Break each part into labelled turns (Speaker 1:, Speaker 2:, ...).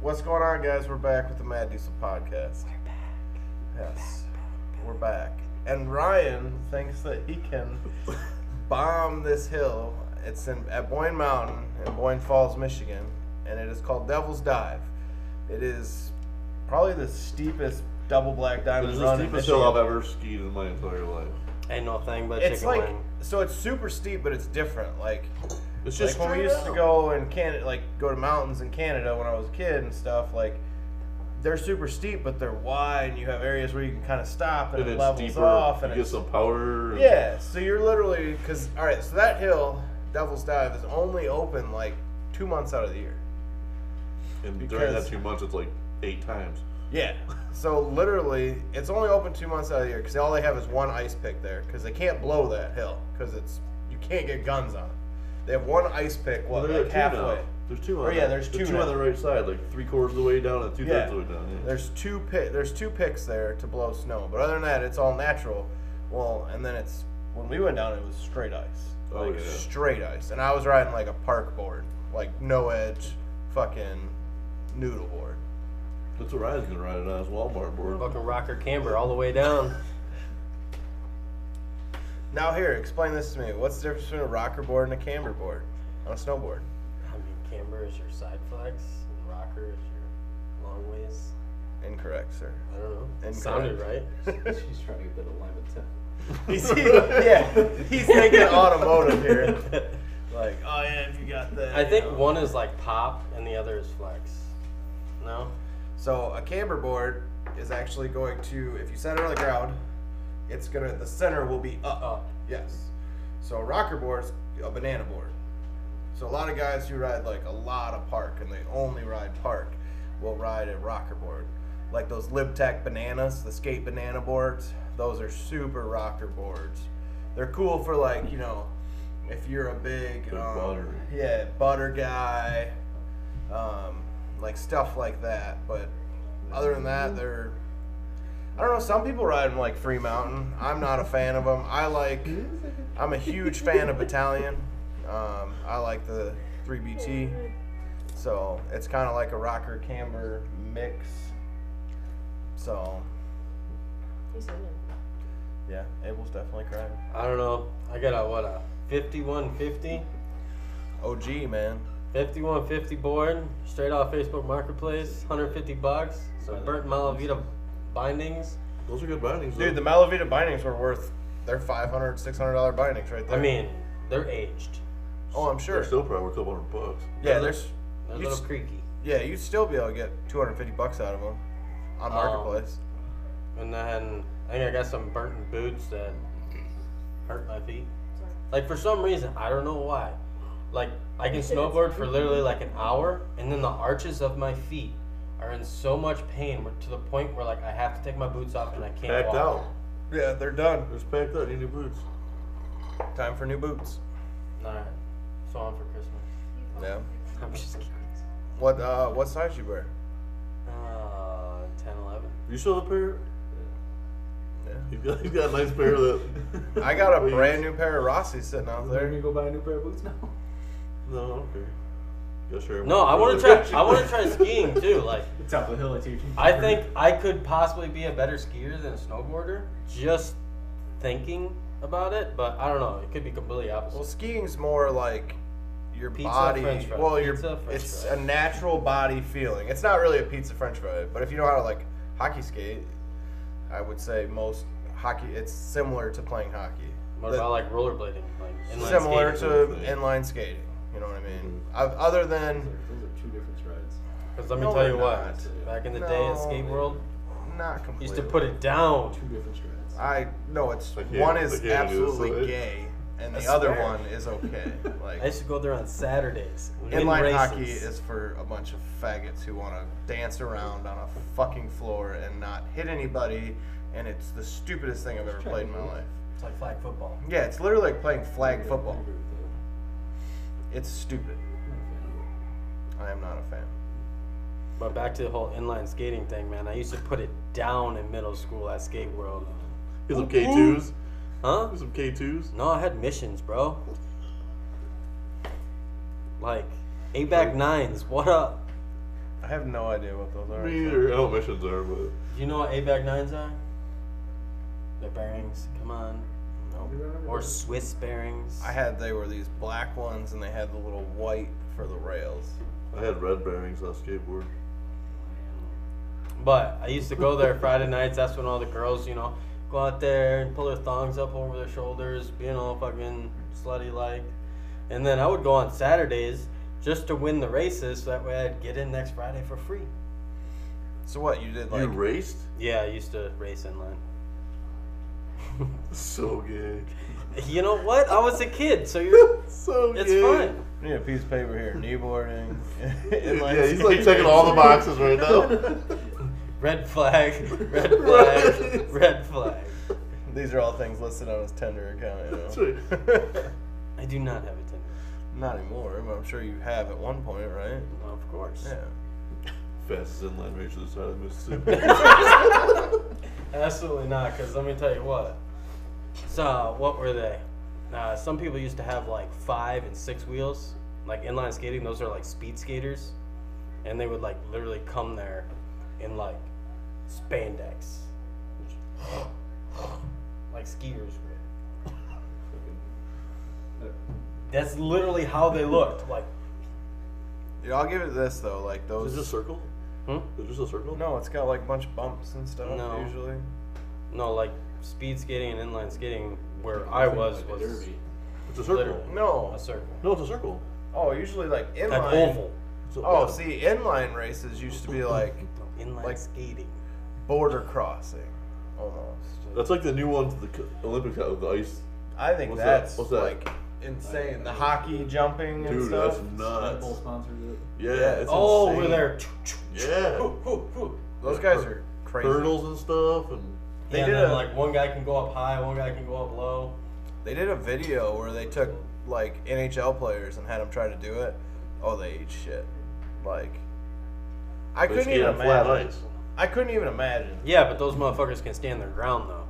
Speaker 1: What's going on, guys? We're back with the Mad Diesel podcast. We're back. Yes, we're back. And Ryan thinks that he can bomb this hill. It's in at Boyne Mountain in Boyne Falls, Michigan, and it is called Devil's Dive. It is probably the steepest double black
Speaker 2: It
Speaker 1: diamond
Speaker 2: was
Speaker 1: run
Speaker 2: the
Speaker 1: in
Speaker 2: steepest
Speaker 1: Michigan.
Speaker 2: hill I've ever skied in my entire life.
Speaker 3: Ain't no thing but
Speaker 1: It's
Speaker 3: chicken
Speaker 1: like
Speaker 3: wing.
Speaker 1: so it's super steep, but it's different. Like
Speaker 2: It's
Speaker 1: like
Speaker 2: just
Speaker 1: when we
Speaker 2: straight
Speaker 1: used to
Speaker 2: up.
Speaker 1: go in Canada, like go to mountains in Canada when I was a kid and stuff, like they're super steep, but they're wide, and you have areas where you can kind of stop, and,
Speaker 2: and
Speaker 1: it
Speaker 2: it's
Speaker 1: levels
Speaker 2: deeper.
Speaker 1: off, and
Speaker 2: you get
Speaker 1: it's,
Speaker 2: some power. and-
Speaker 1: yeah. So you're literally because all right, so that hill, Devil's Dive, is only open like two months out of the year.
Speaker 2: and during that
Speaker 1: because-
Speaker 2: two months, it's like eight times.
Speaker 1: Yeah. So literally, it's only open two months out of the year because all they have is one ice pick there because they can't blow that hill because it's you can't get guns on. it. They have one ice pick, what,
Speaker 2: There are
Speaker 1: like
Speaker 2: two now.
Speaker 1: halfway.
Speaker 2: There's two on.
Speaker 1: Or, yeah,
Speaker 2: that-
Speaker 1: there's two
Speaker 2: on
Speaker 1: now.
Speaker 2: the right side, like three quarters of the way down and two
Speaker 1: Yeah.
Speaker 2: thirds of the way down.
Speaker 1: There's two pick. There's two picks there to blow snow, but other than that, it's all natural. Well, and then it's when we went down, it was straight ice,
Speaker 2: Oh,
Speaker 1: like
Speaker 2: yeah.
Speaker 1: straight ice, and I was riding like a park board, like no edge, fucking noodle board.
Speaker 2: That's what Ryan's gonna ride it on his Walmart board.
Speaker 3: Fucking rocker camber all the way down.
Speaker 1: Now here, explain this to me. What's the difference between a rocker board and a camber board on a snowboard?
Speaker 3: I mean, camber is your side flex, and rocker is your long ways.
Speaker 1: Incorrect, sir.
Speaker 3: I don't know.
Speaker 1: Incorrect.
Speaker 3: It sounded right.
Speaker 4: She's trying to get that alignment tip.
Speaker 1: He's, he- yeah, he's thinking automotive here. Like, oh yeah, if you got that.
Speaker 3: I
Speaker 1: you
Speaker 3: think
Speaker 1: know.
Speaker 3: one is like pop and the other is flex. No?
Speaker 1: So a camber board is actually going to, if you set it on the ground, it's gonna, the center will be up.
Speaker 3: Up.
Speaker 1: Yes. So a rocker board is a banana board. So a lot of guys who ride like a lot of park and they only ride park will ride a rocker board. Like those LibTech bananas, the skate banana boards, those are super rocker boards. They're cool for like, you know, if you're a big,
Speaker 2: Big
Speaker 1: um,
Speaker 2: butter.
Speaker 1: yeah, butter guy, um, like stuff like that. But other than that, they're I don't know. Some people ride them like Free Mountain. I'm not a fan of them. I like. I'm a huge fan of Battalion. Um, I like the 3BT. So it's kind of like a rocker camber mix. So
Speaker 5: He's winning.
Speaker 1: yeah, Abel's definitely crying.
Speaker 3: I don't know. I got a, what, a 5150?
Speaker 1: OG man.
Speaker 3: 5150 board, straight off Facebook Marketplace, 150 bucks. Some burnt Malavita bindings.
Speaker 2: Those are good bindings.
Speaker 1: Dude, the
Speaker 2: though.
Speaker 1: Malavita bindings were worth. They're 500 600 dollar bindings right there.
Speaker 3: I mean, they're aged.
Speaker 1: oh, I'm sure.
Speaker 2: they're still probably worth a couple hundred bucks.
Speaker 1: yeah, there's.
Speaker 3: They're a
Speaker 1: You
Speaker 3: little
Speaker 1: s-
Speaker 3: creaky.
Speaker 1: Yeah, you'd still be able to get 250 bucks out of them on
Speaker 3: Um,
Speaker 1: marketplace.
Speaker 3: And then I think I got some burnt boots that hurt my feet. Like for some reason, I don't know why. Like I can snowboard for literally like an hour, and then the arches of my feet are in so much pain where- to the point where like I have to take my boots off and I can't
Speaker 2: Packed
Speaker 3: walk.
Speaker 2: out.
Speaker 1: yeah, they're done.
Speaker 2: It's packed out. You need boots.
Speaker 1: Time for new boots.
Speaker 3: All right, so on for Christmas.
Speaker 1: Yeah.
Speaker 3: I'm just kidding.
Speaker 1: What uh what size you wear?
Speaker 3: Uh, 10, 11.
Speaker 2: You still have a pair?
Speaker 1: Yeah.
Speaker 2: You've got, you've got a nice pair of that.
Speaker 1: I got a
Speaker 2: Please.
Speaker 1: brand new pair of Rossi sitting out
Speaker 4: Let me
Speaker 1: there.
Speaker 4: go buy a new pair of boots now.
Speaker 2: No, I don't care. Yeah, sure.
Speaker 3: No, I want to try. I want to try skiing too. Like
Speaker 4: The top of the hill, I teach you.
Speaker 3: I think I could possibly be a better skier than a snowboarder just thinking about it, but I don't know. It could be completely opposite.
Speaker 1: Well, skiing's more like your
Speaker 3: Pizza,
Speaker 1: body.
Speaker 3: french fry.
Speaker 1: Well, your
Speaker 3: Pizza, french
Speaker 1: it's
Speaker 3: fry.
Speaker 1: a natural body feeling. It's not really a pizza french fry, but if you know how to like hockey skate, I would say most hockey it's similar to playing hockey.
Speaker 3: what
Speaker 1: The-
Speaker 3: about like rollerblading? Like inline
Speaker 1: similar
Speaker 3: skating?
Speaker 1: to
Speaker 2: thing.
Speaker 1: inline skating, you know what I mean?
Speaker 3: Mm-hmm.
Speaker 1: I've, other
Speaker 4: Those
Speaker 1: than
Speaker 4: are, those are two different strides.
Speaker 3: Because let me
Speaker 1: No,
Speaker 3: tell
Speaker 1: they're
Speaker 3: you
Speaker 1: not.
Speaker 3: what, back in the day in
Speaker 1: No,
Speaker 3: skate
Speaker 1: they're
Speaker 3: world,
Speaker 1: not
Speaker 3: you
Speaker 1: completely.
Speaker 3: used to put it down.
Speaker 4: Two different strides.
Speaker 1: I no, it's
Speaker 2: I can't-
Speaker 1: one
Speaker 2: I
Speaker 1: is
Speaker 2: can't do this,
Speaker 1: absolutely
Speaker 2: right?
Speaker 1: gay, and the
Speaker 3: I
Speaker 1: other
Speaker 3: swear.
Speaker 1: one is okay.
Speaker 3: I
Speaker 1: Like
Speaker 3: used to go there on Saturdays. win
Speaker 1: inline
Speaker 3: races.
Speaker 1: hockey is for a bunch of faggots who want to dance around on a fucking floor and not hit anybody, and it's the stupidest thing I've ever played in my life.
Speaker 3: It's like flag football.
Speaker 1: Yeah, it's literally like playing flag
Speaker 4: Yeah, I
Speaker 1: football.
Speaker 4: agree with that.
Speaker 1: It's stupid.
Speaker 4: I'm not a fan
Speaker 1: I am not a fan.
Speaker 3: But back to the whole inline skating thing, man. I used to put it down in middle school at skate world.
Speaker 2: Get some K2s.
Speaker 3: Huh?
Speaker 2: Get some K2s.
Speaker 3: No, I had missions, bro. Like, eight back nines. What up?
Speaker 1: I have no idea what those are.
Speaker 2: Me either. I know what missions are, but
Speaker 3: Do you know what eight bag nines are? They're bearings. Come on. No. Or Swiss bearings.
Speaker 1: I had they were these black ones and they had the little white for the rails.
Speaker 2: I had red bearings on skateboard.
Speaker 3: But I used to go there Friday nights. That's when all the girls, you know, go out there and pull their thongs up over their shoulders, being all fucking slutty like. And then I would go on Saturdays just to win the races, so that way I'd get in next Friday for free.
Speaker 1: So what you did like
Speaker 2: you raced?
Speaker 3: Yeah, I used to race inline.
Speaker 2: So gay.
Speaker 3: You know what? I was a kid, so you're.
Speaker 2: So
Speaker 3: It's
Speaker 2: gay.
Speaker 3: fun.
Speaker 1: you need a piece of paper here, kneeboarding.
Speaker 2: Dude,
Speaker 1: inline
Speaker 2: yeah, he's like
Speaker 1: skating.
Speaker 2: checking all the boxes right now.
Speaker 3: Red flag, red flag, red flag.
Speaker 1: These are all things listed on his Tinder account. You know?
Speaker 2: That's
Speaker 3: I do not have a Tinder.
Speaker 1: Not anymore, but I'm sure you have at one point, right?
Speaker 3: Of course.
Speaker 1: Yeah.
Speaker 2: Fastest inline race to the side of the Mississippi.
Speaker 3: Absolutely not, because let me tell you what. So, what were they? Uh, some people used to have like five and six wheels, like inline skating. Those are like speed skaters. And they would like literally come there in like spandex, like skiers would. That's literally how they looked. Like,
Speaker 1: Dude, I'll give it this though. Like
Speaker 2: Is
Speaker 1: those.
Speaker 2: it a circle?
Speaker 3: Hmm?
Speaker 2: Is it just a circle?
Speaker 1: No, it's got like a bunch of bumps and stuff
Speaker 3: No.
Speaker 1: usually.
Speaker 3: no, like speed skating and inline skating, where I was,
Speaker 4: Like a
Speaker 3: was
Speaker 4: derby.
Speaker 2: It's a circle.
Speaker 3: Literally.
Speaker 1: No.
Speaker 3: a circle.
Speaker 2: No, it's a circle.
Speaker 1: Oh, usually like inline.
Speaker 3: Like oval.
Speaker 2: It's a-
Speaker 1: Oh,
Speaker 2: yeah.
Speaker 1: see, inline races used to be like
Speaker 3: No, inline
Speaker 1: Like-
Speaker 3: skating.
Speaker 1: border crossing, almost.
Speaker 2: That's like the new one to the co- Olympics out of the ice.
Speaker 1: I think
Speaker 2: What's that?
Speaker 1: that's
Speaker 2: What's that?
Speaker 1: like insane. The hockey jumping and
Speaker 2: Dude,
Speaker 1: stuff.
Speaker 2: that's
Speaker 4: Red
Speaker 2: nuts.
Speaker 4: Bull sponsored it.
Speaker 2: Yeah,
Speaker 1: Yeah.
Speaker 2: it's
Speaker 3: Oh,
Speaker 2: insane.
Speaker 3: we're there.
Speaker 2: Yeah.
Speaker 1: Those guys are crazy.
Speaker 2: Hurdles and stuff, and
Speaker 1: They
Speaker 3: They yeah,
Speaker 1: did
Speaker 3: did then,
Speaker 1: a-
Speaker 3: like one guy can go up high, one guy can go up low.
Speaker 1: They did a video where they took like NHL players and had them try to do it. Oh, they ate shit. Like, I
Speaker 2: they
Speaker 1: couldn't
Speaker 2: skate
Speaker 1: even
Speaker 2: on flat
Speaker 1: imagine.
Speaker 2: ice.
Speaker 1: I couldn't even imagine.
Speaker 3: Yeah, but those motherfuckers can stand their ground though.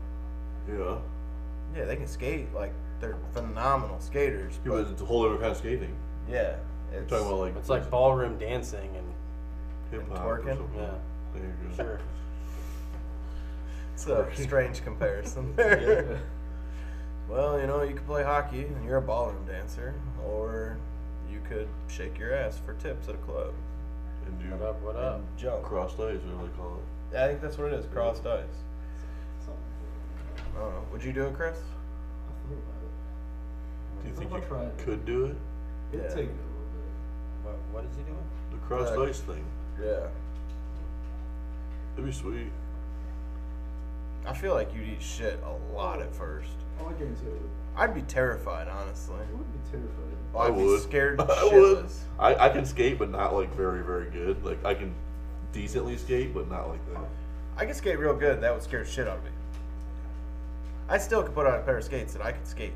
Speaker 2: Yeah.
Speaker 1: Yeah, they can skate. Like, they're phenomenal skaters.
Speaker 2: Yeah,
Speaker 1: But
Speaker 2: but it's a whole different kind of skating.
Speaker 1: yeah,
Speaker 2: We're
Speaker 1: it's,
Speaker 2: talking about like
Speaker 3: It's like ballroom dancing and
Speaker 2: hip hop
Speaker 1: twerking.
Speaker 2: Or something.
Speaker 3: yeah,
Speaker 2: There you go.
Speaker 3: sure.
Speaker 1: it's a strange comparison there. Well, you know, you could play hockey and you're a ballroom dancer, or you could shake your ass for tips at a club.
Speaker 2: And
Speaker 3: What
Speaker 2: do
Speaker 3: up? What up?
Speaker 1: Jump.
Speaker 2: crossed ice, "Oh, or they call it.
Speaker 1: I think that's what it is. Crossed ice.
Speaker 4: Something.
Speaker 1: I don't know. Would you do it, Chris?
Speaker 4: I thought about
Speaker 2: Do you
Speaker 4: What
Speaker 2: think
Speaker 4: if I try
Speaker 2: you
Speaker 4: it?
Speaker 2: could do it?
Speaker 4: it.
Speaker 1: Yeah.
Speaker 4: It'd take me a little bit.
Speaker 3: What, what is he doing?
Speaker 2: The crossed
Speaker 1: Right.
Speaker 2: ice thing.
Speaker 1: Yeah.
Speaker 2: That'd be sweet.
Speaker 1: I feel like you'd eat shit a lot at first.
Speaker 4: Oh, I guarantee it would.
Speaker 1: I'd be terrified, honestly.
Speaker 4: It would be terrifying.
Speaker 1: Oh, I'd
Speaker 2: I would.
Speaker 1: be scared
Speaker 2: I would.
Speaker 1: shitless.
Speaker 2: I, I can skate, but not like very, very good. Like I can decently skate, but not like that.
Speaker 1: I could skate real good. That would scare the shit out of me. I still could put on a pair of skates that I could skate.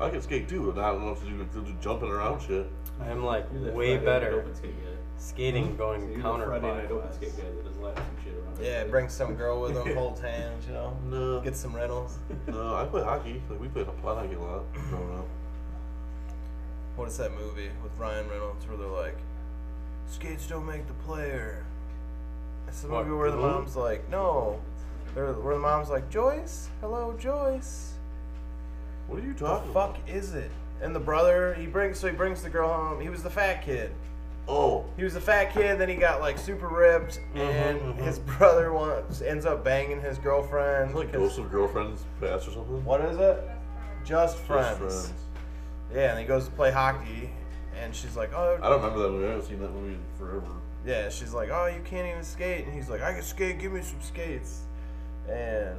Speaker 2: I can skate too, but not enough to do, to do jumping around shit.
Speaker 3: I'm like
Speaker 4: You're that
Speaker 3: way
Speaker 4: Friday night
Speaker 3: better
Speaker 4: Open skate guy.
Speaker 3: skating
Speaker 4: So
Speaker 3: going
Speaker 4: you're the Friday night open skate
Speaker 3: counterclockwise.
Speaker 4: guy that doesn't laugh some shit around.
Speaker 1: Yeah,
Speaker 4: everybody.
Speaker 1: bring some girl with them, hold hands, you know.
Speaker 2: No,
Speaker 1: Get some rentals.
Speaker 2: no. Uh, I play hockey. Like we played flat hockey a lot growing up.
Speaker 1: What is that movie with Ryan Reynolds where they're like, skates don't make the player? It's the
Speaker 3: What,
Speaker 1: movie where the
Speaker 2: Clue?
Speaker 1: mom's like, no. They're, where the mom's like, Joyce? Hello, Joyce.
Speaker 2: What are you
Speaker 1: The
Speaker 2: talking?
Speaker 1: fuck
Speaker 2: About?
Speaker 1: is it? And the brother, he brings, so he brings the girl home. He was the fat kid.
Speaker 2: Oh,
Speaker 1: He was the fat kid, then he got like super ripped,
Speaker 2: Mm-hmm,
Speaker 1: and
Speaker 3: mhm.
Speaker 1: his brother wants, ends up banging his girlfriend.
Speaker 2: it's like
Speaker 1: because-
Speaker 2: ghosts of girlfriends past or something.
Speaker 1: what is it? Just friends.
Speaker 2: Just friends.
Speaker 1: Yeah, and he goes to play hockey, and she's like, oh,
Speaker 2: I don't remember that movie. I haven't seen that movie in forever.
Speaker 1: Yeah, she's like, "Oh, you can't even skate," and he's like, "I can skate. Give me some skates." And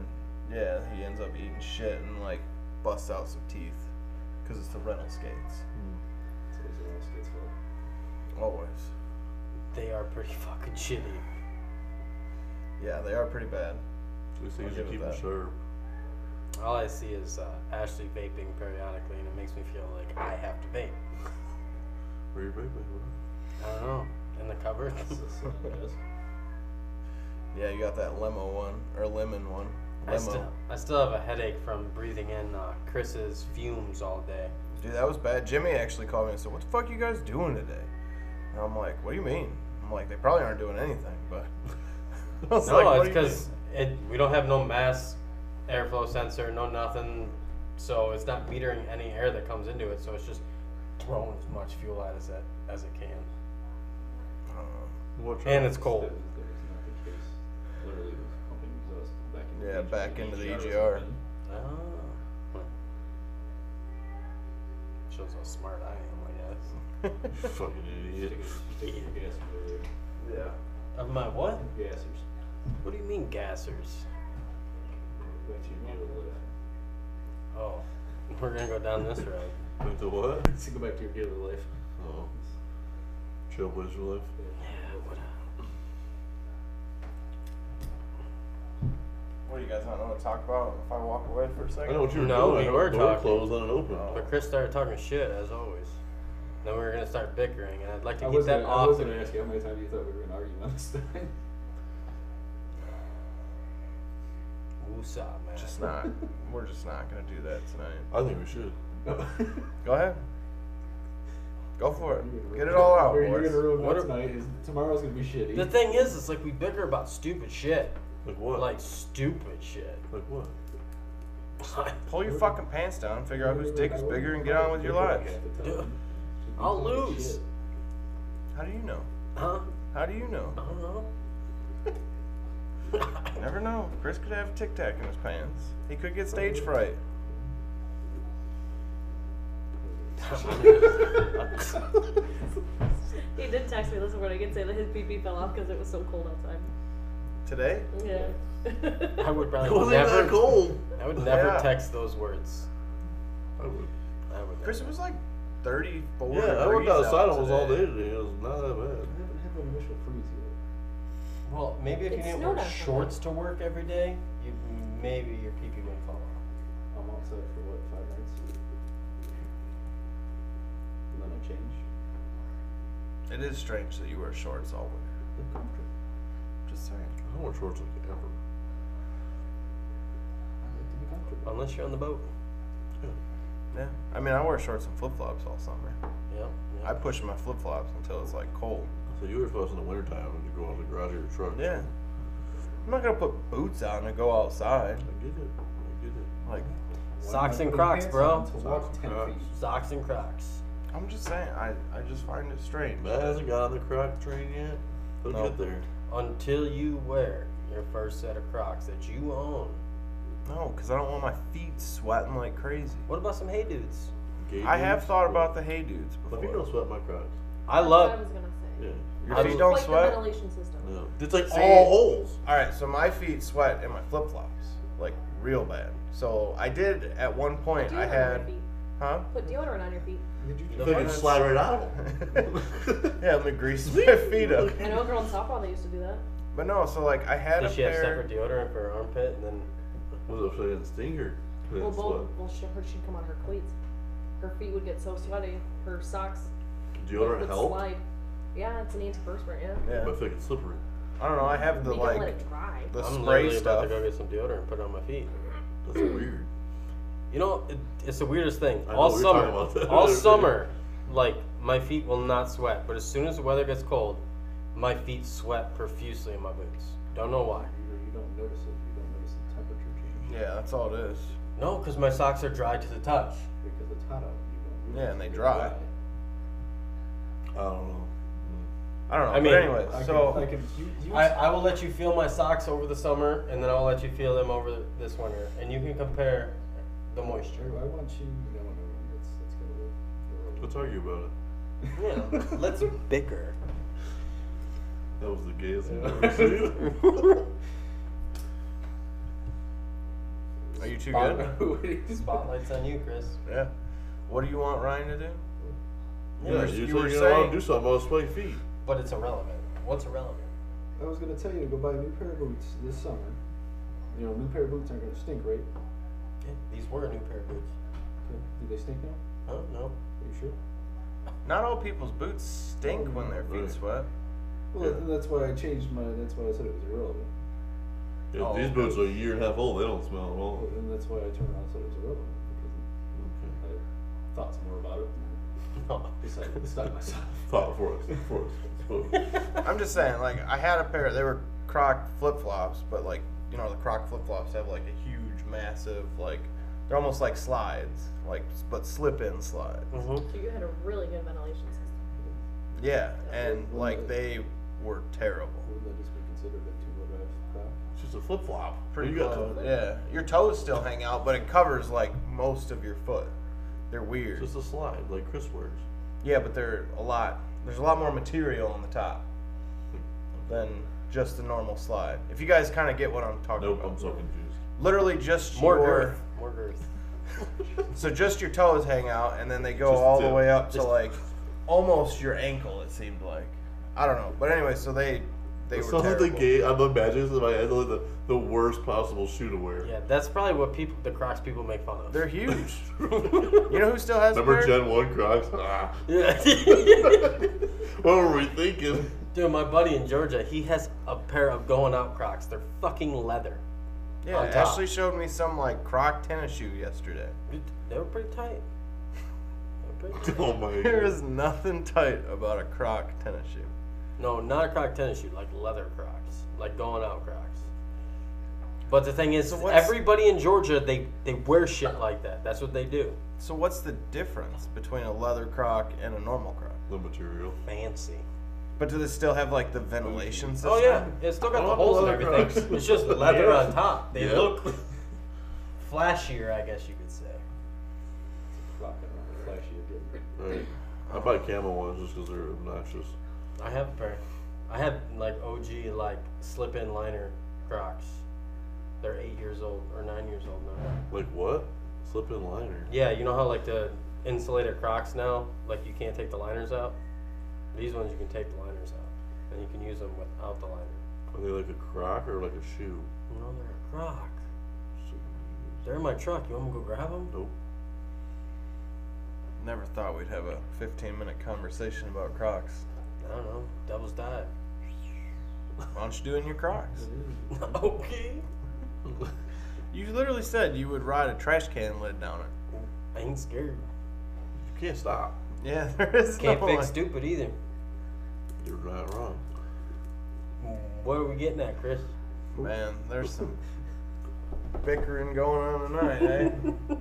Speaker 1: yeah, he ends up eating shit and like busts out some teeth because it's the rental skates.
Speaker 4: That's what it was, that's what-
Speaker 1: Always.
Speaker 3: They are pretty fucking shitty.
Speaker 1: Yeah, they are pretty bad.
Speaker 2: They
Speaker 1: I'll
Speaker 2: say you
Speaker 1: give
Speaker 2: should
Speaker 1: it
Speaker 2: keep them
Speaker 1: that.
Speaker 2: sharp.
Speaker 3: All I see is uh, Ashley vaping periodically, and it makes me feel like I have to vape.
Speaker 2: Where you baby?
Speaker 3: I don't know. In the cupboard.
Speaker 4: that's the sign, guys.
Speaker 1: Yeah, you got that limo one or lemon one.
Speaker 3: I
Speaker 1: Limo.
Speaker 3: still, I still have a headache from breathing in uh, Chris's fumes all day.
Speaker 1: Dude, that was bad. Jimmy actually called me and said, "What the fuck you guys doing today?" And I'm like, "What do you mean?" I'm like, they probably aren't doing anything, but. I was
Speaker 3: No,
Speaker 1: like, what
Speaker 3: it's
Speaker 1: do you
Speaker 3: because it we don't have no mass airflow sensor, no nothing, so it's not metering any air that comes into it. So it's just throwing as much fuel at us as, as it can,
Speaker 1: mean? I don't know.
Speaker 3: and it's cold.
Speaker 4: That was- that was not the case. Literally, it was pumping exhaust back into
Speaker 1: Yeah,
Speaker 4: the
Speaker 1: back
Speaker 4: EGR.
Speaker 1: into the
Speaker 4: was
Speaker 1: EGR.
Speaker 4: pumping.
Speaker 3: Oh. Shows how smart I am, I guess.
Speaker 2: Fucking idiot.
Speaker 4: Stick it- stick it in your gas motor.
Speaker 1: Yeah.
Speaker 3: Of my what?
Speaker 4: Gassers.
Speaker 3: What do you mean gassers?
Speaker 4: That's your needle lift.
Speaker 3: Oh, we're gonna go down this road.
Speaker 2: Wait, the what?
Speaker 4: Let's go back to your daily life.
Speaker 2: Oh. Trailblazer life.
Speaker 1: What do you guys not want to talk about if I walk away for a
Speaker 2: I
Speaker 1: second?
Speaker 2: know what you were
Speaker 3: No,
Speaker 2: doing.
Speaker 3: we
Speaker 2: I
Speaker 3: were
Speaker 2: had the door
Speaker 3: talking.
Speaker 2: closed on an open.
Speaker 1: Oh.
Speaker 3: But Chris started talking shit as always. Then we were gonna start bickering, and I'd like to
Speaker 4: I
Speaker 3: keep
Speaker 4: was
Speaker 3: that
Speaker 4: gonna, I
Speaker 3: off.
Speaker 4: was gonna ask you how many times you thought we were gonna argue on this thing.
Speaker 3: Woosah, man.
Speaker 1: Just not. We're just not going to do that tonight.
Speaker 2: I think we should.
Speaker 1: Go ahead. Go for it. Get it all out,
Speaker 4: Where you're gonna
Speaker 1: boys.
Speaker 4: ruin
Speaker 3: What
Speaker 4: what
Speaker 3: are-
Speaker 4: tonight is tomorrow's gonna be shitty.
Speaker 3: the thing is, it's like we bicker about stupid shit,
Speaker 2: Like what?
Speaker 3: like stupid shit.
Speaker 2: Like what?
Speaker 1: Pull your fucking pants down and figure out whose dick is bigger and get on with your lives.
Speaker 3: Dude, I'll lose.
Speaker 1: How do you know?
Speaker 3: Huh?
Speaker 1: How do you know?
Speaker 3: I don't know.
Speaker 1: You never know. Chris could have a tic tac in his pants. He could get stage fright.
Speaker 5: He did text me this morning and say that his pee pee fell off because it was so cold outside.
Speaker 1: Today?
Speaker 5: Yeah.
Speaker 3: I would probably
Speaker 2: It wasn't
Speaker 3: never.
Speaker 2: that cold.
Speaker 3: I would never
Speaker 1: Yeah.
Speaker 3: text those words.
Speaker 2: I would.
Speaker 3: I would.
Speaker 1: Chris, it
Speaker 3: never.
Speaker 1: was like 34
Speaker 2: Yeah, I
Speaker 1: degrees
Speaker 2: worked outside
Speaker 1: out
Speaker 2: almost all day
Speaker 1: today.
Speaker 2: today. It was not that
Speaker 4: I
Speaker 2: bad.
Speaker 4: haven't had an initial freeze yet.
Speaker 3: Well, maybe if you
Speaker 5: It
Speaker 3: didn't
Speaker 5: snowed
Speaker 3: wear
Speaker 5: outside.
Speaker 3: shorts to work every day, you maybe your pee pee wouldn't fall off.
Speaker 4: I'm outside for what, five minutes? And then I change.
Speaker 1: It is strange that you wear shorts all winter.
Speaker 4: I'm comfortable.
Speaker 1: Just saying.
Speaker 2: I don't wear shorts like ever.
Speaker 4: I like to be comfortable.
Speaker 3: Unless you're on the boat.
Speaker 1: Yeah. I mean, I wear shorts and flip flops all summer.
Speaker 3: Yep.
Speaker 1: I
Speaker 3: yep.
Speaker 1: push my flip flops until it's like cold.
Speaker 2: So you were supposed in the wintertime when you go out of the garage of your truck.
Speaker 1: Yeah. I'm not gonna put boots on and go outside.
Speaker 2: I get it. I get it.
Speaker 1: Like,
Speaker 3: Socks and
Speaker 4: Put
Speaker 3: Crocs,
Speaker 4: pants
Speaker 3: bro.
Speaker 4: on To walk
Speaker 2: Socks and
Speaker 4: ten
Speaker 2: Crocs.
Speaker 4: feet.
Speaker 3: Socks and Crocs.
Speaker 1: I'm just saying, I, I just find it strange.
Speaker 2: Matt hasn't got on the croc train yet. He'll
Speaker 1: No.
Speaker 2: get there.
Speaker 3: Until you wear your first set of Crocs that you own.
Speaker 1: No, because I don't want my feet sweating like crazy.
Speaker 3: What about some Hey Dudes?
Speaker 2: Gay
Speaker 1: I have
Speaker 2: dudes,
Speaker 1: thought
Speaker 2: yeah.
Speaker 1: about the hey dudes
Speaker 2: My feet don't
Speaker 1: before.
Speaker 2: sweat my crocs.
Speaker 3: I
Speaker 5: I
Speaker 3: love.
Speaker 5: was gonna say.
Speaker 2: Yeah.
Speaker 1: Your
Speaker 3: I
Speaker 1: feet
Speaker 3: just-
Speaker 1: don't
Speaker 5: like
Speaker 1: sweat.
Speaker 5: the ventilation system.
Speaker 2: No. It's like
Speaker 1: See-
Speaker 2: all holes.
Speaker 1: All right, so my feet sweat in my flip flops, like real bad. So I did at one
Speaker 5: Put
Speaker 1: point. I
Speaker 5: deodorant
Speaker 1: had,
Speaker 5: on your feet.
Speaker 1: huh?
Speaker 5: Put deodorant on your feet.
Speaker 4: Did you
Speaker 2: You
Speaker 4: just-
Speaker 2: could
Speaker 1: fuck?
Speaker 2: just slide right out of them.
Speaker 1: yeah, let me grease my feet up.
Speaker 5: I know a girl in softball that used to do that.
Speaker 1: But no, so like I had
Speaker 3: Does
Speaker 1: a
Speaker 3: she have
Speaker 1: pair.
Speaker 3: separate deodorant for her armpit and then
Speaker 2: Was it fucking stinger? It
Speaker 5: Well,
Speaker 2: didn't
Speaker 5: both.
Speaker 2: sweat.
Speaker 5: Well, she, her, she'd come on her cleats. Her feet would get so sweaty. Her socks
Speaker 2: Deodorant
Speaker 5: would
Speaker 2: help?
Speaker 5: slide. Yeah, it's an antiperspirant. Yeah.
Speaker 1: Yeah.
Speaker 2: My feet get slippery.
Speaker 1: I don't know. I have the
Speaker 5: They don't let
Speaker 1: like
Speaker 5: it dry.
Speaker 1: the
Speaker 3: I'm
Speaker 1: spray
Speaker 3: literally
Speaker 1: stuff.
Speaker 3: about to go get some deodorant and put it on my feet.
Speaker 2: That's weird.
Speaker 3: You know, it, it's the weirdest thing.
Speaker 2: I know,
Speaker 3: all
Speaker 2: we were
Speaker 3: summer,
Speaker 2: talking about that
Speaker 3: all
Speaker 2: earlier.
Speaker 3: summer, like my feet will not sweat. But as soon as the weather gets cold, my feet sweat profusely in my boots. Don't know why.
Speaker 4: You you don't notice it. You don't notice the temperature change
Speaker 1: Yeah, that's all it is.
Speaker 3: No, because my socks are dry to the touch.
Speaker 4: because it's hot out. You don't
Speaker 1: Yeah, and
Speaker 4: realize
Speaker 1: they
Speaker 4: it's
Speaker 1: dry.
Speaker 2: I don't know.
Speaker 1: Mm. I don't know.
Speaker 3: I mean,
Speaker 1: but anyway,
Speaker 4: I
Speaker 1: so
Speaker 4: can, I can, you, you
Speaker 3: I, I will let you feel my socks over the summer, and then I'll let you feel them over this winter, and you can compare the moisture.
Speaker 4: Drew, I want you. No, no, no. Let's, let's go to the-
Speaker 2: Let's argue about it.
Speaker 3: Yeah, let's bicker.
Speaker 2: That was the gayest thing I've
Speaker 4: Yeah.
Speaker 2: ever seen.
Speaker 1: are you two
Speaker 4: Spot-
Speaker 1: good?
Speaker 4: What do you do?
Speaker 3: Spotlights on you, Chris.
Speaker 1: Yeah. What do you want Ryan to do?
Speaker 2: Yeah,
Speaker 1: were-
Speaker 2: you,
Speaker 1: you
Speaker 2: said
Speaker 1: were
Speaker 2: you don't want
Speaker 1: saying-
Speaker 2: to do something about sweaty feet.
Speaker 3: But it's irrelevant. What's irrelevant?
Speaker 4: I was gonna tell you to go buy a new pair of boots this summer. You know, new pair of boots aren't gonna stink, right?
Speaker 3: Yeah, these were a new pair of boots.
Speaker 4: Okay. Do they stink now?
Speaker 3: Oh no.
Speaker 4: Are you sure?
Speaker 1: Not all people's boots stink when their feet
Speaker 2: Right.
Speaker 1: sweat.
Speaker 4: Well,
Speaker 2: Yeah.
Speaker 4: that's why I changed my. That's why I said it was irrelevant.
Speaker 2: Yeah,
Speaker 1: Oh,
Speaker 2: these
Speaker 1: okay.
Speaker 2: boots are a year and a half old. They don't smell at all.
Speaker 4: Well, and that's why I turned around and said it was irrelevant because
Speaker 2: Okay.
Speaker 4: I thought some more about it and
Speaker 3: No.
Speaker 4: decided to stop myself.
Speaker 2: Thought for us. For us.
Speaker 1: I'm just saying, like I had a pair. They were Croc flip flops, but like you know, the Croc flip flops have like a huge, massive, like they're almost like slides, like but slip in slide.
Speaker 3: Mhm.
Speaker 5: So you had a really good ventilation system.
Speaker 1: Yeah, and like they were terrible.
Speaker 4: Wouldn't that just be considered a two-wheel drive crop?
Speaker 2: It's just a flip flop.
Speaker 1: Pretty close. Yeah, your toes still hang out, but it covers like most of your foot. They're weird.
Speaker 2: Just a slide, like Chris wears.
Speaker 1: Yeah, but they're a lot. There's a lot more material on the top than just the normal slide. If you guys kind of get what I'm talking
Speaker 2: Nope,
Speaker 1: about,
Speaker 2: I'm so confused.
Speaker 1: literally just
Speaker 3: More
Speaker 1: your
Speaker 3: girth. More girth.
Speaker 1: so just your toes hang out, and then they go
Speaker 2: Just
Speaker 1: all the
Speaker 2: tip.
Speaker 1: way up to
Speaker 3: Just-
Speaker 1: like almost your ankle. It seemed like I don't know, but anyway, so they they
Speaker 2: It's
Speaker 1: were
Speaker 2: not that the
Speaker 1: terrible.
Speaker 2: gay. I'm imagining this in my head like the, the worst possible shoe to wear.
Speaker 3: Yeah, that's probably what people, the Crocs people make fun of.
Speaker 1: They're huge. you know who still has a
Speaker 2: Remember
Speaker 1: pair?
Speaker 2: Gen One Crocs? Ah,
Speaker 3: yeah.
Speaker 2: what were we thinking?
Speaker 3: Dude, my buddy in Georgia, he has a pair of going out Crocs. They're fucking leather.
Speaker 1: Yeah,
Speaker 3: on top.
Speaker 1: Ashley showed me some like Croc tennis shoe yesterday.
Speaker 3: They were pretty tight. They were pretty tight.
Speaker 2: Oh my
Speaker 1: There
Speaker 2: god!
Speaker 1: is nothing tight about a Croc tennis shoe.
Speaker 3: No, not a Croc tennis shoe, like leather Crocs, like going out Crocs. But the thing is,
Speaker 1: So what's-
Speaker 3: everybody in Georgia, they they wear shit like that. That's what they do.
Speaker 1: So what's the difference between a leather croc and a normal croc?
Speaker 2: The material.
Speaker 3: Fancy.
Speaker 1: But do they still have like the ventilation system?
Speaker 3: Oh yeah, it's still got
Speaker 2: I
Speaker 3: the
Speaker 2: want
Speaker 3: holes and
Speaker 2: leather
Speaker 3: everything.
Speaker 2: Crocs.
Speaker 3: It's just leather
Speaker 2: Yeah.
Speaker 3: on top. They
Speaker 2: Yeah.
Speaker 3: look flashier, I guess you could say.
Speaker 4: Rock and roll, flashy again.
Speaker 2: Right. I buy camel ones just because they're obnoxious.
Speaker 3: I have a pair. I have like OG like slip-in liner Crocs. They're eight years old or nine years old now.
Speaker 2: Like what? Slip in liner.
Speaker 3: Yeah, you know how like the insulated Crocs now, like you can't take the liners out. These ones you can take the liners out, and you can use them without the liner.
Speaker 2: Are they like a croc or like a shoe?
Speaker 3: No, they're a Croc. They're in my truck. You want me to go grab them?
Speaker 2: Nope.
Speaker 1: Never thought we'd have a 15 minute conversation about crocs.
Speaker 3: I don't know. Devil's dive.
Speaker 1: Why don't you do it in your crocs?
Speaker 3: okay.
Speaker 1: You literally said you would ride a trash can lid down it.
Speaker 3: I ain't scared.
Speaker 2: You can't stop.
Speaker 1: Yeah, there is
Speaker 3: Can't
Speaker 1: no
Speaker 3: fix
Speaker 1: like-
Speaker 3: stupid either.
Speaker 2: You're not wrong.
Speaker 3: What are we getting at, Chris?
Speaker 1: Man, there's some bickering going on tonight, eh?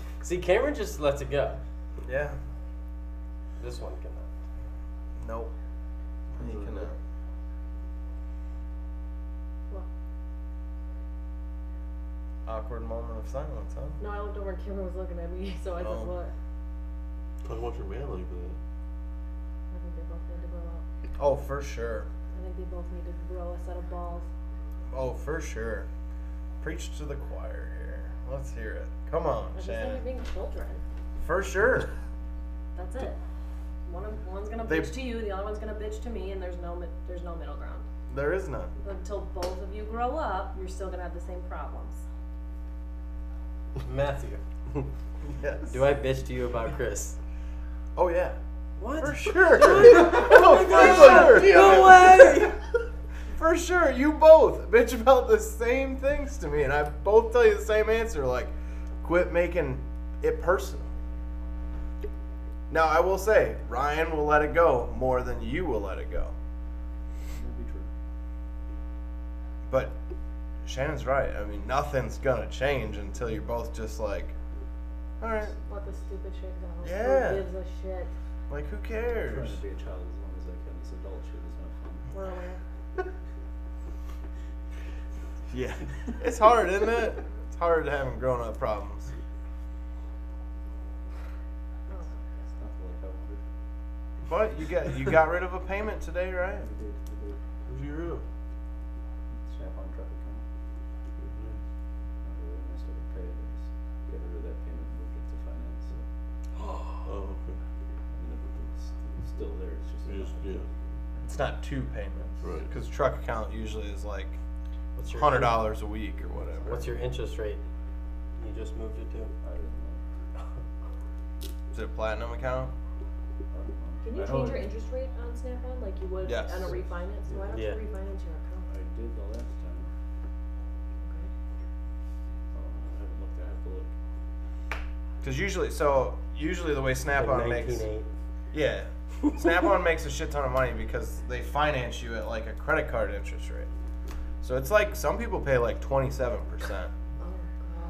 Speaker 3: See, Cameron just lets it go.
Speaker 1: Yeah.
Speaker 3: This one cannot.
Speaker 1: Nope. You uh, cannot.
Speaker 5: Well,
Speaker 1: Awkward moment of silence, huh?
Speaker 5: no, I looked over and Cameron was looking at me, so I said,
Speaker 1: Oh.
Speaker 5: "What?"
Speaker 2: Talk about your man like that.
Speaker 5: I think they both need to grow up.
Speaker 1: Oh, for sure.
Speaker 5: I think they both need to grow a set of balls.
Speaker 1: Oh, for sure. Preach to the choir here. Let's hear it. Come on,
Speaker 5: I just think
Speaker 1: Shannon.
Speaker 5: being children.
Speaker 1: For sure.
Speaker 5: That's it. One of, one's gonna
Speaker 1: They-
Speaker 5: bitch to you, the other one's gonna bitch to me, and there's no mi- there's no middle ground.
Speaker 1: There is none.
Speaker 5: Until both of you grow up, you're still gonna have the same problems.
Speaker 3: Matthew,
Speaker 1: Yes.
Speaker 3: do I bitch to you about Chris?
Speaker 1: Oh yeah.
Speaker 3: What?
Speaker 1: For sure. oh, for sure.
Speaker 3: No way!
Speaker 1: For sure. You both bitch about the same things to me, and I both tell you the same answer. Like, quit making it personal. Now I will say, Ryan will let it go more than you will let it go.
Speaker 4: That'd be true.
Speaker 1: But Shannon's right. I mean, nothing's gonna change until you're both just like, all right,
Speaker 5: Let the stupid shit go.
Speaker 1: Yeah.
Speaker 5: Who gives a shit?
Speaker 1: like who
Speaker 4: Trying
Speaker 1: cares?
Speaker 4: to be a child as long as I can. This adult shit is not fun.
Speaker 5: We're aware.
Speaker 1: Yeah, it's hard, isn't it? It's hard having grown-up problems.
Speaker 5: Oh.
Speaker 4: It's not like I wanted
Speaker 1: But you got you got rid of a payment today, right?
Speaker 4: to do to do
Speaker 2: Who's your real?
Speaker 4: snap on truck account. Not really when I started paying it. Just Got rid of that payment, moved it to finance. So
Speaker 2: Oh, okay.
Speaker 4: I mean, it's it's still there. It's just
Speaker 2: You just yeah.
Speaker 1: It's not two payments,
Speaker 2: Right.
Speaker 1: Because truck account usually is like
Speaker 3: What's your
Speaker 1: hundred dollars a week or whatever.
Speaker 3: What's your interest rate? You just moved it to.
Speaker 4: I didn't know.
Speaker 1: is it a platinum account?
Speaker 4: I don't know.
Speaker 5: Can you
Speaker 4: I
Speaker 5: change
Speaker 4: don't-
Speaker 5: your interest rate on Snap-on like you would
Speaker 1: Yes.
Speaker 5: on a refinance? Why don't
Speaker 3: Yeah.
Speaker 5: you refinance your account?
Speaker 4: I did the last time.
Speaker 5: Okay.
Speaker 4: Oh, I haven't looked. I have to look.
Speaker 1: Because usually, so usually the way Snap-on
Speaker 3: Like
Speaker 1: makes
Speaker 3: 19.8.
Speaker 1: yeah, Snap on makes a shit ton of money because they finance you at like a credit card interest rate. So it's like some people pay like 27%.
Speaker 5: Oh, God.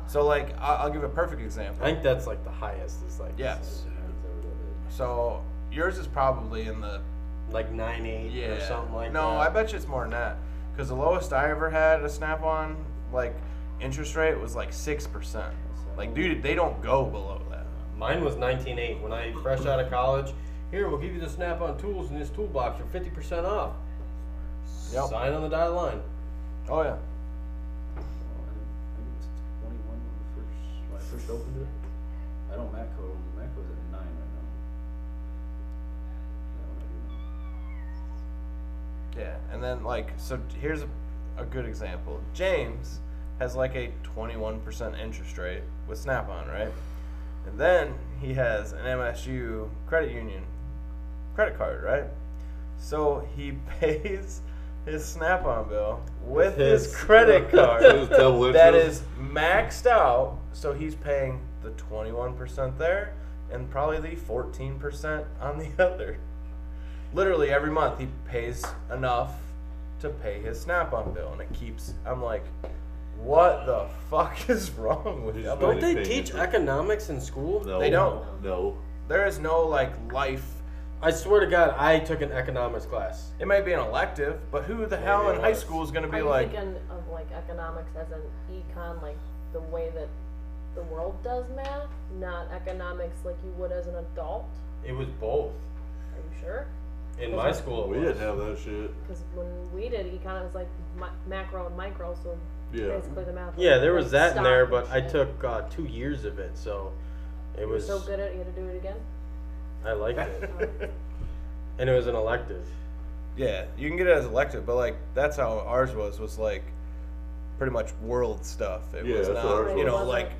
Speaker 1: So, like, I- I'll give a perfect
Speaker 3: I
Speaker 1: example.
Speaker 3: think that's like the highest is like
Speaker 1: Yes.
Speaker 4: It's over the bit.
Speaker 1: So yours is probably in the
Speaker 3: like nine eight or something like
Speaker 1: no,
Speaker 3: that.
Speaker 1: I bet you it's more than that. Because the lowest I ever had a Snap on, like, interest rate was like 6%. Like, dude, they don't go below that.
Speaker 3: Mine was 19.8 when I fresh out of college. Here, we'll give you the Snap-on tools in this toolbox for 50% off.
Speaker 1: Yep.
Speaker 3: Sign on the dotted line.
Speaker 1: Oh, yeah.
Speaker 4: Well, Oh, I think it was 21 when we first, when I first opened it. I don't Matco, Matco's at nine right now. That one I do know.
Speaker 1: Yeah. And then, like, so here's a, a good example James has like a 21% interest rate with Snap on, right? And then he has an MSU credit union credit card, right? So he pays his Snap on bill with his,
Speaker 3: His-
Speaker 1: credit
Speaker 2: It was
Speaker 1: card.
Speaker 2: double
Speaker 1: that is
Speaker 2: interest.
Speaker 1: maxed out. So he's paying the 21% there and probably the 14% on the other. Literally every month he pays enough to pay his snap on bill and it keeps I'm like what the fuck is wrong with you? I'm like,
Speaker 3: Don't they
Speaker 2: Paying
Speaker 3: teach
Speaker 2: interest.
Speaker 3: economics in school?
Speaker 2: No.
Speaker 1: They don't.
Speaker 2: No.
Speaker 1: there is no like life
Speaker 3: I swear to God, I took an economics class.
Speaker 1: it might be an elective, but who the hell in high school is going to be
Speaker 5: I'm
Speaker 1: like
Speaker 5: thinking of like economics as an econ, like the way that the world does math, not economics like you would as an adult.
Speaker 3: It was both.
Speaker 5: Are you sure?
Speaker 3: In my school,
Speaker 2: Oh,
Speaker 3: it
Speaker 2: We
Speaker 3: was.
Speaker 2: didn't have that shit.
Speaker 5: Because when we did econ, it was like mi- macro and micro, so
Speaker 2: Yeah.
Speaker 5: basically the math.
Speaker 3: Yeah, there was
Speaker 5: like
Speaker 3: that in there,
Speaker 5: stock
Speaker 3: but
Speaker 5: and
Speaker 3: I
Speaker 5: shit.
Speaker 3: took uh, two years of it, so it
Speaker 5: You were
Speaker 3: was.
Speaker 5: so good at it, you had to do it again.
Speaker 3: I liked it, and it was an elective.
Speaker 1: Yeah, you can get it as elective, but like that's how ours was was like pretty much world stuff. It
Speaker 2: Yeah,
Speaker 1: was
Speaker 2: that's
Speaker 1: not,
Speaker 2: what ours
Speaker 1: you know,
Speaker 5: was.
Speaker 1: like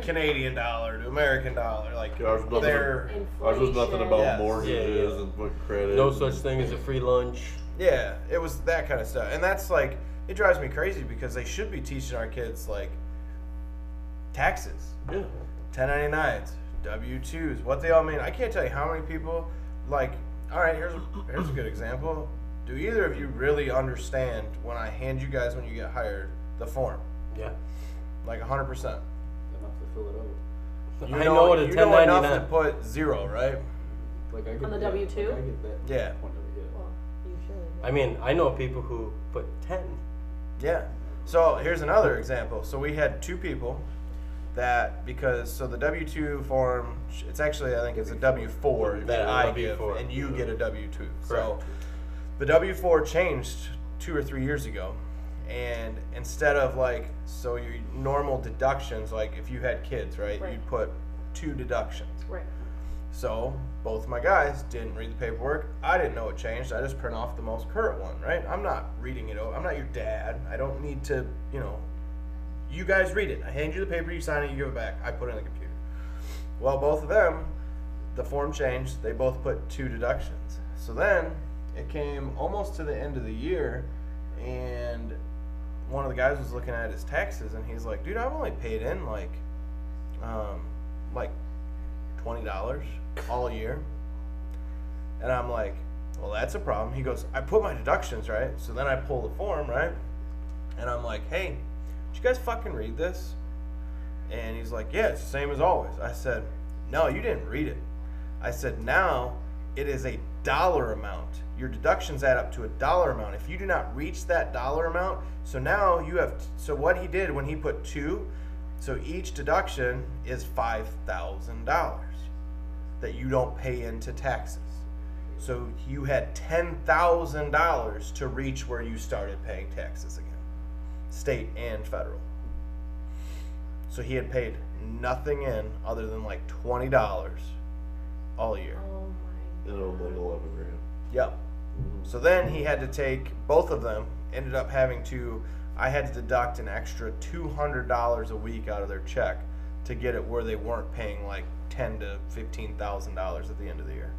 Speaker 1: Canadian dollar to American dollar, like
Speaker 2: Yeah, ours was nothing.
Speaker 1: they're
Speaker 2: Ours was nothing about
Speaker 1: Yes.
Speaker 2: mortgages
Speaker 3: Yeah, yeah.
Speaker 2: and fucking credit.
Speaker 3: No
Speaker 2: and-
Speaker 3: such thing as a free lunch.
Speaker 1: yeah, it was that kind of stuff. And that's like it drives me crazy because they should be teaching our kids like taxes.
Speaker 2: Yeah.
Speaker 1: 1099s, W2s, what they all mean. I can't tell you how many people, like, all right, here's a, here's a good example. Do either of you really understand when I hand you guys when you get hired the form?
Speaker 3: Yeah,
Speaker 1: Like 100%.
Speaker 4: Enough to fill it out.
Speaker 1: You
Speaker 3: I know what a
Speaker 1: you
Speaker 3: ten
Speaker 1: know
Speaker 3: ninety
Speaker 1: enough to
Speaker 3: nine.
Speaker 1: put zero, right?
Speaker 4: Like I get
Speaker 5: On the
Speaker 4: that-
Speaker 5: W2?
Speaker 4: Like I get that
Speaker 1: Yeah.
Speaker 4: point of it, yeah.
Speaker 5: Well, Oh, you should.
Speaker 3: I mean, I know people who put ten.
Speaker 1: Yeah. So here's another example. So we had two people that because so the W two form it's actually I think it's a W four that
Speaker 3: Yeah,
Speaker 1: I give
Speaker 3: W4.
Speaker 1: and you get a W two. So
Speaker 3: Correct.
Speaker 1: the W four changed two or three years ago, and instead of like so your normal deductions like if you had kids right,
Speaker 5: Right.
Speaker 1: you'd put two deductions.
Speaker 5: Right.
Speaker 1: So both my guys didn't read the paperwork. I didn't know it changed. I just print off the most current one, right? I'm not reading it. o- I'm not your dad. I don't need to, you know. You guys read it. I hand you the paper. You sign it. You give it back. I put it in the computer. Well, both of them, the form changed. They both put two deductions. So then it came almost to the end of the year, and one of the guys was looking at his taxes, and he's like, "Dude, I've only paid in like, um, like twenty dollars all year. And I'm like, well, that's a problem. He goes, I put my deductions right, so then I pull the form right, and I'm like, hey, did you guys fucking read this? And he's like, yeah, it's the same as always. I said, no, you didn't read it. I said, now it is a dollar amount. Your deductions add up to a dollar amount. If you do not reach that dollar amount, so now you have. so what he did when he put two, so each deduction is five thousand dollars that you don't pay into taxes. So you had ten thousand dollars to reach where you started paying taxes again, state and federal. So he had paid nothing in other than like twenty dollars all year.
Speaker 5: Oh my.
Speaker 2: And it was like 11 grand.
Speaker 1: Yep. So then he had to take both of them. Ended up having to. I had to deduct an extra two hundred dollars a week out of their check to get it where they weren't paying like ten to fifteen thousand dollars at the end of the year.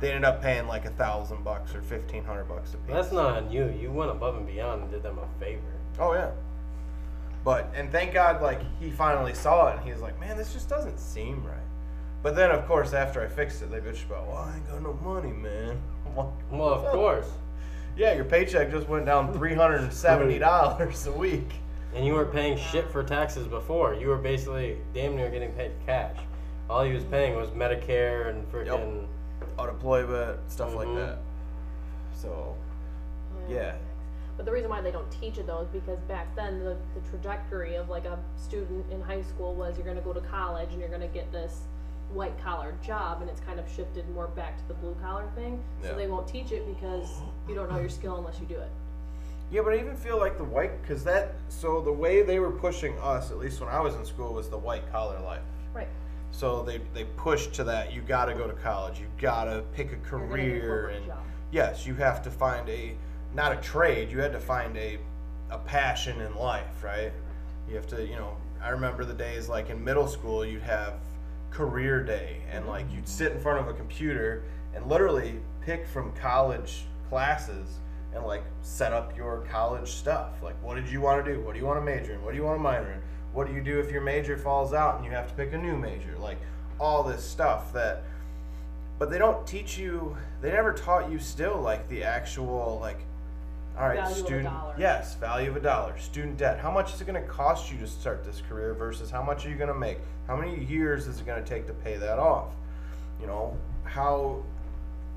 Speaker 1: They ended up paying like a thousand bucks or fifteen hundred bucks a piece.
Speaker 3: That's not on you. You went above and beyond and did them a favor.
Speaker 1: Oh yeah. But and thank God, like he finally saw it, and he was like, "Man, this just doesn't seem right." But then, of course, after I fixed it, they bitched about, well, I ain't got no money, man.
Speaker 3: Well, of course.
Speaker 1: Yeah, your paycheck just went down $370 a week.
Speaker 3: And you weren't paying shit for taxes before. You were basically damn near getting paid cash. All he was paying was Medicare and freaking.
Speaker 1: Unemployment, stuff
Speaker 3: Mhm.
Speaker 1: like that. So, yeah.
Speaker 5: But the reason why they don't teach it though is because back then the, the trajectory of like a student in high school was you're going to go to college and you're going to get this white collar job and it's kind of shifted more back to the blue collar thing.
Speaker 1: Yeah.
Speaker 5: So they won't teach it because you don't know your skill unless you do it.
Speaker 1: Yeah, but I even feel like the white, because that, so the way they were pushing us, at least when I was in school, was the white collar life.
Speaker 5: Right.
Speaker 1: So they, they pushed to that. You got to go to college. You got to pick a
Speaker 5: You're gonna get a
Speaker 1: career.
Speaker 5: corporate
Speaker 1: And
Speaker 5: job.
Speaker 1: yes, you have to find a, not a trade, you had to find a, a passion in life, right? You have to, you know, I remember the days like in middle school, you'd have career day and like you'd sit in front of a computer and literally pick from college classes and like set up your college stuff. Like, what did you want to do? What do you want to major in? What do you want to minor in? What do you do if your major falls out and you have to pick a new major? Like, all this stuff that, but they don't teach you, they never taught you still like the actual, like, all right,
Speaker 5: Value of a
Speaker 1: student,
Speaker 5: dollar.
Speaker 1: yes, value of a dollar, student debt. How much is it going to cost you to start this career versus how much are you going to make? How many years is it going to take to pay that off? You know, how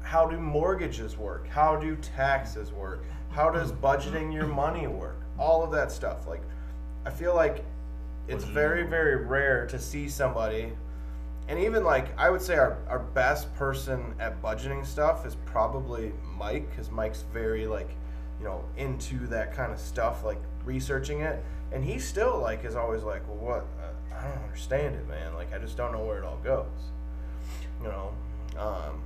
Speaker 1: how do mortgages work? How do taxes work? How does budgeting your money work? All of that stuff. Like, I feel like it's very, very rare to see somebody, and even like, I would say our, our best person at budgeting stuff is probably Mike, because Mike's very, like, you know, into that kind of stuff, like researching it. And he still, like, is always like, well, what? Uh, I don't understand it, man. Like, I just don't know where it all goes. You know? Um,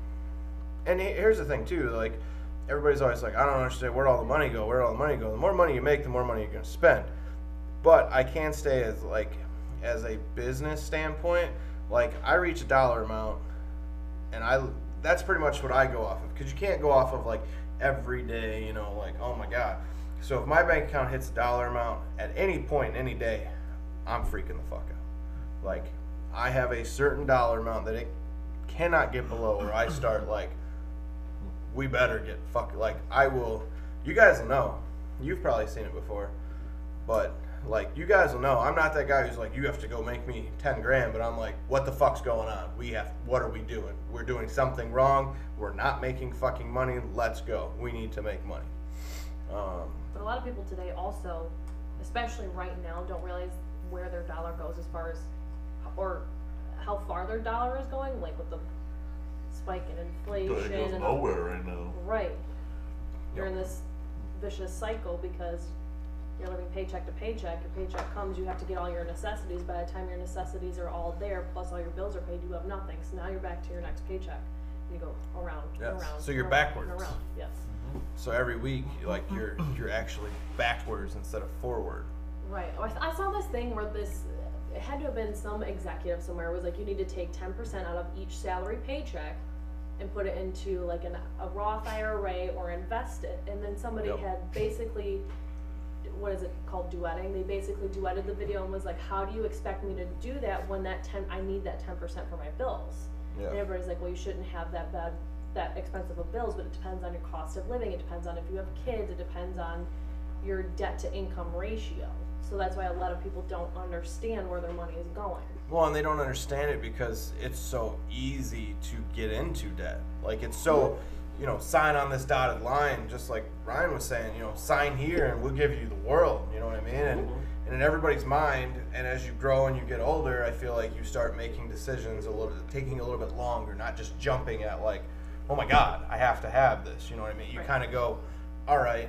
Speaker 1: and he- here's the thing too like everybody's always like i don't understand where'd all the money go where'd all the money go the more money you make the more money you're going to spend but i can stay as like as a business standpoint like i reach a dollar amount and i that's pretty much what i go off of because you can't go off of like every day you know like oh my god so if my bank account hits a dollar amount at any point any day i'm freaking the fuck out like i have a certain dollar amount that it cannot get below where i start like we better get fuck like I will you guys will know. You've probably seen it before. But like you guys will know, I'm not that guy who's like, you have to go make me ten grand, but I'm like, what the fuck's going on? We have what are we doing? We're doing something wrong. We're not making fucking money. Let's go. We need to make money. Um
Speaker 5: But a lot of people today also, especially right now, don't realize where their dollar goes as far as, or how far their dollar is going, like with the spike in
Speaker 2: But
Speaker 5: inflation.
Speaker 2: it goes
Speaker 5: and-
Speaker 2: nowhere right now.
Speaker 5: Right. You're in this vicious cycle because you're living paycheck to paycheck. Your paycheck comes, you have to get all your necessities. By the time your necessities are all there, plus all your bills are paid, you have nothing. So now you're back to your next paycheck. And you go around and
Speaker 1: Yes.
Speaker 5: around.
Speaker 1: So you're
Speaker 5: and around and
Speaker 1: backwards.
Speaker 5: around. Yes.
Speaker 1: so every week like you're you're actually backwards instead of forward.
Speaker 5: Right. Oh, I, s- I saw this thing where this it had to have been some executive somewhere was like, you need to take ten percent out of each salary paycheck and put it into like an, a Roth IRA or invest it. And then somebody
Speaker 1: Yep.
Speaker 5: had basically what is it called duetting? They basically duetted the video and was like, how do you expect me to do that when that ten I need that ten percent for my bills? And
Speaker 1: Yeah.
Speaker 5: everybody's like, well, you shouldn't have that bad, that expensive of bills, but it depends on your cost of living. It depends on if you have kids. It depends on your debt to income ratio. So that's why a lot of people don't understand where their money is going.
Speaker 1: Well, and they don't understand it because it's so easy to get into debt. Like it's so, you know, sign on this dotted line, just like Ryan was saying. You know, sign here and we'll give you the world. You know what I mean? And and in everybody's mind, and as you grow and you get older, I feel like you start making decisions a little, taking a little bit longer, not just jumping at like, oh my God, I have to have this. You know what I mean? You
Speaker 5: Right.
Speaker 1: kind of go, all right,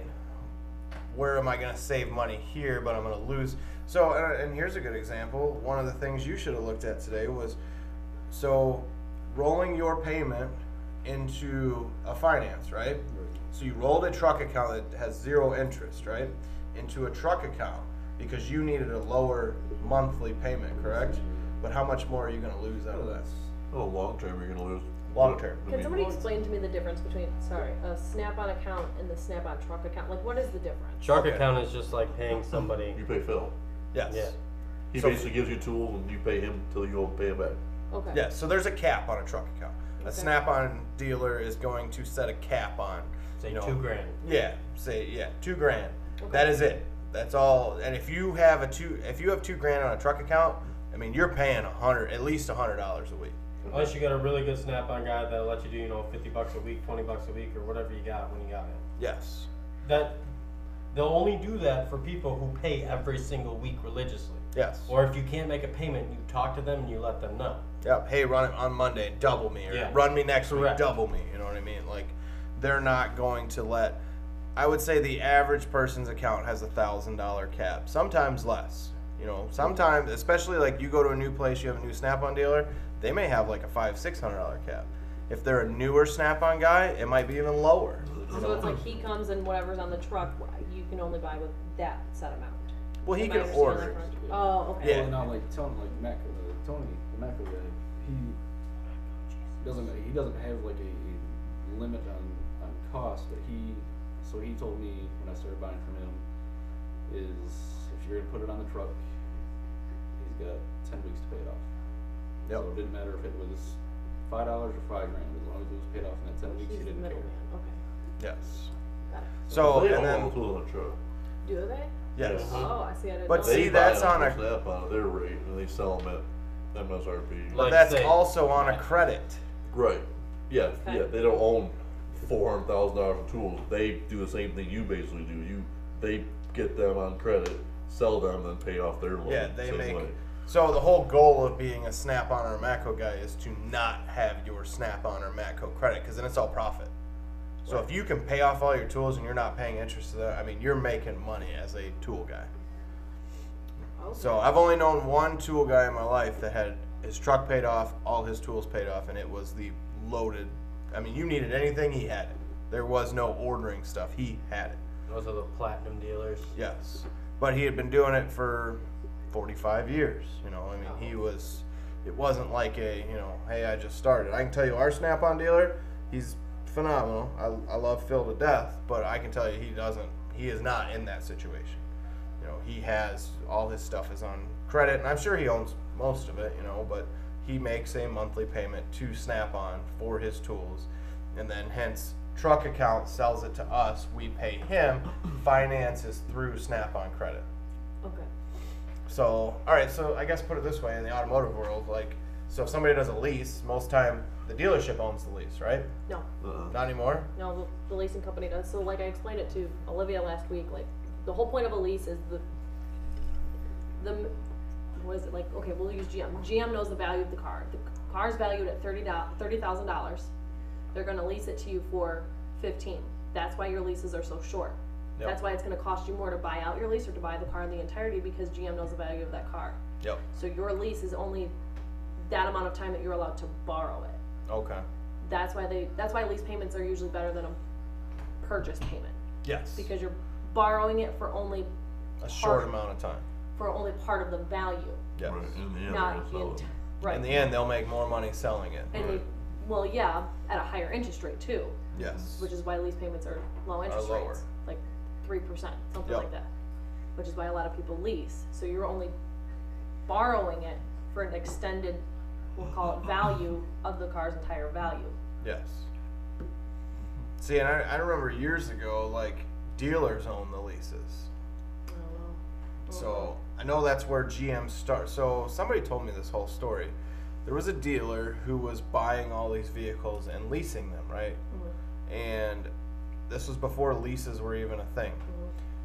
Speaker 1: where am I going to save money here, but I'm going to lose. So, uh, and here's a good example. One of the things you should have looked at today was so rolling your payment into a finance, right? So you rolled a truck account that has zero interest, right? Into a truck account because you needed a lower monthly payment, correct? But how much more are you going to lose out of that?
Speaker 2: Oh, long term, you're gonna lose.
Speaker 1: Long term.
Speaker 2: I
Speaker 5: Can
Speaker 2: mean,
Speaker 5: somebody explain to me the difference between, sorry, a snap-on account and the snap-on truck account? Like, what is the difference?
Speaker 3: Shark
Speaker 1: Okay.
Speaker 3: account is just like paying somebody.
Speaker 2: You pay Phil.
Speaker 1: Yes.
Speaker 3: Yeah.
Speaker 2: He
Speaker 1: So-
Speaker 2: basically gives you tools, and you pay him till you don't pay him back.
Speaker 5: Okay.
Speaker 1: Yes, so there's a cap on a truck account. A
Speaker 5: Okay.
Speaker 1: Snap-on dealer is going to set a cap on,
Speaker 3: Say
Speaker 1: you know,
Speaker 3: two grand.
Speaker 1: Yeah, say yeah, two grand.
Speaker 5: Okay.
Speaker 1: That is it. That's all. And if you have a two, if you have two grand on a truck account, I mean, you're paying a hundred, at least a hundred dollars a week.
Speaker 3: Unless you got a really good snap on guy that'll let you do, you know, 50 bucks a week, 20 bucks a week, or whatever you got when you got it.
Speaker 1: Yes.
Speaker 3: That They'll only do that for people who pay every single week religiously.
Speaker 1: Yes.
Speaker 3: Or if you can't make a payment, you talk to them and you let them know.
Speaker 1: Yep. Hey, run it on Monday, double me, or
Speaker 3: Yeah.
Speaker 1: run me next week,
Speaker 3: Correct.
Speaker 1: double me. You know what I mean? Like, they're not going to let. I would say the average person's account has a thousand dollar cap, sometimes less. You know, sometimes, especially like you go to a new place, you have a new Snap-on dealer, they may have like a five, six hundred dollar cap. If they're a newer Snap-on guy, it might be even lower.
Speaker 5: So it's like he comes and whatever's on the truck, you can only buy with that set amount.
Speaker 1: Well, he
Speaker 5: Am I
Speaker 1: can
Speaker 5: understanding
Speaker 1: order.
Speaker 5: that
Speaker 1: it.
Speaker 5: correct? Oh, okay.
Speaker 1: Yeah.
Speaker 4: Well, not like Tony, like Mac, uh, Tony, the Mac guy. He doesn't. He doesn't have like a, a limit on on cost, but he. So he told me when I started buying from him, is if you're gonna put it on the truck, he's got ten weeks to pay it off.
Speaker 1: Yep.
Speaker 4: So it didn't matter if it was five dollars or five grand, as long as it was paid off in that ten weeks,
Speaker 5: He's
Speaker 4: he
Speaker 5: the
Speaker 4: didn't care.
Speaker 5: middleman. Okay.
Speaker 1: Yes.
Speaker 5: Got it.
Speaker 1: So
Speaker 2: they
Speaker 1: and
Speaker 2: all
Speaker 1: then
Speaker 2: include on a truck.
Speaker 5: Do they?
Speaker 1: yes.
Speaker 2: Yeah.
Speaker 5: Oh, I see. I didn't
Speaker 1: But
Speaker 5: know.
Speaker 1: see,
Speaker 2: They buy
Speaker 1: that's
Speaker 2: them
Speaker 1: on
Speaker 2: for
Speaker 1: a-
Speaker 2: Snap on at their rate, and they sell them at MSRP.
Speaker 1: But
Speaker 3: Like
Speaker 1: that's
Speaker 3: say-
Speaker 1: also on a credit.
Speaker 2: Right. Yeah,
Speaker 5: Okay.
Speaker 2: yeah. They don't own four hundred thousand dollars of tools. They do the same thing you basically do. You they get them on credit, sell them, then pay off their loan.
Speaker 1: Yeah, they
Speaker 2: same
Speaker 1: make.
Speaker 2: way.
Speaker 1: So the whole goal of being a Snap-on or a Matco guy is to not have your Snap-on or Matco credit, because then it's all profit. So if you can pay off all your tools and you're not paying interest to that, I mean, you're making money as a tool guy.
Speaker 5: Okay.
Speaker 1: So I've only known one tool guy in my life that had his truck paid off, all his tools paid off, and it was the loaded. I mean, you needed anything, he had it. There was no ordering stuff; he had it.
Speaker 3: Those are the platinum dealers.
Speaker 1: Yes, but he had been doing it for forty-five years. You know, I mean, he was. It wasn't like a you know, hey, I just started. I can tell you, our Snap-on dealer, he's phenomenal. I, I love Phil to death, but I can tell you, he doesn't. He is not in that situation. You know, he has all his stuff is on credit, and I'm sure he owns most of it. You know, but he makes a monthly payment to Snap-on for his tools, and then hence truck account sells it to us. We pay him. Finances through Snap-on credit.
Speaker 5: Oh, Okay.
Speaker 1: So, all right. So I guess put it this way: in the automotive world, like, so if somebody does a lease, most time the dealership owns the lease, right?
Speaker 5: No,
Speaker 2: Uh-uh.
Speaker 1: Not anymore.
Speaker 5: no, the, the leasing company does. So, like I explained it to Olivia last week, like the whole point of a lease is the the m- what is it like? Okay, we'll use GM. GM knows the value of the car. The c- car's valued at thirty thousand dollars. They're going to lease it to you for fifteen. That's why your leases are so short.
Speaker 1: Yep.
Speaker 5: That's why it's going to cost you more to buy out your lease or to buy the car in the entirety because GM knows the value of that car.
Speaker 1: Yep.
Speaker 5: So your lease is only that amount of time that you're allowed to borrow it.
Speaker 1: Okay.
Speaker 5: that's why they that's why lease payments are usually better than a purchase payment
Speaker 1: Yes.
Speaker 5: because you're borrowing it for only
Speaker 1: A short amount of time.
Speaker 5: for only part of the value
Speaker 1: Yes.
Speaker 2: Right. In the end, they're
Speaker 5: not
Speaker 2: gonna
Speaker 5: the
Speaker 2: sell
Speaker 5: enti-
Speaker 2: them.
Speaker 5: right
Speaker 1: In the end, they'll make more money selling it.
Speaker 5: and you- well yeah at a higher interest rate too
Speaker 1: Yes.
Speaker 5: which is why lease payments are low interest
Speaker 1: lower.
Speaker 5: rates like 3% something
Speaker 1: Yep.
Speaker 5: like that which is why a lot of people lease so you're only borrowing it for an extended we'll call it value of the car's entire value
Speaker 1: Yes. See, and I, I remember years ago, like dealers own the leases.
Speaker 5: I don't know.
Speaker 1: So I know that's where GM start. So somebody told me this whole story. There was a dealer who was buying all these vehicles and leasing them, right? And this was before leases were even a thing.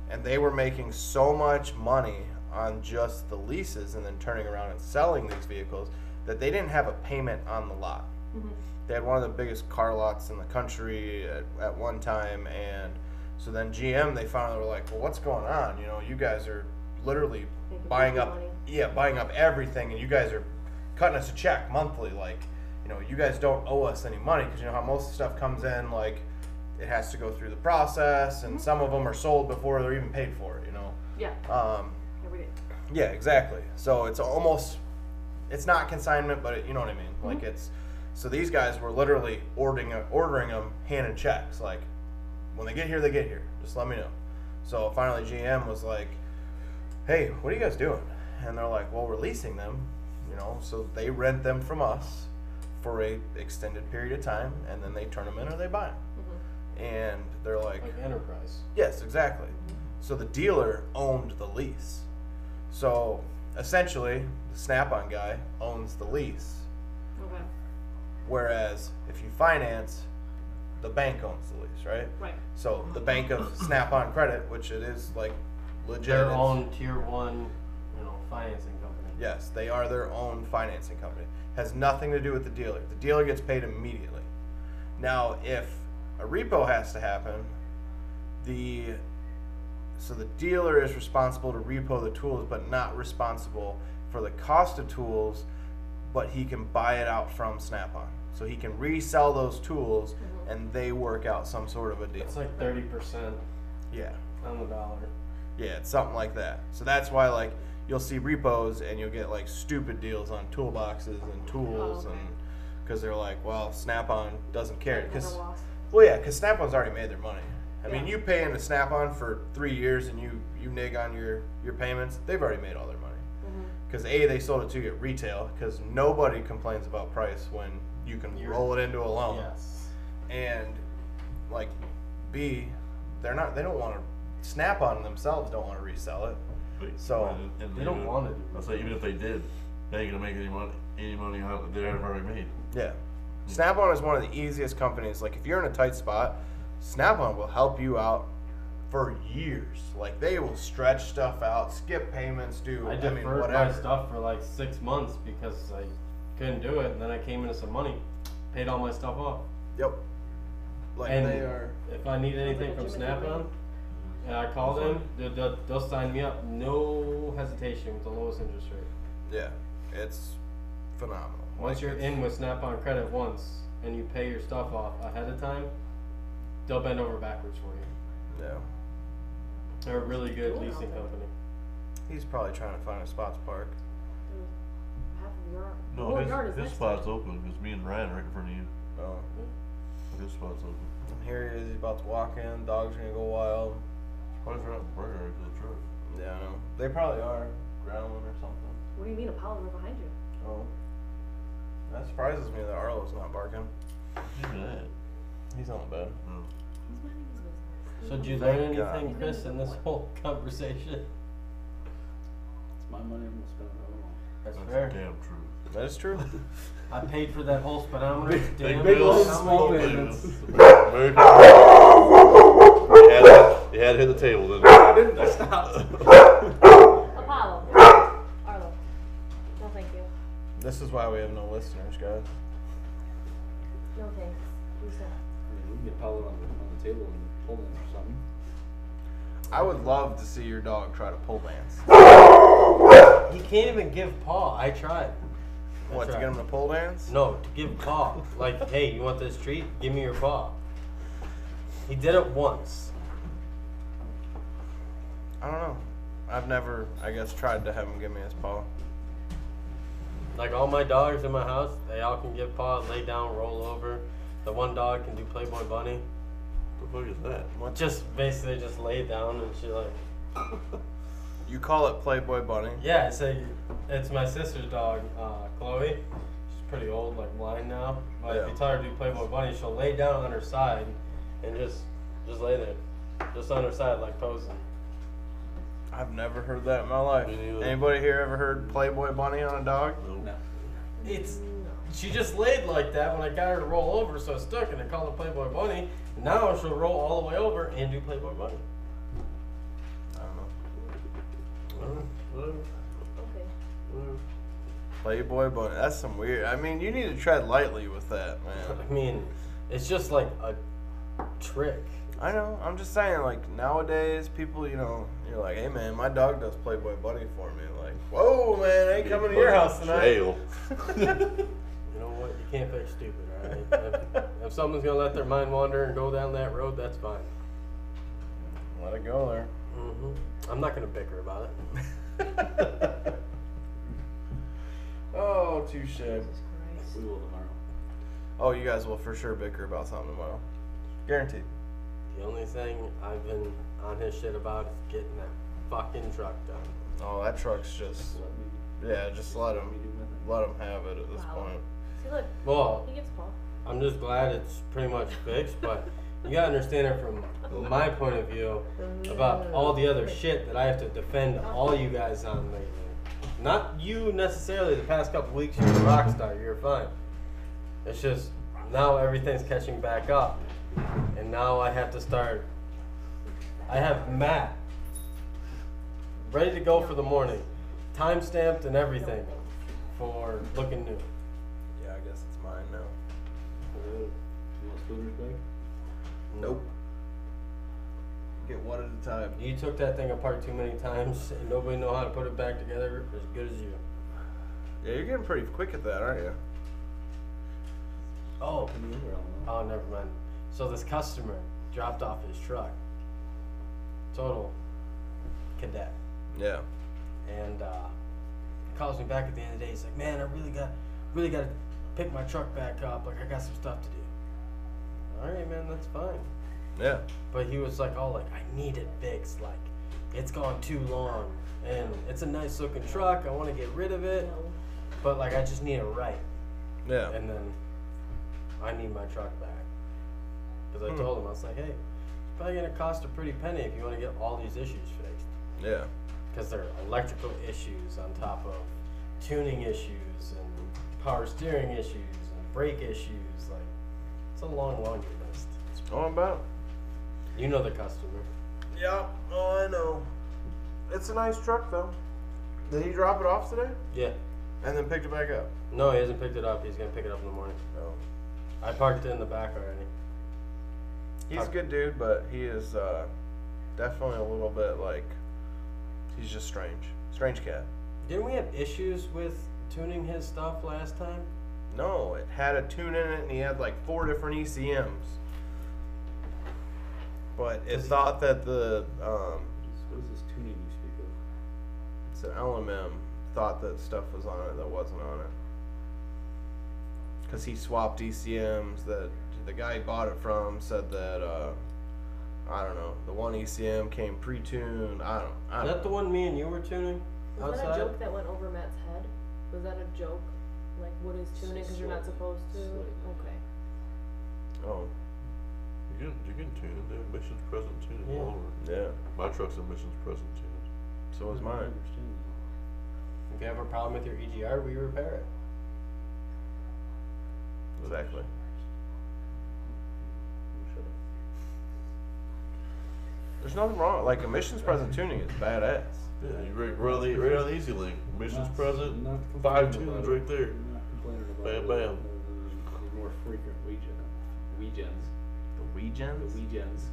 Speaker 1: And they were making so much money on just the leases and then turning around and selling these vehicles that they didn't have a payment on the lot.
Speaker 5: Mm-hmm.
Speaker 1: They had one of the biggest car lots in the country at, at one time, and so then GM they finally were like, "Well, what's going on? You know, you guys are literally
Speaker 5: Making
Speaker 1: buying
Speaker 5: people
Speaker 1: up,
Speaker 5: money.
Speaker 1: yeah, buying up everything, and you guys are cutting us a check monthly. Like, you know, you guys don't owe us any money because you know how most stuff comes in, like, it has to go through the process, and some of them are sold before they're even paid for. You know,
Speaker 5: yeah
Speaker 1: um,
Speaker 5: every day
Speaker 1: yeah, exactly. So it's almost, it's not consignment, but it, you know what I mean. Like it's, so these guys were literally ordering ordering them hand in checks. Like when they get here, they get here. Just let me know. So finally, GM was like, "Hey, what are you guys doing?" And they're like, "Well, we're leasing them you know, so they rent them from us for a extended period of time, and then they turn them in or they buy them. And they're like,
Speaker 3: Like Enterprise.
Speaker 1: Yes, exactly. So the dealer owned the lease. So essentially, the Snap on guy owns the lease.
Speaker 5: Okay,
Speaker 1: Whereas if you finance, the bank owns the lease, right?
Speaker 5: right.
Speaker 1: So the bank of Snap on Credit, which it is like legit.
Speaker 3: Their
Speaker 1: it's-
Speaker 3: own tier one, you know, financing company.
Speaker 1: Yes, they are their own financing company. Has nothing to do with the dealer. The dealer gets paid immediately. Now, if a repo has to happen, the so the dealer is responsible to repo the tools, but not responsible for the cost of tools. But he can buy it out from Snap-on, so he can resell those tools, and they work out some sort of a deal.
Speaker 3: It's like thirty percent
Speaker 1: yeah.
Speaker 3: on the dollar.
Speaker 1: Yeah, it's something like that. So that's why like you'll see repos and you'll get like stupid deals on toolboxes and tools
Speaker 5: Oh, okay.
Speaker 1: and because they're like, well, Snap-on doesn't care
Speaker 5: Another
Speaker 1: because
Speaker 5: loss.
Speaker 1: well, yeah, because Snap-on's already made their money. I mean,
Speaker 5: Yeah.
Speaker 1: you pay into Snap-on for three years and you you nig on your your payments. They've already made all their money
Speaker 5: Mm-hmm.
Speaker 1: because a they sold it to you at retail because nobody complains about price when you can
Speaker 3: You're-
Speaker 1: roll it into a loan
Speaker 3: Oh. Yes.
Speaker 1: and like B, they're not. They don't want to. Snap on themselves don't want to resell it.
Speaker 2: But-
Speaker 1: So-
Speaker 2: and- and
Speaker 3: They don't
Speaker 2: even-
Speaker 3: wanna do
Speaker 2: I say even if they did, they ain't gonna make any money. Any money on it that they've already made.
Speaker 1: Yeah. Snap on is one of the easiest companies. Like if you're in a tight spot, Snap on will help you out for years. Like they will stretch stuff out, skip payments, do
Speaker 3: I
Speaker 1: I,
Speaker 3: deferred
Speaker 1: mean
Speaker 3: my
Speaker 1: whatever.
Speaker 3: stuff for like six months because I couldn't do it, and then I came into some money, paid all my stuff off.
Speaker 1: Yep. Like
Speaker 3: and
Speaker 1: they are.
Speaker 3: if I need anything
Speaker 5: Like
Speaker 3: from
Speaker 5: a Jimothy
Speaker 3: Snap on,
Speaker 5: Wing.
Speaker 3: and I call them, they'll, they'll, they'll sign me up, no hesitation, with the lowest interest rate.
Speaker 1: Yeah. It's phenomenal.
Speaker 3: Once
Speaker 1: Like,
Speaker 3: you're
Speaker 1: it's-
Speaker 3: in with Snap on credit once, and you pay your stuff off ahead of time, they'll bend over backwards for you.
Speaker 1: Yeah.
Speaker 3: They're a really good
Speaker 5: Cool.
Speaker 3: leasing company.
Speaker 1: He's probably trying to find a spot to park.
Speaker 5: Half of yard.
Speaker 2: No,
Speaker 5: Well,
Speaker 2: his,
Speaker 5: yard is
Speaker 2: his
Speaker 5: next
Speaker 2: spot's
Speaker 5: to it.
Speaker 2: open because me and Ryan are right in front of you.
Speaker 1: No.
Speaker 2: His spot's open.
Speaker 1: And here he is. He's about to walk in. Dog's gonna go wild.
Speaker 2: Probably forgot the burger right to the truck.
Speaker 1: Yeah, I know. They probably are growling or something.
Speaker 5: What do you mean a pile over behind you?
Speaker 1: Oh. That surprises me that Arlo's not barking.
Speaker 2: Look at that.
Speaker 1: He's on the bed.
Speaker 2: Oh.
Speaker 5: He's minding his business.
Speaker 3: So, did you
Speaker 1: Thank
Speaker 3: learn
Speaker 1: God.
Speaker 3: anything, Chris, in this whole conversation?
Speaker 4: It's my money. I'm gonna spend it. on it.
Speaker 3: That's
Speaker 2: That's
Speaker 3: fair.
Speaker 2: damn true.
Speaker 1: That is true.
Speaker 3: I paid for that whole speedometer.
Speaker 2: Big-
Speaker 3: Damn
Speaker 2: big
Speaker 3: it,
Speaker 2: old
Speaker 3: how
Speaker 4: small
Speaker 3: much-
Speaker 4: man.
Speaker 2: American- You had to- you had to hit the table, didn't you?
Speaker 4: didn't. I stopped.
Speaker 5: Apollo. Arlo. No, thank you.
Speaker 1: this is why we have no listeners, guys.
Speaker 5: No, thanks. Who's that?
Speaker 4: I mean, we can get Paolo on the, on the table and hold it or something.
Speaker 1: I would love to see your dog try to pull dance.
Speaker 3: He can't even give paw. I tried.
Speaker 1: What, to
Speaker 3: right.
Speaker 1: get him to pull dance?
Speaker 3: No, to give paw. like, hey, you want this treat? Give me your paw. He did it once.
Speaker 1: I don't know. I've never, I guess, tried to have him give me his paw.
Speaker 3: Like all my dogs in my house, they all can give paw, lay down, roll over. The one dog can do Playboy Bunny.
Speaker 2: The fuck is that?
Speaker 1: What?
Speaker 3: Just basically just lay down and she like,
Speaker 1: You call it Playboy Bunny?
Speaker 3: yeah. So it's my sister's dog, uh, Chloe. She's pretty old, like blind now. But if
Speaker 1: Yeah.
Speaker 3: you tell her to do Playboy Bunny, she'll lay down on her side and just just lay there, just on her side like posing.
Speaker 1: I've never heard that in my life.
Speaker 2: Me neither.
Speaker 1: Anybody here ever heard Playboy Bunny on a dog?
Speaker 4: No.
Speaker 3: It's she just laid like that when I got her to roll over, so it stuck, and I called it Playboy Bunny. Now she'll roll all the way over and do Playboy Bunny.
Speaker 1: I don't know.
Speaker 2: Whatever,
Speaker 5: Okay.
Speaker 2: whatever.
Speaker 1: Playboy Bunny. That's some weird. I mean, you need to tread lightly with that, man.
Speaker 3: I mean, it's just like a trick.
Speaker 1: I know. I'm just saying, like nowadays, people, you know, you're like, hey man, my dog does Playboy Bunny for me. Like, whoa man, I ain't coming to your house tonight.
Speaker 2: Jail.
Speaker 3: You know what? You can't fix stupid, alright? if, if someone's gonna let their mind wander and go down that road, that's fine.
Speaker 1: Let it go there.
Speaker 3: hmm I'm not gonna bicker about it.
Speaker 1: oh, touche.
Speaker 4: We will tomorrow.
Speaker 1: Oh, you guys will for sure bicker about something tomorrow. Guaranteed.
Speaker 3: The only thing I've been on his shit about is getting that fucking truck done.
Speaker 1: Oh, that truck's just
Speaker 4: Let me,
Speaker 1: yeah, just let
Speaker 4: let me
Speaker 1: him.
Speaker 4: do my thing.
Speaker 1: let them have it at this
Speaker 5: Wow.
Speaker 1: point.
Speaker 5: See, look,
Speaker 3: Well,
Speaker 5: he gives Paul.
Speaker 3: I'm just glad it's pretty much fixed, but you gotta understand it from my point of view about all the other shit that I have to defend all you guys on lately. Not you necessarily. The past couple weeks, you're a rock star. You're fine. It's just now everything's catching back up, and now I have to start. I have Matt ready to go for the morning, time stamped and everything for looking new.
Speaker 1: Yeah, I guess it's mine now.
Speaker 4: You want scooters back?
Speaker 1: Nope. Get one at a time.
Speaker 3: You took that thing apart too many times, and nobody know how to put it back together as good as you.
Speaker 1: Yeah, you're getting pretty quick at that, aren't you?
Speaker 3: Oh,
Speaker 4: Come over, I don't know.
Speaker 3: oh, never mind. So this customer dropped off his truck. Total cadet,
Speaker 1: Yeah.
Speaker 3: and uh, he calls me back at the end of the day. He's like, "Man, I really got, really got to pick my truck back up. Like, I got some stuff to do." All right, man, that's fine.
Speaker 1: Yeah.
Speaker 3: But he was like, "Oh, like I need it fixed. Like, it's gone too long, and it's a nice looking truck. I want to get rid of it,
Speaker 5: No.
Speaker 3: but like I just need it right."
Speaker 1: Yeah.
Speaker 3: and then I need my truck back. Because I
Speaker 1: Hmm.
Speaker 3: told him, I was like, hey, it's probably going to cost a pretty penny if you want to get all these issues fixed.
Speaker 1: yeah.
Speaker 3: Because they're electrical issues on top of tuning issues and power steering issues and brake issues. Like, it's a long laundry list.
Speaker 1: Oh, I'm about.
Speaker 3: You know the customer.
Speaker 1: Yeah. Oh, I know. It's a nice truck though. Did he drop it off today?
Speaker 3: Yeah.
Speaker 1: And then picked it back up.
Speaker 3: No, he hasn't picked it up. He's going to pick it up in the morning.
Speaker 1: No.
Speaker 3: I parked it in the back already.
Speaker 1: He's a good dude, but he is uh, definitely a little bit like. He's just strange. Strange cat.
Speaker 3: Didn't we have issues with tuning his stuff last time?
Speaker 1: No, it had a tune in it, and he had like four different E ECMs. But it thought that the um,
Speaker 4: What is this tuning you speak of?
Speaker 1: it's an LMM thought that stuff was on it that wasn't on it. Because he swapped ECMs that the guy he bought it from said that uh, I don't know the one ECM came pre-tuned. I don't. I don't
Speaker 3: Is that the one me and you were tuning
Speaker 5: Was that a
Speaker 3: outside?
Speaker 5: joke that went over Matt's head? Was that a joke? Like, what is tuning? Because you're not supposed to. Okay.
Speaker 1: Oh
Speaker 2: You can, you can tune it. They're emissions present tuned
Speaker 3: Yeah.
Speaker 2: all over.
Speaker 1: yeah.
Speaker 2: My truck's emissions present tuned.
Speaker 1: So was
Speaker 4: I
Speaker 1: mine.
Speaker 4: understand that.
Speaker 3: If you have a problem with your EGR, we repair it.
Speaker 1: Exactly.
Speaker 4: Shut up.
Speaker 1: There's nothing wrong. Like emissions present tuning is badass.
Speaker 2: Yeah, you right, right, on the, right on the Easy Link. Emissions
Speaker 4: Not-
Speaker 2: present.
Speaker 4: not
Speaker 2: Five
Speaker 4: complaining about
Speaker 2: tunes
Speaker 4: it.
Speaker 2: right there.
Speaker 4: I'm not complaining about
Speaker 2: Bam,
Speaker 4: it.
Speaker 2: bam.
Speaker 4: The- the more frequent weekend, weekends,
Speaker 1: The
Speaker 4: the
Speaker 1: Weegens.
Speaker 4: weekends.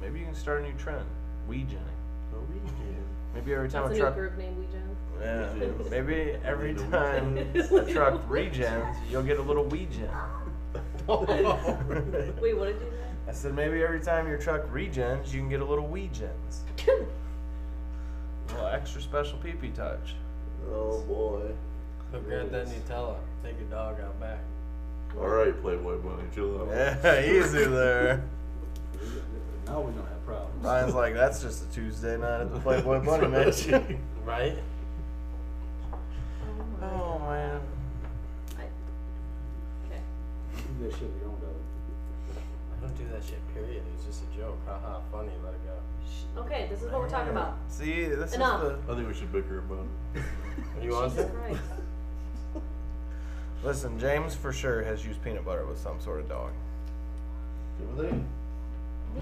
Speaker 1: Maybe you can start a new trend. Weegening.
Speaker 2: No, we can.
Speaker 1: Maybe every time
Speaker 5: That's a
Speaker 1: a
Speaker 5: new
Speaker 1: truck.
Speaker 5: group name we Jen.
Speaker 1: Yeah.
Speaker 2: Weegens.
Speaker 1: Maybe every
Speaker 2: Weegens.
Speaker 1: time a truck regens, you'll get a little weegen.
Speaker 5: Wait, what did you say?
Speaker 1: I said maybe every time your truck regens, you can get a little weegens. A little extra special pee pee touch.
Speaker 2: Oh boy.
Speaker 3: Look at that Nutella. Take your dog out back.
Speaker 2: All right, Playboy Bunny, chill out.
Speaker 1: Yeah, easy there.
Speaker 4: Now we don't have problems.
Speaker 1: Ryan's like, that's just a Tuesday night at the Playboy Bunny match.
Speaker 3: Right?
Speaker 5: Oh my.
Speaker 1: Oh man.
Speaker 5: I, okay.
Speaker 4: Do that shit with your own dog.
Speaker 3: I don't do that shit, period. It's just a joke. Haha, funny. Let it go.
Speaker 5: Okay, this is what we're talking about.
Speaker 1: See, this
Speaker 5: Enough.
Speaker 1: is the
Speaker 2: I think we should bicker about it.
Speaker 3: You want
Speaker 5: Jesus
Speaker 3: to?
Speaker 5: Christ.
Speaker 1: listen. James for sure has used peanut butter with some sort of dog.
Speaker 5: The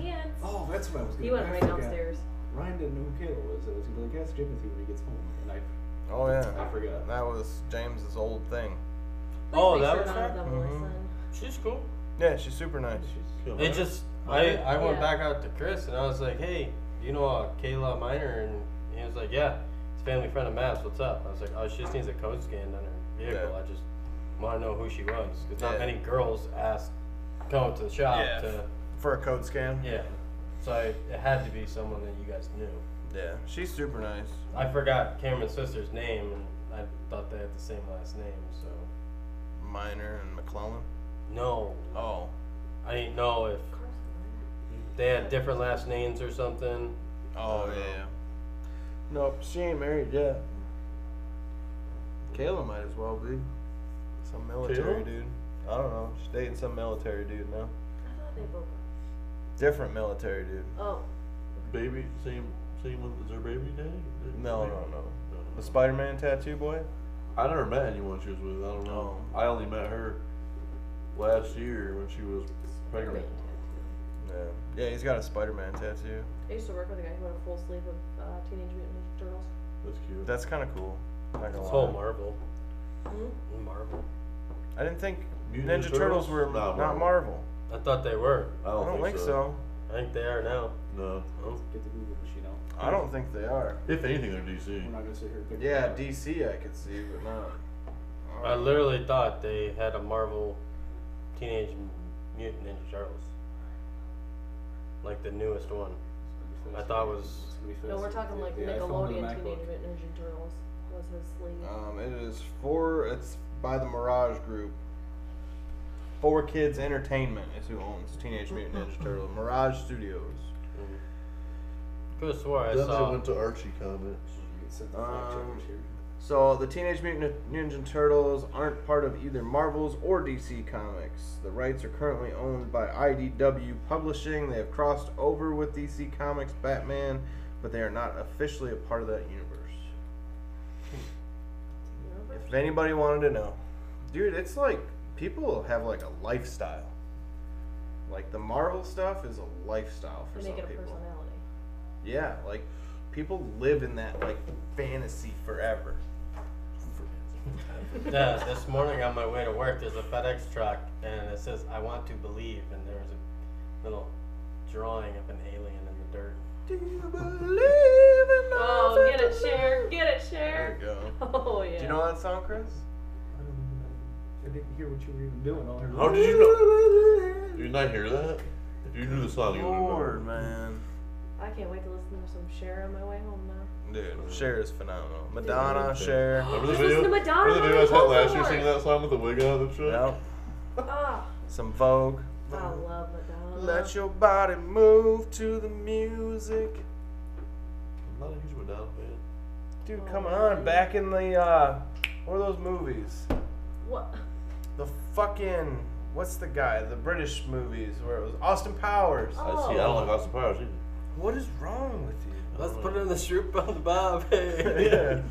Speaker 5: end.
Speaker 4: Oh, that's what I was gonna
Speaker 5: He went
Speaker 4: I
Speaker 5: right
Speaker 4: forgot.
Speaker 5: downstairs.
Speaker 4: Ryan didn't know who Kayla was. I was gonna be like, ask Timothy when he gets home. And I,
Speaker 1: Oh yeah.
Speaker 4: I forgot.
Speaker 1: That was James's old thing.
Speaker 5: Please
Speaker 3: Oh,
Speaker 5: make
Speaker 3: that
Speaker 5: sure
Speaker 3: was
Speaker 5: none of
Speaker 3: her?
Speaker 5: them will
Speaker 1: Mhm.
Speaker 5: listen.
Speaker 3: She's cool.
Speaker 1: Yeah, she's super nice.
Speaker 3: It just, I, I went
Speaker 5: Yeah.
Speaker 3: back out to Chris and I was like, hey, do you know uh, Kayla Miner? And he was like, yeah, it's a family friend of Matt's. What's up? I was like, oh, she just needs a code scan on her vehicle.
Speaker 1: Yeah.
Speaker 3: I just want to know who she was. Because not
Speaker 1: Yeah.
Speaker 3: many girls ask, come up to the shop
Speaker 1: Yeah.
Speaker 3: to.
Speaker 1: For a code scan.
Speaker 3: Yeah. So I, it had to be someone that you guys knew.
Speaker 1: Yeah, she's super nice.
Speaker 3: I forgot Cameron's sister's name, and I thought they had the same last name. So
Speaker 1: Minor and McClellan.
Speaker 3: no,
Speaker 1: Oh,
Speaker 3: I didn't know if
Speaker 5: Carson,
Speaker 3: they had different last names or something.
Speaker 1: oh yeah. yeah. Nope, she ain't married yet. Kayla might as well be. Some military
Speaker 2: Kayla?
Speaker 1: dude. I don't know. She's dating some military dude now.
Speaker 5: I thought they broke up.
Speaker 1: Different military dude.
Speaker 5: Oh,
Speaker 2: Baby, same, same with, is her baby daddy?
Speaker 1: No, no, no.
Speaker 2: No.
Speaker 1: The Spider Man tattoo boy?
Speaker 2: I never met anyone she was with. I don't know. I only met her last year when she was pregnant.
Speaker 1: Yeah. Yeah, he's got a Spider Man tattoo.
Speaker 5: I used to work with a guy who had a full sleeve of uh, Teenage Mutant Ninja Turtles.
Speaker 2: That's cute.
Speaker 1: That's kind of cool. Not gonna
Speaker 3: It's whole
Speaker 1: lie.
Speaker 3: Marvel.
Speaker 5: Mhm.
Speaker 3: Marvel.
Speaker 1: I didn't think
Speaker 2: Mutant
Speaker 1: Ninja Turtles,
Speaker 2: Turtles?
Speaker 1: were
Speaker 2: Not
Speaker 1: not,
Speaker 2: Marvel.
Speaker 1: Marvel.
Speaker 3: I thought they were.
Speaker 2: I don't,
Speaker 1: I don't think so.
Speaker 3: I think they are now.
Speaker 2: No.
Speaker 3: Oh,
Speaker 4: Get the Google machine out.
Speaker 2: Hmm.
Speaker 1: I don't think they are.
Speaker 2: If anything, they're DC.
Speaker 4: We're not gonna sit here and pick.
Speaker 1: Yeah,
Speaker 4: it up.
Speaker 1: DC I could see, but not.
Speaker 3: I literally thought they had a Marvel Teenage Mutant Ninja Turtles. Like the newest one.
Speaker 4: It's gonna be
Speaker 3: I
Speaker 4: fast.
Speaker 3: thought it was-
Speaker 4: It's gonna be
Speaker 5: No,
Speaker 4: fast.
Speaker 5: we're talking like
Speaker 4: The iPhone and the
Speaker 5: Nickelodeon Teenage
Speaker 4: MacBook.
Speaker 5: Mutant Ninja Turtles was his sleeve.
Speaker 1: Um, it is for it's by the Mirage Group. Four Kids Entertainment is who owns Teenage Mutant Ninja Turtle. Mirage Studios.
Speaker 3: Could have swore I
Speaker 2: Then I
Speaker 3: saw.
Speaker 2: went to Archie comics.
Speaker 4: You can set the fact
Speaker 1: Um,
Speaker 4: checkers here.
Speaker 1: So the Teenage Mutant Ninja Turtles aren't part of either Marvel's or DC Comics. The rights are currently owned by IDW Publishing. They have crossed over with DC Comics Batman, but they are not officially a part of that universe. If anybody wanted to know, dude, it's like people have like a lifestyle. Like the Marvel stuff is a lifestyle for
Speaker 5: To
Speaker 1: some
Speaker 5: make it a
Speaker 1: people.
Speaker 5: personality.
Speaker 1: Yeah, like people live in that like fantasy forever.
Speaker 3: Yeah, this morning on my way to work, there's a FedEx truck, and it says, "I want to believe," and there's a little drawing of an alien in the dirt.
Speaker 1: Do you believe in
Speaker 5: Oh, get it, Cher. Get it,
Speaker 1: There
Speaker 5: Cher.
Speaker 1: you go.
Speaker 5: Oh, yeah.
Speaker 1: Do you know that song, Chris?
Speaker 4: I didn't hear what you were even doing all
Speaker 2: How did you know? Did you not hear that? If you knew the song, you would have
Speaker 1: Lord,
Speaker 2: known.
Speaker 1: man.
Speaker 5: I can't wait to listen to some Cher on my way home now.
Speaker 1: Dude, Cher is phenomenal. Madonna, Cher.
Speaker 2: Remember
Speaker 5: Just
Speaker 2: the video?
Speaker 5: listen to Madonna
Speaker 2: Remember the
Speaker 5: on
Speaker 2: video I
Speaker 5: the
Speaker 2: saw last year
Speaker 5: billboard.
Speaker 2: singing that song with the wig on and shit?
Speaker 1: Yep.
Speaker 5: Ah,
Speaker 1: Some Vogue.
Speaker 5: I love Madonna.
Speaker 1: Let your body move to the music.
Speaker 2: I'm not a huge Madonna fan.
Speaker 1: Dude, come on. Back in the, uh, what are those movies?
Speaker 5: What?
Speaker 1: The fucking, what's the guy? The British movies where it was Austin Powers.
Speaker 5: Oh.
Speaker 2: I see. I don't like Austin Powers either.
Speaker 1: What is wrong with you?
Speaker 3: Let's put it in the Shroop on the Bob.
Speaker 1: yeah.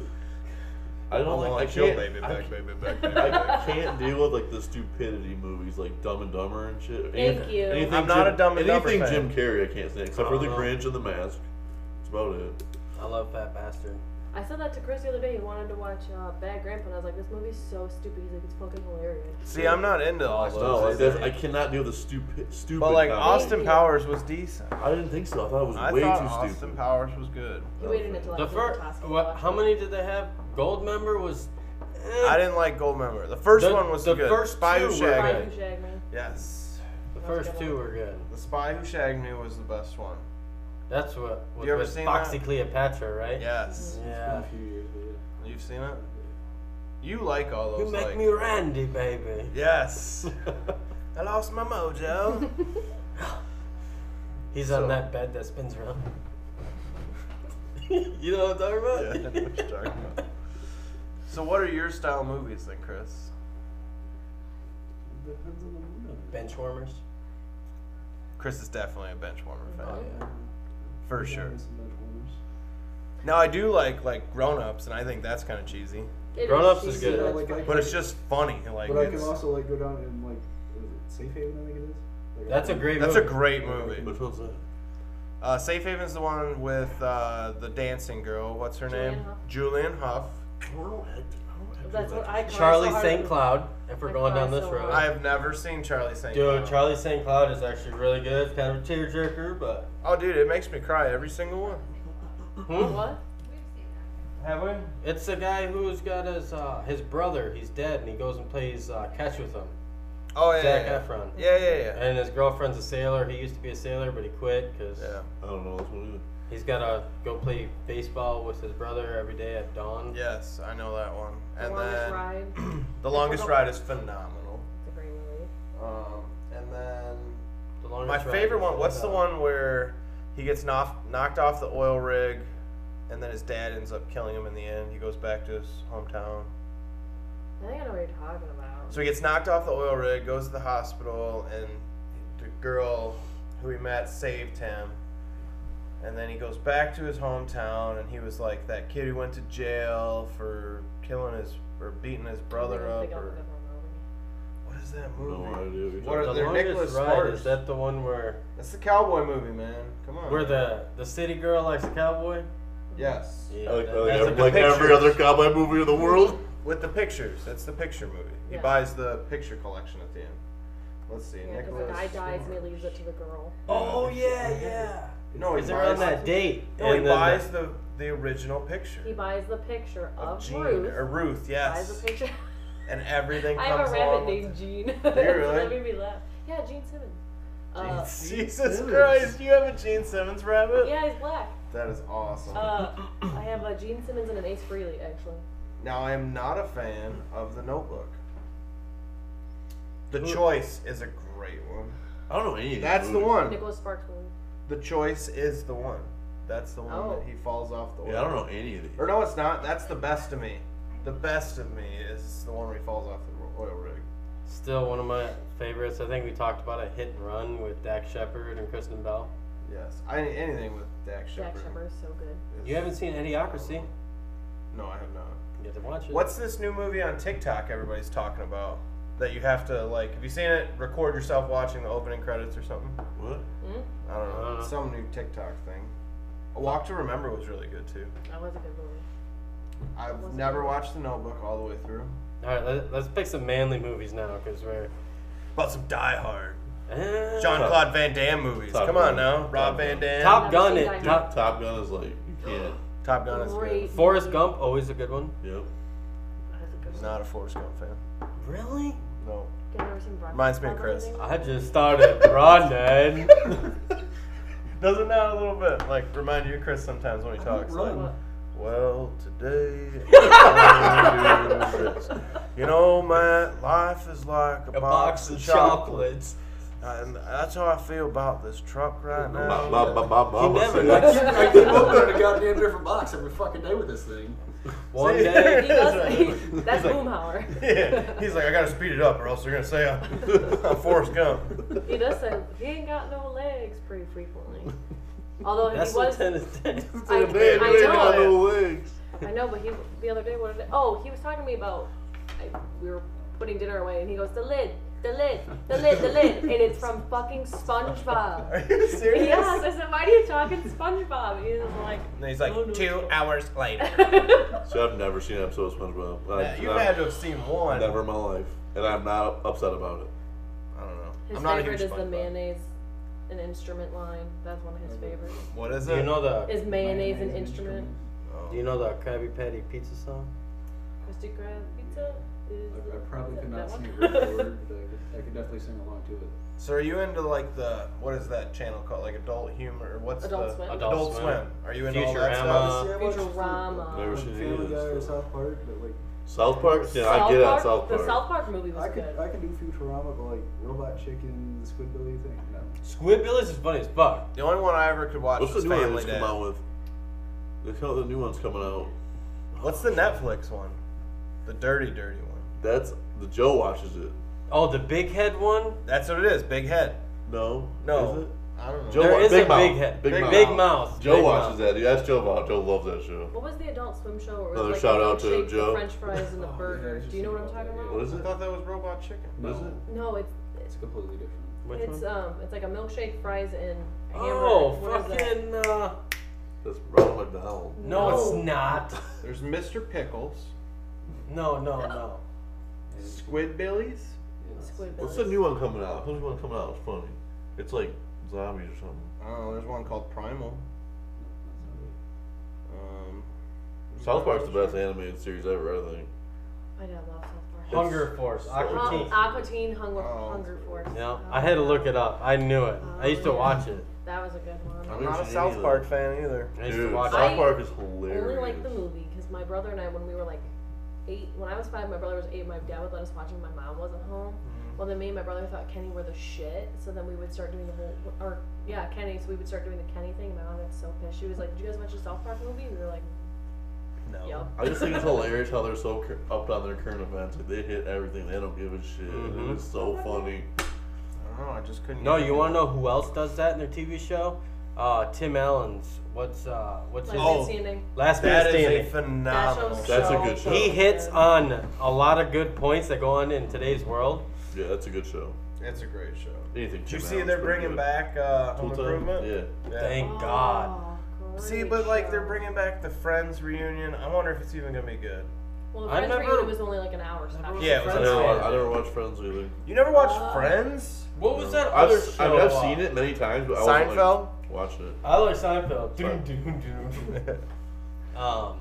Speaker 2: I don't like. I
Speaker 1: Kill
Speaker 2: can't.
Speaker 1: baby
Speaker 2: I
Speaker 1: back,
Speaker 2: can't-
Speaker 1: baby back, baby
Speaker 2: I
Speaker 1: back.
Speaker 2: can't deal with like the stupidity movies like Dumb and Dumber and shit. Anyth-
Speaker 5: you.
Speaker 2: Anything
Speaker 1: I'm not
Speaker 2: Jim,
Speaker 1: a Dumb and Dumber
Speaker 2: anything
Speaker 1: fan.
Speaker 2: Jim Carrey I can't stand except for the
Speaker 3: Uh-huh.
Speaker 2: Grinch and the Mask. That's about it.
Speaker 3: I love Fat Bastard.
Speaker 5: I said that to Chris the other day. He wanted to watch uh, Bad Grandpa, and I was like, this movie's so stupid. He's like, it's fucking hilarious.
Speaker 1: See, I'm not into all those.
Speaker 2: No, like,
Speaker 1: either.
Speaker 2: that's, I cannot deal with the stupid, stupid.
Speaker 1: But like
Speaker 2: comedy.
Speaker 1: Austin Powers was decent.
Speaker 2: I didn't think so. I thought it was
Speaker 1: I
Speaker 2: way too
Speaker 1: thought Austin
Speaker 2: stupid.
Speaker 1: Powers was good.
Speaker 5: He waited until I
Speaker 3: The
Speaker 5: was in
Speaker 3: first,
Speaker 5: Tosca to
Speaker 3: what?
Speaker 5: watch
Speaker 3: How
Speaker 5: it.
Speaker 3: many did they have? Gold member was. eh.
Speaker 1: I didn't like Goldmember. The first
Speaker 3: The-
Speaker 1: one was
Speaker 3: the
Speaker 1: good.
Speaker 3: first
Speaker 1: Spy
Speaker 3: two
Speaker 1: Who
Speaker 3: were
Speaker 5: Why
Speaker 1: Shagged
Speaker 3: good.
Speaker 5: you
Speaker 1: Me.
Speaker 5: shag me?
Speaker 1: Yes,
Speaker 3: The
Speaker 5: That was a
Speaker 3: first
Speaker 5: good
Speaker 3: two
Speaker 5: one.
Speaker 3: were good.
Speaker 1: The Spy Who Shagged Me was the best one.
Speaker 3: That's what. Was
Speaker 1: You ever
Speaker 3: with
Speaker 1: seen
Speaker 3: Foxy
Speaker 1: that?
Speaker 3: Cleopatra, right?
Speaker 1: Yes,
Speaker 4: It's been
Speaker 3: Yeah.
Speaker 4: a few years, but yeah.
Speaker 1: you've seen it. You like all those?
Speaker 3: You make
Speaker 1: like-
Speaker 3: me Randy, baby.
Speaker 1: Yes. I lost my mojo.
Speaker 3: He's
Speaker 1: So-
Speaker 3: on that bed that spins around. you know what I'm talking about?
Speaker 1: Yeah, I know what you're talking about. so, what are your style movies then, Chris?
Speaker 4: Depends on the mood I'm in.
Speaker 3: Bench warmers.
Speaker 1: Chris is definitely a benchwarmer fan,
Speaker 3: Oh,
Speaker 1: for
Speaker 4: Yeah,
Speaker 1: sure.
Speaker 4: there's some bad corners.
Speaker 1: Now, I do like like Grown Ups, and I think that's kind of cheesy,
Speaker 5: It
Speaker 3: Grown Ups is
Speaker 5: cheesy.
Speaker 3: good.
Speaker 4: Yeah, like, I
Speaker 1: but
Speaker 4: can-
Speaker 1: it's just funny. Like,
Speaker 4: But I can
Speaker 1: it's-
Speaker 4: also like go down and like, what is it Safe Haven? I think it is. Like, I
Speaker 3: That's a
Speaker 4: can-
Speaker 3: great.
Speaker 1: that's a
Speaker 3: movie.
Speaker 1: great movie.
Speaker 2: Which one's that?
Speaker 1: Uh, Safe Haven's the one with uh, the dancing girl. What's her
Speaker 5: Julianne
Speaker 1: name?
Speaker 5: Hough.
Speaker 1: Julian Huff.
Speaker 2: I don't like- I don't like
Speaker 5: That's
Speaker 2: that.
Speaker 5: what I call
Speaker 3: Charlie
Speaker 5: so hard
Speaker 3: St.
Speaker 5: to-
Speaker 3: Cloud. If we're
Speaker 5: I
Speaker 3: going
Speaker 5: cry
Speaker 3: down this
Speaker 5: so
Speaker 3: road,
Speaker 5: hard.
Speaker 1: I have never seen Charlie St.
Speaker 3: dude,
Speaker 1: Cloud.
Speaker 3: Charlie St. Cloud is actually really good. It's kind of a tearjerker, but
Speaker 1: oh, dude, it makes me cry every single one.
Speaker 3: Hmm?
Speaker 5: What?
Speaker 1: Have we?
Speaker 3: it's the guy who's got his uh, his brother. He's dead, and he goes and plays uh, catch with him.
Speaker 1: Oh yeah.
Speaker 3: Zac
Speaker 1: yeah,
Speaker 3: Efron.
Speaker 1: yeah. yeah, yeah, yeah.
Speaker 3: And his girlfriend's a sailor. He used to be a sailor, but he quit because
Speaker 1: Yeah.
Speaker 2: I don't know this one either.
Speaker 3: he's got to go play baseball with his brother every day at dawn.
Speaker 1: Yes, I know that one. And
Speaker 5: Longest
Speaker 1: then
Speaker 5: Ride.
Speaker 1: the longest ride is phenomenal.
Speaker 5: It's a great movie.
Speaker 1: Um, and then
Speaker 3: The longest
Speaker 1: my
Speaker 3: ride
Speaker 1: favorite
Speaker 3: is uh,
Speaker 1: one. What's the
Speaker 3: about-
Speaker 1: one where he gets knocked knocked off the oil rig, and then his dad ends up killing him in the end. He goes back to his hometown.
Speaker 5: I think I know what you're talking about.
Speaker 1: So he gets knocked off the oil rig, goes to the hospital, and the girl who he met saved him. And then he goes back to his hometown, and he was like that kid who went to jail for killing his or beating his brother
Speaker 5: I
Speaker 1: up.
Speaker 5: think I'll
Speaker 1: Or
Speaker 5: look up on Melanie.
Speaker 1: what is that
Speaker 2: No
Speaker 1: movie?
Speaker 2: idea. what you're
Speaker 1: What
Speaker 2: talking
Speaker 1: are
Speaker 3: The
Speaker 1: they're Nicholas
Speaker 3: longest ride
Speaker 1: Sparks. Oh,
Speaker 3: is that the one where
Speaker 1: That's the cowboy movie, man. Come on.
Speaker 3: where the the city girl likes a cowboy?
Speaker 1: yes
Speaker 3: Oh, Yeah,
Speaker 2: about. Like,
Speaker 3: that-
Speaker 2: like,
Speaker 3: that's a
Speaker 2: every,
Speaker 3: good
Speaker 2: like every
Speaker 1: picture.
Speaker 2: other cowboy movie in the world.
Speaker 1: with the pictures. That's the picture movie. He
Speaker 5: Yeah.
Speaker 1: buys the picture collection at the end. Let's see.
Speaker 5: Yeah, because the
Speaker 1: Nicholas.
Speaker 5: guy dies and he leaves it to the girl.
Speaker 3: Oh yeah, yeah.
Speaker 1: No, he
Speaker 3: Is there on
Speaker 1: buys.
Speaker 3: that date?
Speaker 1: No, Oh, he
Speaker 3: and then the-
Speaker 1: buys the the original picture.
Speaker 5: He buys the picture
Speaker 1: of
Speaker 5: of,
Speaker 1: Gene
Speaker 5: Ruth.
Speaker 1: or Ruth,
Speaker 5: Buys
Speaker 1: yes.
Speaker 5: the picture.
Speaker 1: And everything
Speaker 5: I
Speaker 1: comes
Speaker 5: have a
Speaker 1: along
Speaker 5: rabbit
Speaker 1: with
Speaker 5: named Gene.
Speaker 1: really?
Speaker 5: that made me laugh. Yeah, Gene Simmons. Uh,
Speaker 1: Gene- Jesus
Speaker 4: Simmons.
Speaker 1: Christ, you have a Gene Simmons rabbit?
Speaker 5: yeah, he's black.
Speaker 1: That is awesome.
Speaker 5: Uh, I have a Gene Simmons and an Ace Frehley actually.
Speaker 1: now I am not a fan of the Notebook. The
Speaker 3: Who-
Speaker 1: Choice is a great one.
Speaker 2: I don't know any. of these
Speaker 1: That's the
Speaker 2: movies.
Speaker 1: one.
Speaker 5: Nicholas Sparks movie.
Speaker 1: The Choice is the one. That's the one
Speaker 5: Oh.
Speaker 1: that he falls off the.
Speaker 2: Yeah, I don't know any of these.
Speaker 1: Or no, it's not. That's the best of me. The best of me is the one where he falls off the ro- oil rig.
Speaker 3: Still one of my favorites. I think we talked about a hit and run with Dak Shepard and Kristen Bell.
Speaker 1: Yes, I, anything with Dak Shepard.
Speaker 5: Jack Shepard is so good.
Speaker 1: is-
Speaker 3: You haven't seen Idiocracy?
Speaker 1: No, I have not.
Speaker 3: You have to watch it.
Speaker 1: What's this new movie on TikTok everybody's talking about? That you have to like, have you seen it? Record yourself watching the opening credits or something.
Speaker 2: What?
Speaker 5: Mm?
Speaker 1: I don't know.
Speaker 3: Uh.
Speaker 1: It's some new TikTok thing. A Walk to Remember was really good too.
Speaker 5: That was a good movie.
Speaker 1: I've
Speaker 5: Was it
Speaker 1: never
Speaker 5: good?
Speaker 1: watched The Notebook all the way through.
Speaker 3: All right, let, let's pick some manly movies now, cause we're.
Speaker 1: About some Die Hard,
Speaker 3: Eh,
Speaker 1: Jean Claude Van Damme movies.
Speaker 2: Top
Speaker 1: Come
Speaker 2: Gun.
Speaker 1: on now,
Speaker 2: Top
Speaker 1: Rob Van
Speaker 2: Gun.
Speaker 1: Dam.
Speaker 3: Top
Speaker 5: Never
Speaker 3: Gun
Speaker 5: seen
Speaker 3: it.
Speaker 5: Die
Speaker 3: Top,
Speaker 5: Hard.
Speaker 2: Top Gun is like you can't.
Speaker 1: Top Gun is good.
Speaker 5: Great.
Speaker 3: Forrest Gump always a good one.
Speaker 2: Yep.
Speaker 5: That's a good one.
Speaker 1: Not a Forrest Gump fan.
Speaker 3: Really?
Speaker 1: No.
Speaker 5: Have you ever seen Breakfast
Speaker 1: Reminds me of
Speaker 5: Club or
Speaker 1: Chris.
Speaker 5: anything?
Speaker 3: I just started running.
Speaker 1: Doesn't that a little bit like remind you of Chris sometimes when he talks? Like,
Speaker 5: What?
Speaker 1: Well, today, I'm gonna do this. you know, man, life is like a,
Speaker 3: A box of
Speaker 1: chocolate.
Speaker 3: chocolates.
Speaker 1: And that's how I feel about this truck right
Speaker 2: My, my,
Speaker 1: now.
Speaker 2: my, my mama
Speaker 3: never
Speaker 2: said-
Speaker 3: likes
Speaker 4: Yeah, I keep opening a goddamn different box every fucking day with this thing.
Speaker 3: One
Speaker 1: See?
Speaker 3: day.
Speaker 5: He does. That's
Speaker 1: like-
Speaker 5: Boomhauer.
Speaker 1: Yeah, he's like, I gotta speed it up, or else they're gonna say I'm, I'm Forrest Gump.
Speaker 5: He does say he ain't got no legs pretty frequently. Although
Speaker 3: That's
Speaker 5: he
Speaker 3: what
Speaker 5: was,
Speaker 3: tennis did.
Speaker 5: I,
Speaker 2: Man, you ain't
Speaker 5: I
Speaker 2: got
Speaker 5: know.
Speaker 2: no legs.
Speaker 5: I know, but he the other day, what did it, oh, he was talking to me about I, we were putting dinner away, and he goes, "The lid, the lid, the lid, the lid," and it's from fucking SpongeBob.
Speaker 1: Are you serious?
Speaker 5: Yes, I said, "Why do you talk in SpongeBob?" And he was like,
Speaker 1: And he's like,
Speaker 5: Oh, no.
Speaker 1: two hours later.
Speaker 2: See, I've never seen an episode of SpongeBob.
Speaker 1: Yeah,
Speaker 2: I've-
Speaker 1: you
Speaker 2: I've
Speaker 1: had to have seen one.
Speaker 2: Never in my life, and I'm not upset about it.
Speaker 1: I don't know.
Speaker 5: "His
Speaker 1: I'm not a
Speaker 5: favorite
Speaker 1: huge
Speaker 5: is the
Speaker 1: SpongeBob. Mm-hmm.
Speaker 5: mayonnaise and instrument line. That's one of his favorites.
Speaker 1: What is
Speaker 3: Do
Speaker 1: it?
Speaker 3: you know the
Speaker 5: Is mayonnaise an instrument?
Speaker 1: Oh.
Speaker 3: Do you know the Krabby Patty pizza song?
Speaker 5: Krusty Krab pizza is.
Speaker 4: I, I probably
Speaker 5: is
Speaker 4: could
Speaker 5: it
Speaker 4: not
Speaker 5: that
Speaker 4: sing
Speaker 5: one?
Speaker 4: a word, word, but I could, I could definitely sing along to it.
Speaker 1: So are you into like the what is that channel called? Like Adult Humor? or What's
Speaker 5: Adult
Speaker 1: the
Speaker 5: Swim.
Speaker 1: Adult,
Speaker 3: Adult
Speaker 1: Swim.
Speaker 3: Swim.
Speaker 1: Are you into all that
Speaker 3: Futurama.
Speaker 1: stuff?
Speaker 4: See, I watched
Speaker 5: Futurama.
Speaker 2: Never
Speaker 4: like
Speaker 2: seen any of
Speaker 4: Uh, Family Guy or
Speaker 2: this stuff.
Speaker 4: South Park, but like
Speaker 2: South Park? Yeah, I get it on South
Speaker 5: The
Speaker 2: Park.
Speaker 5: South Park movie was
Speaker 4: I could
Speaker 5: good.
Speaker 4: I could do Futurama, but like Robot Chicken, the Squidbilly thing. No.
Speaker 3: Squidbillies is funny as fuck.
Speaker 1: The only one I ever could watch
Speaker 2: What's the
Speaker 1: was
Speaker 2: new one
Speaker 1: Family
Speaker 2: that's
Speaker 1: Dad.
Speaker 2: come out with? Look how the new one's coming out.
Speaker 1: What's the Netflix one? The dirty, dirty one.
Speaker 2: That's the Joe watches it.
Speaker 3: Oh, the big head one.
Speaker 1: That's what it is. Big head.
Speaker 2: No,
Speaker 1: No,
Speaker 2: Is it?
Speaker 1: I don't know.
Speaker 2: Joe-
Speaker 3: there
Speaker 2: wa-
Speaker 3: is
Speaker 2: Big
Speaker 3: a
Speaker 2: Mouth.
Speaker 3: big head.
Speaker 2: Big Mouth.
Speaker 3: Big mouth.
Speaker 2: Joe
Speaker 3: Big
Speaker 2: watches
Speaker 3: Mouth.
Speaker 2: that. You ask Joe about. it. Joe loves that show.
Speaker 5: What was the adult swim show? Where it was
Speaker 2: Another
Speaker 5: like
Speaker 2: shout
Speaker 5: the
Speaker 2: out to
Speaker 5: milkshake, the
Speaker 2: Joe.
Speaker 5: French fries and the
Speaker 4: Oh, yeah,
Speaker 5: burger.
Speaker 4: I just
Speaker 5: Do you know what I'm
Speaker 4: saw
Speaker 5: talking
Speaker 4: that,
Speaker 5: about?
Speaker 4: yeah.
Speaker 2: What is
Speaker 1: I
Speaker 2: it?
Speaker 1: thought that was Robot Chicken.
Speaker 2: What is
Speaker 4: No,
Speaker 2: it?
Speaker 5: No, it's
Speaker 4: It's completely different.
Speaker 3: Which
Speaker 5: it's
Speaker 3: one?
Speaker 5: um it's like a milkshake, fries, and a hamburger.
Speaker 3: Oh,
Speaker 5: What is that?
Speaker 3: fucking. Uh,
Speaker 2: That's Ronald McDonald.
Speaker 3: no,
Speaker 5: No.
Speaker 3: it's not.
Speaker 1: There's Mr. Pickles,
Speaker 3: No, no, no.
Speaker 1: Squidbillies.
Speaker 5: Squid
Speaker 2: What's the
Speaker 5: Billies.
Speaker 2: new one coming out? Who's the one coming out? It's funny. It's like zombies or something.
Speaker 1: Oh, there's one called Primal. Um,
Speaker 2: South Park's the best animated series ever, I think.
Speaker 5: I know, love South Park.
Speaker 3: Hunger Force. Aqua
Speaker 5: Hung,
Speaker 3: Teen.
Speaker 5: Aqua Teen Hunger,
Speaker 1: Oh.
Speaker 5: Hunger Force.
Speaker 3: Yeah, I had to look it up. I knew it. I used to
Speaker 5: Oh, yeah.
Speaker 3: watch it.
Speaker 5: That was a good one.
Speaker 1: I'm
Speaker 2: Never
Speaker 1: not a
Speaker 2: seen any
Speaker 1: South
Speaker 2: of
Speaker 1: Park
Speaker 2: them.
Speaker 1: fan either.
Speaker 3: I used
Speaker 2: Dude,
Speaker 3: to watch
Speaker 5: I
Speaker 2: South Park is hilarious.
Speaker 5: only liked the movie because my brother and I, when we were like eight, when I was five, my brother was eight, my dad would let us watch it, my mom wasn't home. Well, then me and my brother thought Kenny were the shit, so then we would start doing the whole, or yeah, Kenny, so we would start doing the Kenny thing, and my mom got so pissed. She was like, Did you guys watch the South Park movie? And we were like,
Speaker 1: No.
Speaker 5: Yep.
Speaker 2: I just think it's hilarious how they're so cur- up on their current events. Like they hit everything. They don't give a shit.
Speaker 1: Mm-hmm.
Speaker 3: Mhm.
Speaker 2: It's so funny.
Speaker 1: I don't know. I just couldn't.
Speaker 3: No,
Speaker 1: get
Speaker 3: you
Speaker 1: it.
Speaker 3: want to know who else does that in their TV show? Uh, Tim Allen's. What's uh, what's his
Speaker 5: Like
Speaker 1: Oh.
Speaker 5: oh, standing.
Speaker 3: last man
Speaker 1: That is a
Speaker 3: standing?
Speaker 1: phenomenal.
Speaker 5: That show's
Speaker 2: That's a
Speaker 5: so
Speaker 2: good show.
Speaker 3: He hits on a lot of good points that go on in today's world.
Speaker 2: Yeah, that's a good show.
Speaker 1: It's a great show.
Speaker 2: Anything.
Speaker 1: Did you see they're bringing back uh, Home Improvement?
Speaker 2: Yeah.
Speaker 1: Yeah.
Speaker 3: Thank God.
Speaker 5: Oh,
Speaker 1: See,
Speaker 5: great
Speaker 1: but like they're
Speaker 5: show.
Speaker 1: bringing back the Friends reunion. I wonder if it's even gonna be good.
Speaker 5: Well, the
Speaker 3: I
Speaker 5: Friends
Speaker 3: never-
Speaker 5: reunion was only like an hour special.
Speaker 1: Yeah, it was
Speaker 2: I
Speaker 1: an
Speaker 2: never,
Speaker 1: hour.
Speaker 2: wa- I never watched Friends either.
Speaker 1: You never watched
Speaker 5: Uh,
Speaker 1: Friends?
Speaker 3: What was that
Speaker 2: I've,
Speaker 3: other
Speaker 2: s-
Speaker 3: show?
Speaker 2: I mean, I've
Speaker 3: uh,
Speaker 2: seen it many times, but I wasn't
Speaker 1: Seinfeld.
Speaker 2: like, watching it.
Speaker 3: I like Seinfeld.
Speaker 2: Sorry.
Speaker 3: um, what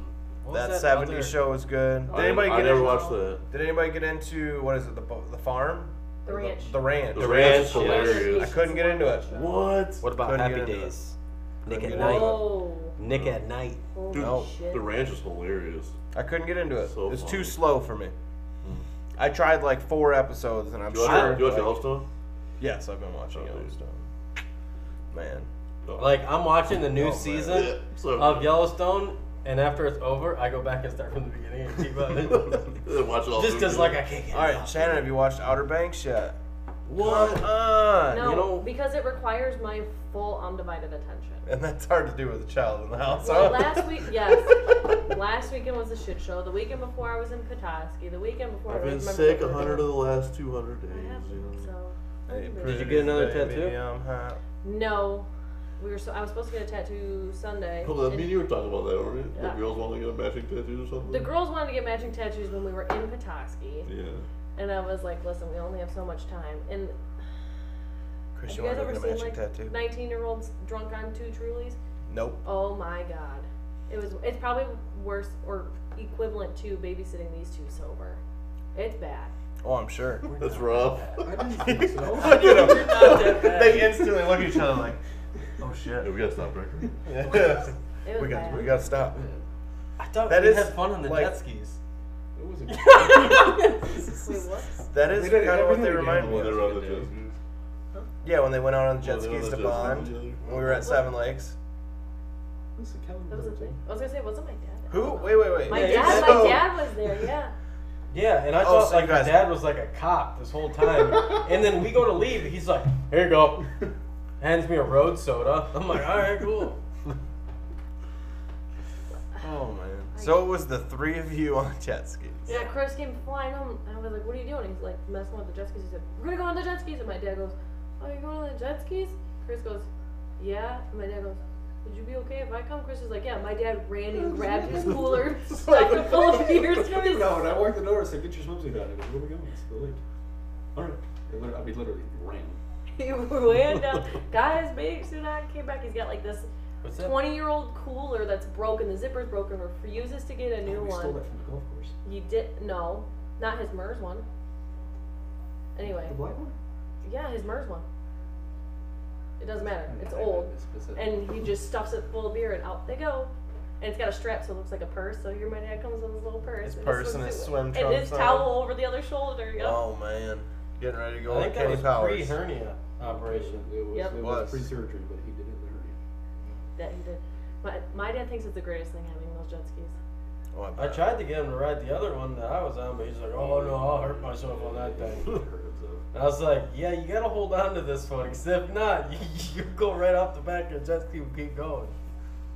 Speaker 3: was
Speaker 1: that
Speaker 3: that
Speaker 1: '70s
Speaker 3: other-
Speaker 1: show was good.
Speaker 2: I
Speaker 1: Did
Speaker 2: never-
Speaker 1: anybody
Speaker 2: I
Speaker 1: get
Speaker 2: never
Speaker 1: in-
Speaker 2: watched that.
Speaker 1: Did anybody get into what is it? The bo- the farm?
Speaker 5: The
Speaker 1: Or
Speaker 5: ranch.
Speaker 1: The, ranch.
Speaker 2: The
Speaker 3: The
Speaker 2: ranch is
Speaker 3: Ranch, yes.
Speaker 2: hilarious.
Speaker 1: I couldn't get into it.
Speaker 2: What?
Speaker 3: What about
Speaker 1: Couldn't get
Speaker 3: Happy
Speaker 1: into it.
Speaker 3: Days? Nick
Speaker 1: Couldn't
Speaker 3: at
Speaker 1: get into
Speaker 3: Night.
Speaker 1: it.
Speaker 5: Whoa.
Speaker 3: Nick at Night.
Speaker 5: Holy
Speaker 2: Dude,
Speaker 1: No.
Speaker 5: shit.
Speaker 2: the ranch is hilarious.
Speaker 1: I couldn't get into it.
Speaker 2: So
Speaker 1: it's
Speaker 2: funny. Hmm.
Speaker 1: too slow for me. I tried like four episodes, and I'm
Speaker 2: Do you watch,
Speaker 1: sure.
Speaker 2: do you watch
Speaker 1: like-
Speaker 2: Yellowstone?
Speaker 1: Yes, I've been watching
Speaker 2: Oh, dude.
Speaker 1: Yellowstone. Man,
Speaker 2: No.
Speaker 3: Like I'm watching the
Speaker 1: Oh,
Speaker 3: new
Speaker 1: man.
Speaker 2: Oh. Yeah,
Speaker 3: season
Speaker 2: so
Speaker 3: of
Speaker 2: good.
Speaker 3: Yellowstone, and after it's over, I go back and start from the beginning and keep up.
Speaker 2: watch it all
Speaker 3: Just
Speaker 2: through,
Speaker 3: as
Speaker 2: too.
Speaker 3: like I can't get
Speaker 1: all right, Shannon, have you watched Outer Banks yet?
Speaker 3: What?
Speaker 1: Come on.
Speaker 5: No,
Speaker 3: you know-
Speaker 5: because it requires my full undivided attention.
Speaker 1: And that's hard to do with a child in the house.
Speaker 5: Well,
Speaker 1: huh?
Speaker 5: last week, yes. last weekend was a shit show. The weekend before I was in Petoskey. The weekend before
Speaker 2: I've
Speaker 5: I
Speaker 2: been
Speaker 5: was
Speaker 2: sick a hundred of the last two hundred days.
Speaker 5: I haven't,
Speaker 2: You know?
Speaker 5: so.
Speaker 1: Hey,
Speaker 3: Did you
Speaker 1: pretty
Speaker 3: get another
Speaker 1: baby,
Speaker 3: tattoo?
Speaker 1: I'm hot.
Speaker 5: No, we were so I was supposed to get a tattoo Sunday.
Speaker 2: Oh, that
Speaker 5: and
Speaker 2: mean you were talking about that, weren't you?
Speaker 5: Yeah.
Speaker 2: The girls want to get a matching tattoo or something.
Speaker 5: the girls wanted to get matching tattoos when we were in Petoskey,
Speaker 2: Yeah.
Speaker 5: and I was like, "Listen, we only have so much time." And
Speaker 1: Chris,
Speaker 5: have
Speaker 1: you want
Speaker 5: you guys
Speaker 1: to
Speaker 5: ever
Speaker 1: get a
Speaker 5: seen
Speaker 1: matching
Speaker 5: like
Speaker 1: tattoo?
Speaker 5: nineteen-year-olds drunk on two Trulies?
Speaker 1: Nope.
Speaker 5: Oh my god, it was. It's probably worse or equivalent to babysitting these two sober. It's bad.
Speaker 1: Oh, I'm sure.
Speaker 2: That's rough.
Speaker 4: I didn't think so.
Speaker 1: You know,
Speaker 3: that bad.
Speaker 1: they instantly look at each other like, oh
Speaker 2: Yeah,
Speaker 1: shit.
Speaker 2: we gotta stop drinking.
Speaker 5: It was
Speaker 1: we got
Speaker 5: bad.
Speaker 1: we got to stop.
Speaker 3: I thought
Speaker 1: That
Speaker 3: we
Speaker 1: is,
Speaker 3: had fun on the
Speaker 1: like-
Speaker 3: jet skis.
Speaker 4: It was a
Speaker 5: Wait, what?
Speaker 1: That is
Speaker 4: We
Speaker 1: kind of
Speaker 4: did
Speaker 1: what
Speaker 4: everything
Speaker 1: they
Speaker 4: we
Speaker 1: remind me
Speaker 2: When
Speaker 1: of.
Speaker 2: they were on the
Speaker 4: Yeah.
Speaker 2: jet skis.
Speaker 1: Yeah, when they went out on the jet
Speaker 2: Well, they were
Speaker 1: skis
Speaker 2: on
Speaker 1: to
Speaker 2: the jet skis
Speaker 1: bond
Speaker 2: with each other.
Speaker 1: when we were at Seven Lakes.
Speaker 4: This is Kevin
Speaker 5: That was a
Speaker 4: Burton.
Speaker 5: thing. I was gonna say, wasn't my dad?
Speaker 1: Who? Wait, wait, wait.
Speaker 5: My
Speaker 3: Yeah,
Speaker 5: dad,
Speaker 1: so-
Speaker 5: my dad was there. Yeah.
Speaker 3: Yeah, and I
Speaker 1: Oh,
Speaker 3: thought
Speaker 1: so
Speaker 3: like
Speaker 1: you
Speaker 3: my
Speaker 1: guys-
Speaker 3: dad was like a cop this whole time. and then we go to leave, he's like, "Here you go," hands me a road soda. I'm like, "All right, cool."
Speaker 1: Oh man. So it was the three of you on jet skis.
Speaker 5: Yeah, Chris came flying home, and I was like, "What are you doing?" He's like messing with the jet skis. He said, "We're gonna go on the jet skis." And my dad goes, "Oh, you're going on the jet skis?" Chris goes, "Yeah." And my dad goes, "Would you be okay if I come?" Chris is like, "Yeah." My dad ran and grabbed his cooler, stuffed it full of beers.
Speaker 4: I
Speaker 5: with
Speaker 4: don't even
Speaker 5: his-
Speaker 4: know, and I walked the door and said, get your swimsuit on. I goes, where we going? It's the lake. All right. They lit- I mean, literally ran.
Speaker 5: He ran down, got his big suit on, came back. He's got like this
Speaker 3: What's that?
Speaker 5: twenty-year-old cooler that's broken. The zipper's broken. Refuses to get a
Speaker 1: Oh,
Speaker 5: new
Speaker 4: we stole
Speaker 5: one.
Speaker 4: that from the golf course.
Speaker 5: You did no, not his MERS one. Anyway,
Speaker 4: The black one?
Speaker 5: yeah, his MERS one. It doesn't matter. It's
Speaker 4: I- I-
Speaker 5: old.
Speaker 4: it's- it's a-
Speaker 5: and he just stuffs it full of beer and out they go. And it's got a strap, so it looks like a purse. So here my dad comes with his little purse,
Speaker 1: His
Speaker 5: and
Speaker 1: purse and his
Speaker 5: swimsuit,
Speaker 1: swim
Speaker 5: and
Speaker 1: trunks
Speaker 5: his
Speaker 1: on.
Speaker 5: towel over the other shoulder. Yep.
Speaker 1: Oh man. Getting ready to go
Speaker 3: I
Speaker 1: on
Speaker 3: think that
Speaker 1: Kenny
Speaker 3: was
Speaker 1: Powers.
Speaker 3: pre-hernia operation.
Speaker 4: It was,
Speaker 5: Yep.
Speaker 4: it
Speaker 1: Was.
Speaker 4: was pre-surgery, but he did it literally.
Speaker 5: That he did. My, my dad thinks it's the greatest thing having those jet skis.
Speaker 1: Oh, I
Speaker 3: I
Speaker 1: bet.
Speaker 3: tried to get him to ride the other one that I was on, but he's like, "Oh no, I'll hurt myself on that thing."
Speaker 4: Hurt himself.
Speaker 3: And I was like, "Yeah, you gotta hold on to this one, because if not, you, you go right off the back and jet ski will keep going."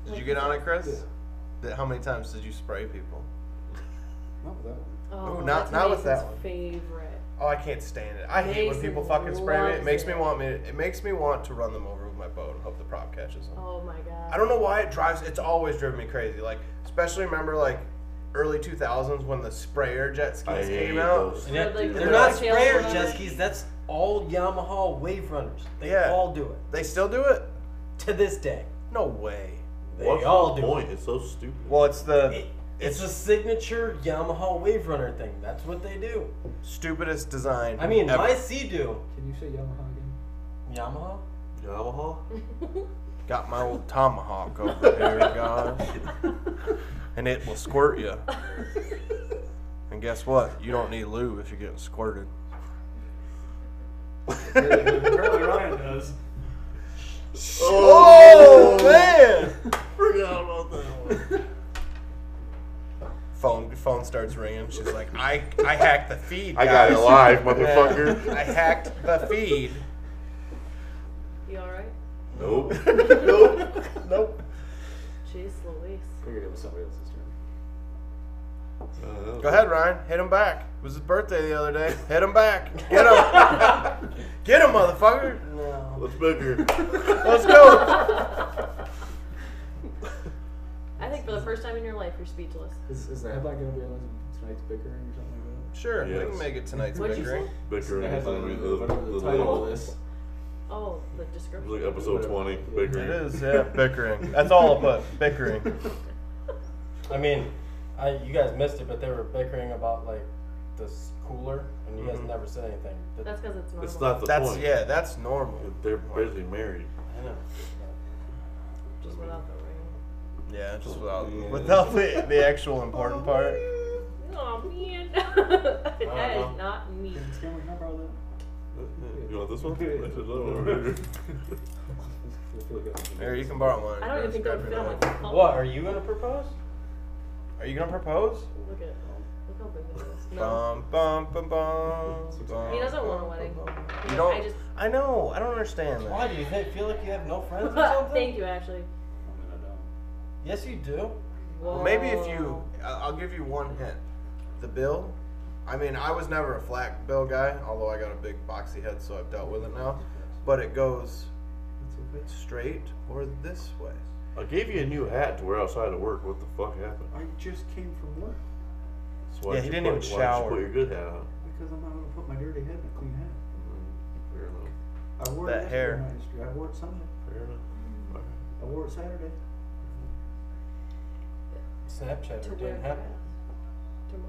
Speaker 1: Did you get on it, Chris?
Speaker 4: Yeah.
Speaker 1: Did- How many times did you spray people?
Speaker 4: Not with that one.
Speaker 5: Oh,
Speaker 1: Ooh, not-
Speaker 5: that's
Speaker 1: not with
Speaker 5: Mason's
Speaker 1: that one.
Speaker 5: favorite.
Speaker 1: Oh, I can't stand it. I hate when
Speaker 5: Mason
Speaker 1: people fucking spray me. It
Speaker 5: loves
Speaker 1: makes me
Speaker 5: it.
Speaker 1: want me. It makes me want to run them over with my boat and hope the prop catches them.
Speaker 5: Oh my god.
Speaker 1: I don't know why it drives. It's always driven me crazy. Like, especially remember like early 2000s when the sprayer jet skis
Speaker 2: I hate
Speaker 1: came out.
Speaker 2: those.
Speaker 3: And yet-
Speaker 5: Like the
Speaker 3: they're not
Speaker 5: cocktails
Speaker 3: sprayer
Speaker 5: or whatever.
Speaker 3: jet skis. That's all Yamaha Wave Runners. They
Speaker 1: Yeah.
Speaker 3: all do it
Speaker 1: They still do it?
Speaker 3: to this day.
Speaker 1: No way.
Speaker 3: They
Speaker 2: What's
Speaker 3: all
Speaker 2: the
Speaker 3: do.
Speaker 2: point? It's so stupid.
Speaker 1: Well, it's the
Speaker 3: It, it's a signature Yamaha Wave Runner thing. That's what they do.
Speaker 1: stupidest design.
Speaker 3: I mean,
Speaker 1: ever.
Speaker 3: my sea do
Speaker 4: Can you say Yamaha again?
Speaker 3: Yamaha.
Speaker 2: Yamaha.
Speaker 1: got my old tomahawk over here, guys, and it will squirt you. And guess what? You don't need lube if you're getting squirted.
Speaker 4: Apparently Ryan does.
Speaker 1: Oh man!
Speaker 2: Oh, Forgot about that one.
Speaker 1: phone starts ringing. She's like, I, I hacked the feed.
Speaker 6: I got it
Speaker 1: guys."
Speaker 6: live,
Speaker 1: Yeah.
Speaker 6: motherfucker.
Speaker 1: I hacked the feed.
Speaker 5: You alright?
Speaker 2: Nope.
Speaker 1: nope. Nope.
Speaker 5: Jeez Louise.
Speaker 4: Figured it was somebody else's turn.
Speaker 1: Go ahead, Ryan. Hit him back. It was his birthday the other day. Hit him back. Get him. Get him, motherfucker.
Speaker 2: Let's bigger.
Speaker 1: Let's go.
Speaker 5: I think for the first time in your life, you're speechless.
Speaker 4: Is, is the headline gonna be on tonight's bickering or something like that?
Speaker 1: Sure, we
Speaker 2: Yes.
Speaker 1: can make it tonight's
Speaker 5: What'd you
Speaker 1: bickering.
Speaker 5: say?
Speaker 2: Bickering
Speaker 4: The
Speaker 2: is
Speaker 4: headline,
Speaker 2: gonna be the,
Speaker 4: whatever
Speaker 2: the,
Speaker 4: the title
Speaker 2: label. It's
Speaker 4: is.
Speaker 5: Oh, the description.
Speaker 2: like episode twenty.
Speaker 1: It
Speaker 2: Bickering.
Speaker 1: is, yeah, bickering. That's all I put. Bickering.
Speaker 3: I mean, I you guys missed it, but they were bickering about like this cooler, and you guys
Speaker 1: Mhm.
Speaker 3: never said anything. That-
Speaker 5: That's because it's normal.
Speaker 2: It's not the
Speaker 1: That's
Speaker 2: point.
Speaker 1: yeah, that's normal.
Speaker 2: They're basically married.
Speaker 3: I know.
Speaker 5: Just without the ring.
Speaker 1: Yeah, just without without the, the actual important part.
Speaker 5: Oh man, that
Speaker 3: Uh-huh.
Speaker 5: is not me.
Speaker 4: Can we cover all that?
Speaker 2: You want this one? That's a little-
Speaker 4: I feel like that's-
Speaker 1: Here, you can borrow mine.
Speaker 5: I don't even think that would fit on my phone.
Speaker 3: What are you gonna propose?
Speaker 1: Are you gonna propose?
Speaker 5: Look at it. Look how big it is. No,
Speaker 1: Bum bum bum bum. bum,
Speaker 5: he doesn't want a
Speaker 1: bum,
Speaker 5: wedding.
Speaker 1: bum, bum.
Speaker 5: He's
Speaker 1: You
Speaker 5: like, I
Speaker 1: don't.
Speaker 5: just.
Speaker 1: I know. I don't understand
Speaker 3: Why
Speaker 1: that.
Speaker 3: do you think, feel like you have no friends or something?
Speaker 5: Thank you, Ashley.
Speaker 4: I mean, I don't.
Speaker 3: Yes, you do.
Speaker 1: Well, maybe if you,
Speaker 5: Whoa.
Speaker 1: I- I'll give you one hint. The bill. I mean, I was never a flat bill guy, although I got a big boxy head, so I've dealt with it now. But it goes straight or this way.
Speaker 2: I gave you a new hat to wear outside of work. What the fuck happened?
Speaker 7: I just came from work
Speaker 2: So why
Speaker 1: Yeah,
Speaker 2: don't
Speaker 1: he
Speaker 2: you
Speaker 1: didn't
Speaker 2: put,
Speaker 1: even
Speaker 2: why don't you
Speaker 1: shower.
Speaker 2: put your good hat on.
Speaker 7: because I'm not gonna put my dirty head in a clean hat.
Speaker 2: Fair enough.
Speaker 7: I wore
Speaker 1: That
Speaker 7: it
Speaker 1: hair.
Speaker 7: yesterday. Yesterday. I wore it Sunday.
Speaker 2: Fair enough. All right.
Speaker 7: I wore it Saturday.
Speaker 3: Snapchat
Speaker 5: To
Speaker 3: it
Speaker 5: wear
Speaker 3: didn't
Speaker 5: grass.
Speaker 3: happen.
Speaker 5: To mow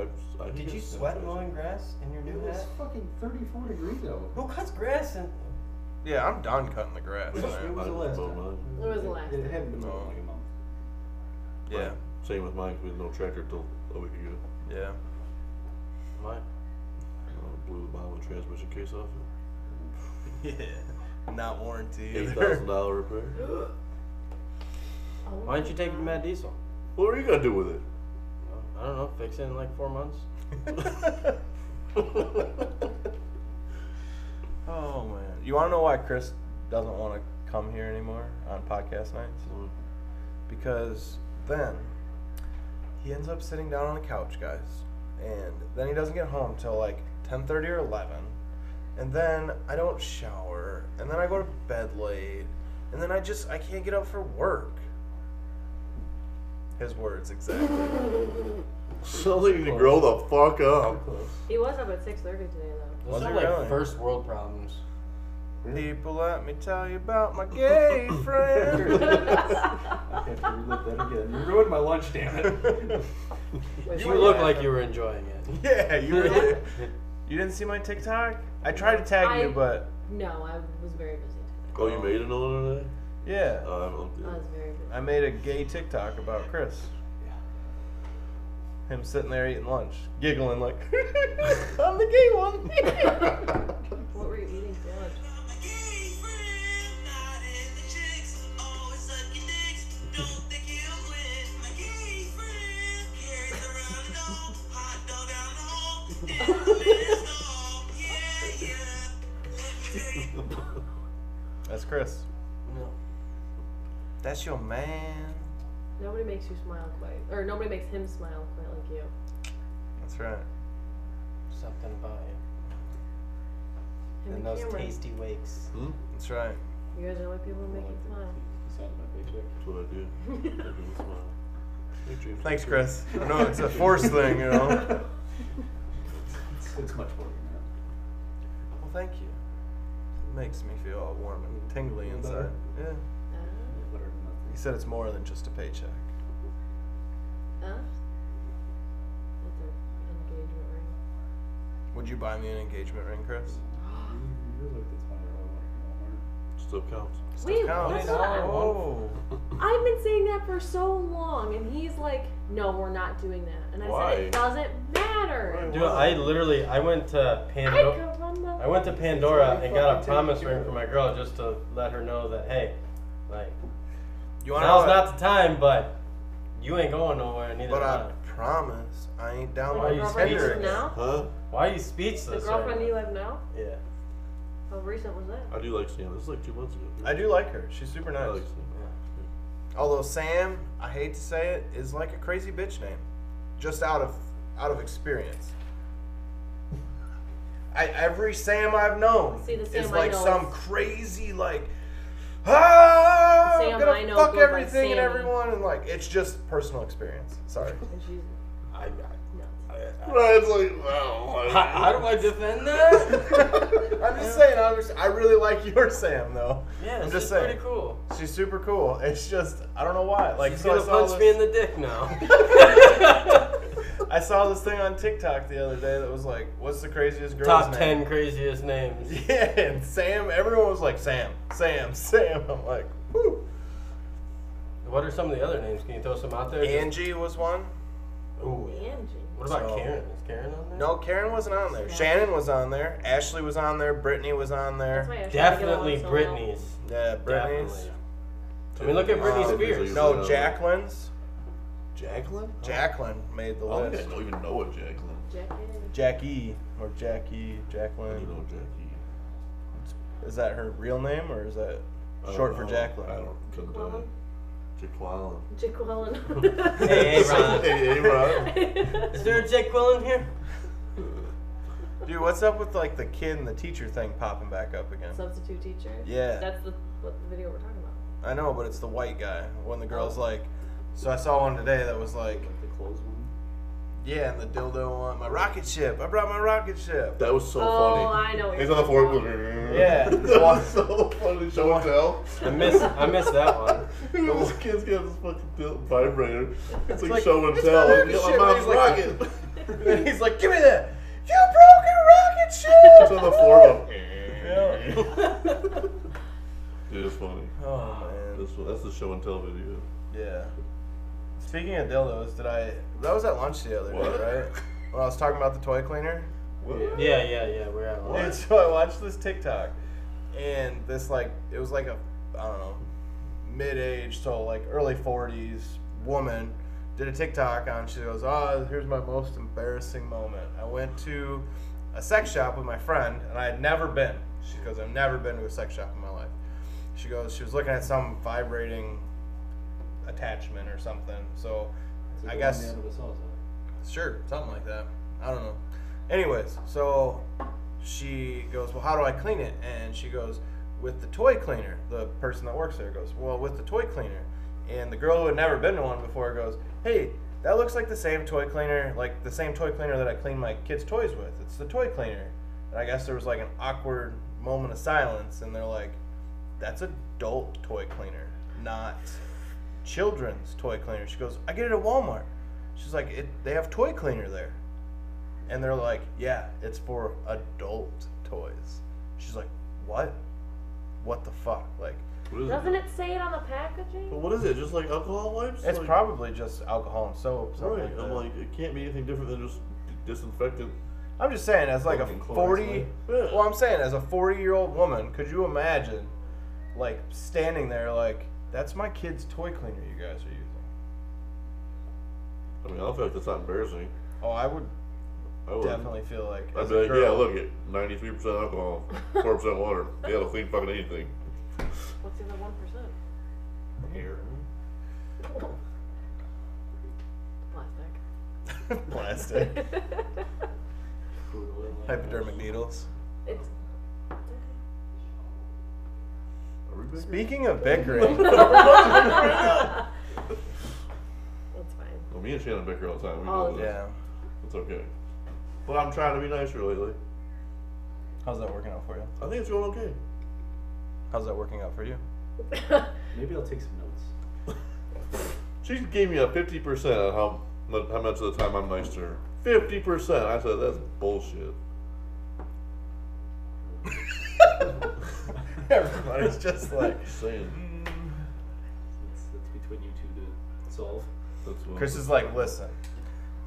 Speaker 2: I've- I
Speaker 3: Did
Speaker 2: think
Speaker 3: you
Speaker 2: it's
Speaker 3: sweat
Speaker 2: Snapchat.
Speaker 3: mowing grass in your
Speaker 7: It
Speaker 3: new
Speaker 7: was
Speaker 3: hat?
Speaker 7: fucking 34 degrees out.
Speaker 3: Who cuts grass and?
Speaker 1: Yeah, I'm done cutting the grass.
Speaker 7: It was, it
Speaker 1: man.
Speaker 7: was the last
Speaker 2: Mowed
Speaker 7: time.
Speaker 2: mine.
Speaker 5: It was the last.
Speaker 7: It hadn't been
Speaker 1: No.
Speaker 7: mowed in like a month.
Speaker 1: Yeah,
Speaker 2: Same with mine. 'cause We had no tractor till a week ago.
Speaker 1: yeah.
Speaker 2: Uh,
Speaker 3: Mine.
Speaker 2: blew the bottom of the transmission case off it.
Speaker 1: Yeah, not warranty
Speaker 2: Eight
Speaker 1: either.
Speaker 2: thousand dollar repair.
Speaker 5: Oh.
Speaker 3: Why don't you take the Mad Diesel?
Speaker 2: What are you gonna do with it?
Speaker 3: I don't know. Fix it in like four months.
Speaker 1: oh man, you want to know why Chris doesn't want to come here anymore on podcast nights? Because then he ends up sitting down on the couch, guys, and then he doesn't get home till like ten thirty or eleven, and then I don't shower, and then I go to bed late, and then I just I can't get up for work. His words exactly.
Speaker 2: Something you need to grow the fuck up.
Speaker 5: He was up at six thirty today though.
Speaker 3: Those
Speaker 1: Was
Speaker 3: are
Speaker 1: it
Speaker 3: like
Speaker 1: really?
Speaker 3: first world problems.
Speaker 1: People let me tell you about my gay friend.
Speaker 4: I have to relive that again. You ruined my lunch, damn it.
Speaker 3: You look like you were enjoying it.
Speaker 1: yeah, you really. You didn't see my TikTok? I tried to tag you,
Speaker 5: I-
Speaker 1: but
Speaker 5: No, I was very busy today.
Speaker 2: Oh, you made it on it today?
Speaker 1: yeah,
Speaker 2: Uh, I don't do
Speaker 5: I was
Speaker 2: it.
Speaker 5: very busy.
Speaker 1: I made a gay TikTok about Chris. Him sitting there eating lunch, giggling like, "I'm the gay one."
Speaker 5: What were you eating for lunch? Uh,
Speaker 1: That's Chris.
Speaker 3: No.
Speaker 1: That's your man.
Speaker 5: Nobody makes you smile quite, or nobody makes him smile quite like you.
Speaker 1: That's right.
Speaker 3: Something about you.
Speaker 5: Him
Speaker 3: And
Speaker 5: and,
Speaker 3: those
Speaker 5: Cameron.
Speaker 3: tasty wakes.
Speaker 2: Hmm?
Speaker 1: That's right.
Speaker 5: You guys are the only people who make you smile.
Speaker 4: Sound of my paycheck.
Speaker 2: That's what I do. I do and smile. Hey, James.
Speaker 1: Thanks, Chris. I know it's a force thing, you know. Well,
Speaker 4: It's, it's much more than that.
Speaker 1: thank you. It makes me feel all warm and tingly inside. Yeah.
Speaker 5: Uh,
Speaker 4: It's better than nothing.
Speaker 1: Mm, He said it's more than just a paycheck.
Speaker 5: uh, that's an engagement ring.
Speaker 1: Would you buy me an engagement ring, Chris?
Speaker 4: You- You're like the $20 one from Walmart.
Speaker 2: Still counts.
Speaker 5: Wait,
Speaker 1: counts.
Speaker 5: that's not.
Speaker 1: Oh.
Speaker 5: I've been saying that for so long, and he's like, "No, we're not doing that." And I said, "It doesn't matter."
Speaker 3: Dude, I literally I went to
Speaker 5: I
Speaker 3: Pandora.
Speaker 5: could run the.
Speaker 3: I went to Pandora and got a
Speaker 4: fucking
Speaker 3: promise
Speaker 4: take you.
Speaker 3: ring for my girl just to let her know that hey, like
Speaker 1: You want
Speaker 3: now's
Speaker 1: to
Speaker 3: not the time, but You ain't going nowhere, neither
Speaker 1: But
Speaker 3: am
Speaker 1: I
Speaker 3: I.
Speaker 1: promise I ain't down
Speaker 3: Why
Speaker 1: with
Speaker 3: you
Speaker 1: the
Speaker 5: girlfriend you
Speaker 3: speechless?
Speaker 5: live
Speaker 1: tendering.
Speaker 5: now?
Speaker 2: Huh?
Speaker 3: Why are you
Speaker 5: The
Speaker 3: speechless?
Speaker 5: girlfriend
Speaker 3: right
Speaker 5: you
Speaker 3: now?
Speaker 5: live now?
Speaker 3: Yeah.
Speaker 5: How recent was that?
Speaker 2: I do like Sam. This is like two months ago.
Speaker 1: I do like her. She's super
Speaker 2: I
Speaker 1: nice.
Speaker 2: like Sam.
Speaker 1: Although Sam, I hate to say it, is like a crazy bitch name, just out of out of experience. I every Sam I've known
Speaker 5: See, the
Speaker 1: is
Speaker 5: Sam I
Speaker 1: like
Speaker 5: know
Speaker 1: some
Speaker 5: is-
Speaker 1: crazy like. Ah,
Speaker 5: The
Speaker 1: I'm
Speaker 5: Sam
Speaker 1: gonna
Speaker 5: I know
Speaker 1: fuck
Speaker 5: goes by
Speaker 1: everything and
Speaker 5: Sammy."
Speaker 1: everyone, and like it's just personal experience. Sorry,
Speaker 5: And she's
Speaker 3: I,
Speaker 5: nuts.
Speaker 2: Ryan's like, wow.
Speaker 3: how, how do I defend that?
Speaker 1: I'm just saying. I, was, I really like your Sam though.
Speaker 3: Yeah,
Speaker 1: I'm
Speaker 3: this
Speaker 1: just
Speaker 3: is
Speaker 1: saying.
Speaker 3: pretty cool.
Speaker 1: She's super cool. It's just I don't know why. Like
Speaker 3: Like, She's
Speaker 1: so I
Speaker 3: gonna
Speaker 1: saw
Speaker 3: punch
Speaker 1: this-
Speaker 3: me in the dick now.
Speaker 1: I saw this thing on TikTok the other day that was like, "What's the craziest girl's
Speaker 3: Top
Speaker 1: name?"
Speaker 3: ten craziest names.
Speaker 1: Yeah, and Sam. Everyone was like, "Sam, Sam, Sam." I'm like, "Woo."
Speaker 3: What are some of the other names? Can you throw some out there?
Speaker 1: Angie was one.
Speaker 3: Ooh.
Speaker 5: Angie.
Speaker 3: What about
Speaker 1: So-
Speaker 3: Karen? Is Karen on there?
Speaker 1: No, Karen wasn't on there. Shannon was on there. Ashley was on there. Brittany was on
Speaker 5: That's
Speaker 1: there.
Speaker 5: why I tried to get along
Speaker 3: Definitely
Speaker 5: so well.
Speaker 3: Britney's.
Speaker 1: Yeah, Brittany's.
Speaker 3: Definitely. I mean, look at Britney
Speaker 1: Um,
Speaker 3: Spears.
Speaker 1: No, Jacqueline's.
Speaker 2: Jacqueline?
Speaker 1: Jacqueline made the
Speaker 3: Oh,
Speaker 2: I don't think
Speaker 1: list.
Speaker 2: I don't even know a Jacqueline.
Speaker 5: Jackie.
Speaker 1: Jackie or Jackie
Speaker 2: I do
Speaker 1: Jacqueline.
Speaker 2: know Jackie.
Speaker 1: Is that her real name or is that
Speaker 2: I don't
Speaker 1: short for
Speaker 2: know.
Speaker 1: Jacqueline?
Speaker 2: I don't. Couldn't tell you. Jacqueline.
Speaker 5: Jaqueline.
Speaker 3: Hey, hey, Ron.
Speaker 2: hey, hey, Ron.
Speaker 3: Is there a Jake Will in here?
Speaker 1: Dude, what's up with like the kid and the teacher thing popping back up again?
Speaker 5: Substitute teacher.
Speaker 1: Yeah.
Speaker 5: That's the what the video we're talking about.
Speaker 1: I know, but it's the white guy. When the girl's like, so I saw one today that was like,
Speaker 4: Like the clothes one.
Speaker 1: yeah, and the dildo one, my rocket ship. I brought my rocket ship.
Speaker 2: That was so
Speaker 5: oh,
Speaker 2: funny.
Speaker 5: I know. what
Speaker 2: He's
Speaker 5: you're
Speaker 2: on the
Speaker 5: talking
Speaker 2: floor.
Speaker 5: about.
Speaker 1: Yeah.
Speaker 2: that was so funny. Show and tell.
Speaker 3: I miss I miss that one.
Speaker 2: this kid's got this fucking dil- vibrator. It's, like,
Speaker 1: like,
Speaker 2: show and
Speaker 1: it's
Speaker 2: tell.
Speaker 1: my rocket
Speaker 2: Get
Speaker 1: ship.
Speaker 2: my mom's
Speaker 1: He's
Speaker 2: rocket.
Speaker 1: And he's like, give me that. You broke your rocket ship.
Speaker 2: it's on the floor. Of,
Speaker 1: Yeah.
Speaker 2: Dude, it's funny.
Speaker 1: Oh man.
Speaker 2: That's, that's the show and tell video.
Speaker 1: Yeah. Speaking of dildos, did I? That was at lunch the other
Speaker 2: What?
Speaker 1: day, right? When I was talking about the toy cleaner.
Speaker 2: What?
Speaker 3: Yeah, yeah, yeah. We're at one.
Speaker 1: And so I watched this TikTok, and this like it was like a I don't know mid-age, so like early forties woman did a TikTok on. She goes, "Oh, here's my most embarrassing moment. I went to a sex shop with my friend, and I had never been. She goes, I've never been to a sex shop in my life. She goes, she was looking at some vibrating attachment or something. So
Speaker 4: It's
Speaker 1: I
Speaker 4: the
Speaker 1: guess."
Speaker 4: one the end of us all, so.
Speaker 1: Sure, something like that. I don't know. Anyways, so she goes, Well, how do I clean it? And she goes, With the toy cleaner. The person that works there goes, Well, with the toy cleaner. And the girl who had never been to one before goes, Hey, that looks like the same toy cleaner, like the same toy cleaner that I clean my kids' toys with. It's the toy cleaner. And I guess there was like an awkward moment of silence, and they're like, That's adult toy cleaner, not children's toy cleaner. She goes, I get it at Walmart. She's like, it, they have toy cleaner there. And they're like, yeah, it's for adult toys. She's like, what? What the fuck? Like,
Speaker 2: What is
Speaker 5: Doesn't
Speaker 2: it?
Speaker 5: it say it on the packaging?
Speaker 2: But what is it? Just like alcohol wipes?
Speaker 1: it's
Speaker 2: like,
Speaker 1: probably just alcohol and soap. Something
Speaker 2: Right.
Speaker 1: like
Speaker 2: I'm
Speaker 1: that.
Speaker 2: like, it can't be anything different than just disinfectant.
Speaker 1: I'm just saying, as like a
Speaker 4: Fucking chlorine,
Speaker 1: 40.
Speaker 2: right?
Speaker 1: Well, I'm saying, as a 40 year old woman, could you imagine, like, standing there, like, that's my kid's toy cleaner you guys are using?
Speaker 2: I mean, I don't feel like that's not embarrassing.
Speaker 1: Oh, I would
Speaker 2: I would.
Speaker 1: definitely feel like.
Speaker 2: I'd
Speaker 1: as
Speaker 2: be
Speaker 1: a
Speaker 2: like, yeah,
Speaker 1: girl-
Speaker 2: look it, 93% alcohol, 4% water. Yeah, it'll clean fucking anything.
Speaker 5: What's in the one percent?
Speaker 2: Here.
Speaker 5: Plastic.
Speaker 1: Plastic.
Speaker 4: Food oil,
Speaker 1: Hypodermic needles.
Speaker 5: it's
Speaker 2: Are we big?
Speaker 1: Speaking of bickering,
Speaker 5: it's fine.
Speaker 2: Well, me and Shannon bicker all the time. We
Speaker 5: All
Speaker 2: know
Speaker 5: the
Speaker 2: that.
Speaker 1: Oh, yeah,
Speaker 2: It's okay. But I'm trying to be nicer lately.
Speaker 1: how's that working out for you?
Speaker 2: I think it's going okay.
Speaker 1: How's that working out for you?
Speaker 4: Maybe I'll take some notes.
Speaker 2: She gave me a 50% on how, mu- how much of the time I'm nice to her. 50%. I said, that's bullshit.
Speaker 1: Everybody's just like.
Speaker 2: Just saying.
Speaker 4: It's, it's between you two to solve.
Speaker 2: That's what
Speaker 1: Chris is like, listen,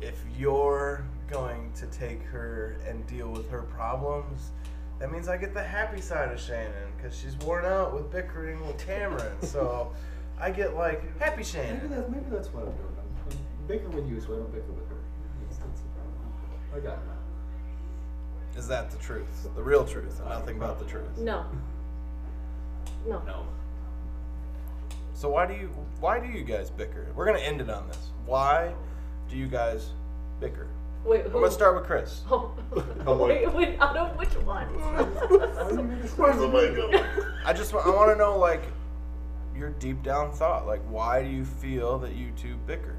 Speaker 1: if you're going to take her and deal with her problems, that means I get the happy side of Shannon because she's worn out with bickering with Cameron. So I get like happy
Speaker 7: Maybe
Speaker 1: Shannon.
Speaker 7: that's maybe that's what I'm doing. I'm
Speaker 4: bicker with you, so I don't bicker with her. That's, that's the problem. I got it.
Speaker 1: Is that the truth? The real truth, and nothing but the truth.
Speaker 5: No. No.
Speaker 4: No.
Speaker 1: So why do you why do you guys bicker? We're gonna end it on this. Why do you guys bicker?
Speaker 5: Wait,
Speaker 1: I'm
Speaker 5: who?
Speaker 1: gonna start with Chris.
Speaker 5: Oh.
Speaker 2: I'm like-
Speaker 5: wait, wait, out of which one?
Speaker 2: Where's the mic going?
Speaker 1: I just wa- I want to know like your deep down thought. Like why do you feel that you two bicker?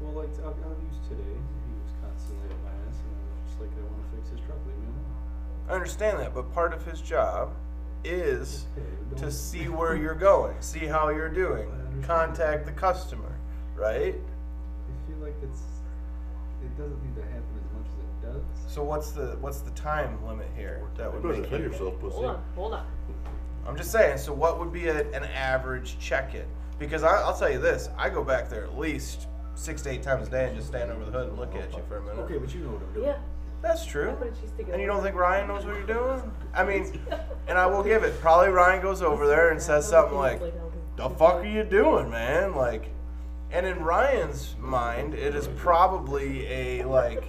Speaker 4: Well, like I'll, I'll use today. He was constantly at my ass, and I was just like, I want to fix his truck. Leave me alone.
Speaker 1: I understand that, but part of his job is
Speaker 4: Hey, don't-
Speaker 1: to see where you're going, see how you're doing, contact the customer, right?
Speaker 4: I feel like it's it doesn't need to happen as much as it does.
Speaker 1: So what's the what's the time limit here that
Speaker 2: You
Speaker 1: would
Speaker 2: better
Speaker 1: make
Speaker 2: kill
Speaker 1: him?
Speaker 2: yourself,
Speaker 5: Hold
Speaker 2: pussy.
Speaker 5: on, hold on.
Speaker 1: I'm just saying. So what would be a, an average check-in? Because I, I'll tell you this: I go back there at least six to eight times a day and just stand over the hood and look at you for a minute.
Speaker 4: Okay, but you know what I'm doing.
Speaker 5: Yeah.
Speaker 1: That's
Speaker 5: I
Speaker 1: true.
Speaker 5: put a cheese stick in
Speaker 1: And you
Speaker 5: the-
Speaker 1: don't think Ryan knows what you're doing? I mean, and I will give it. Probably Ryan goes over there and says something like, "The fuck are you doing, man?" Like, and in Ryan's mind, it is probably a like,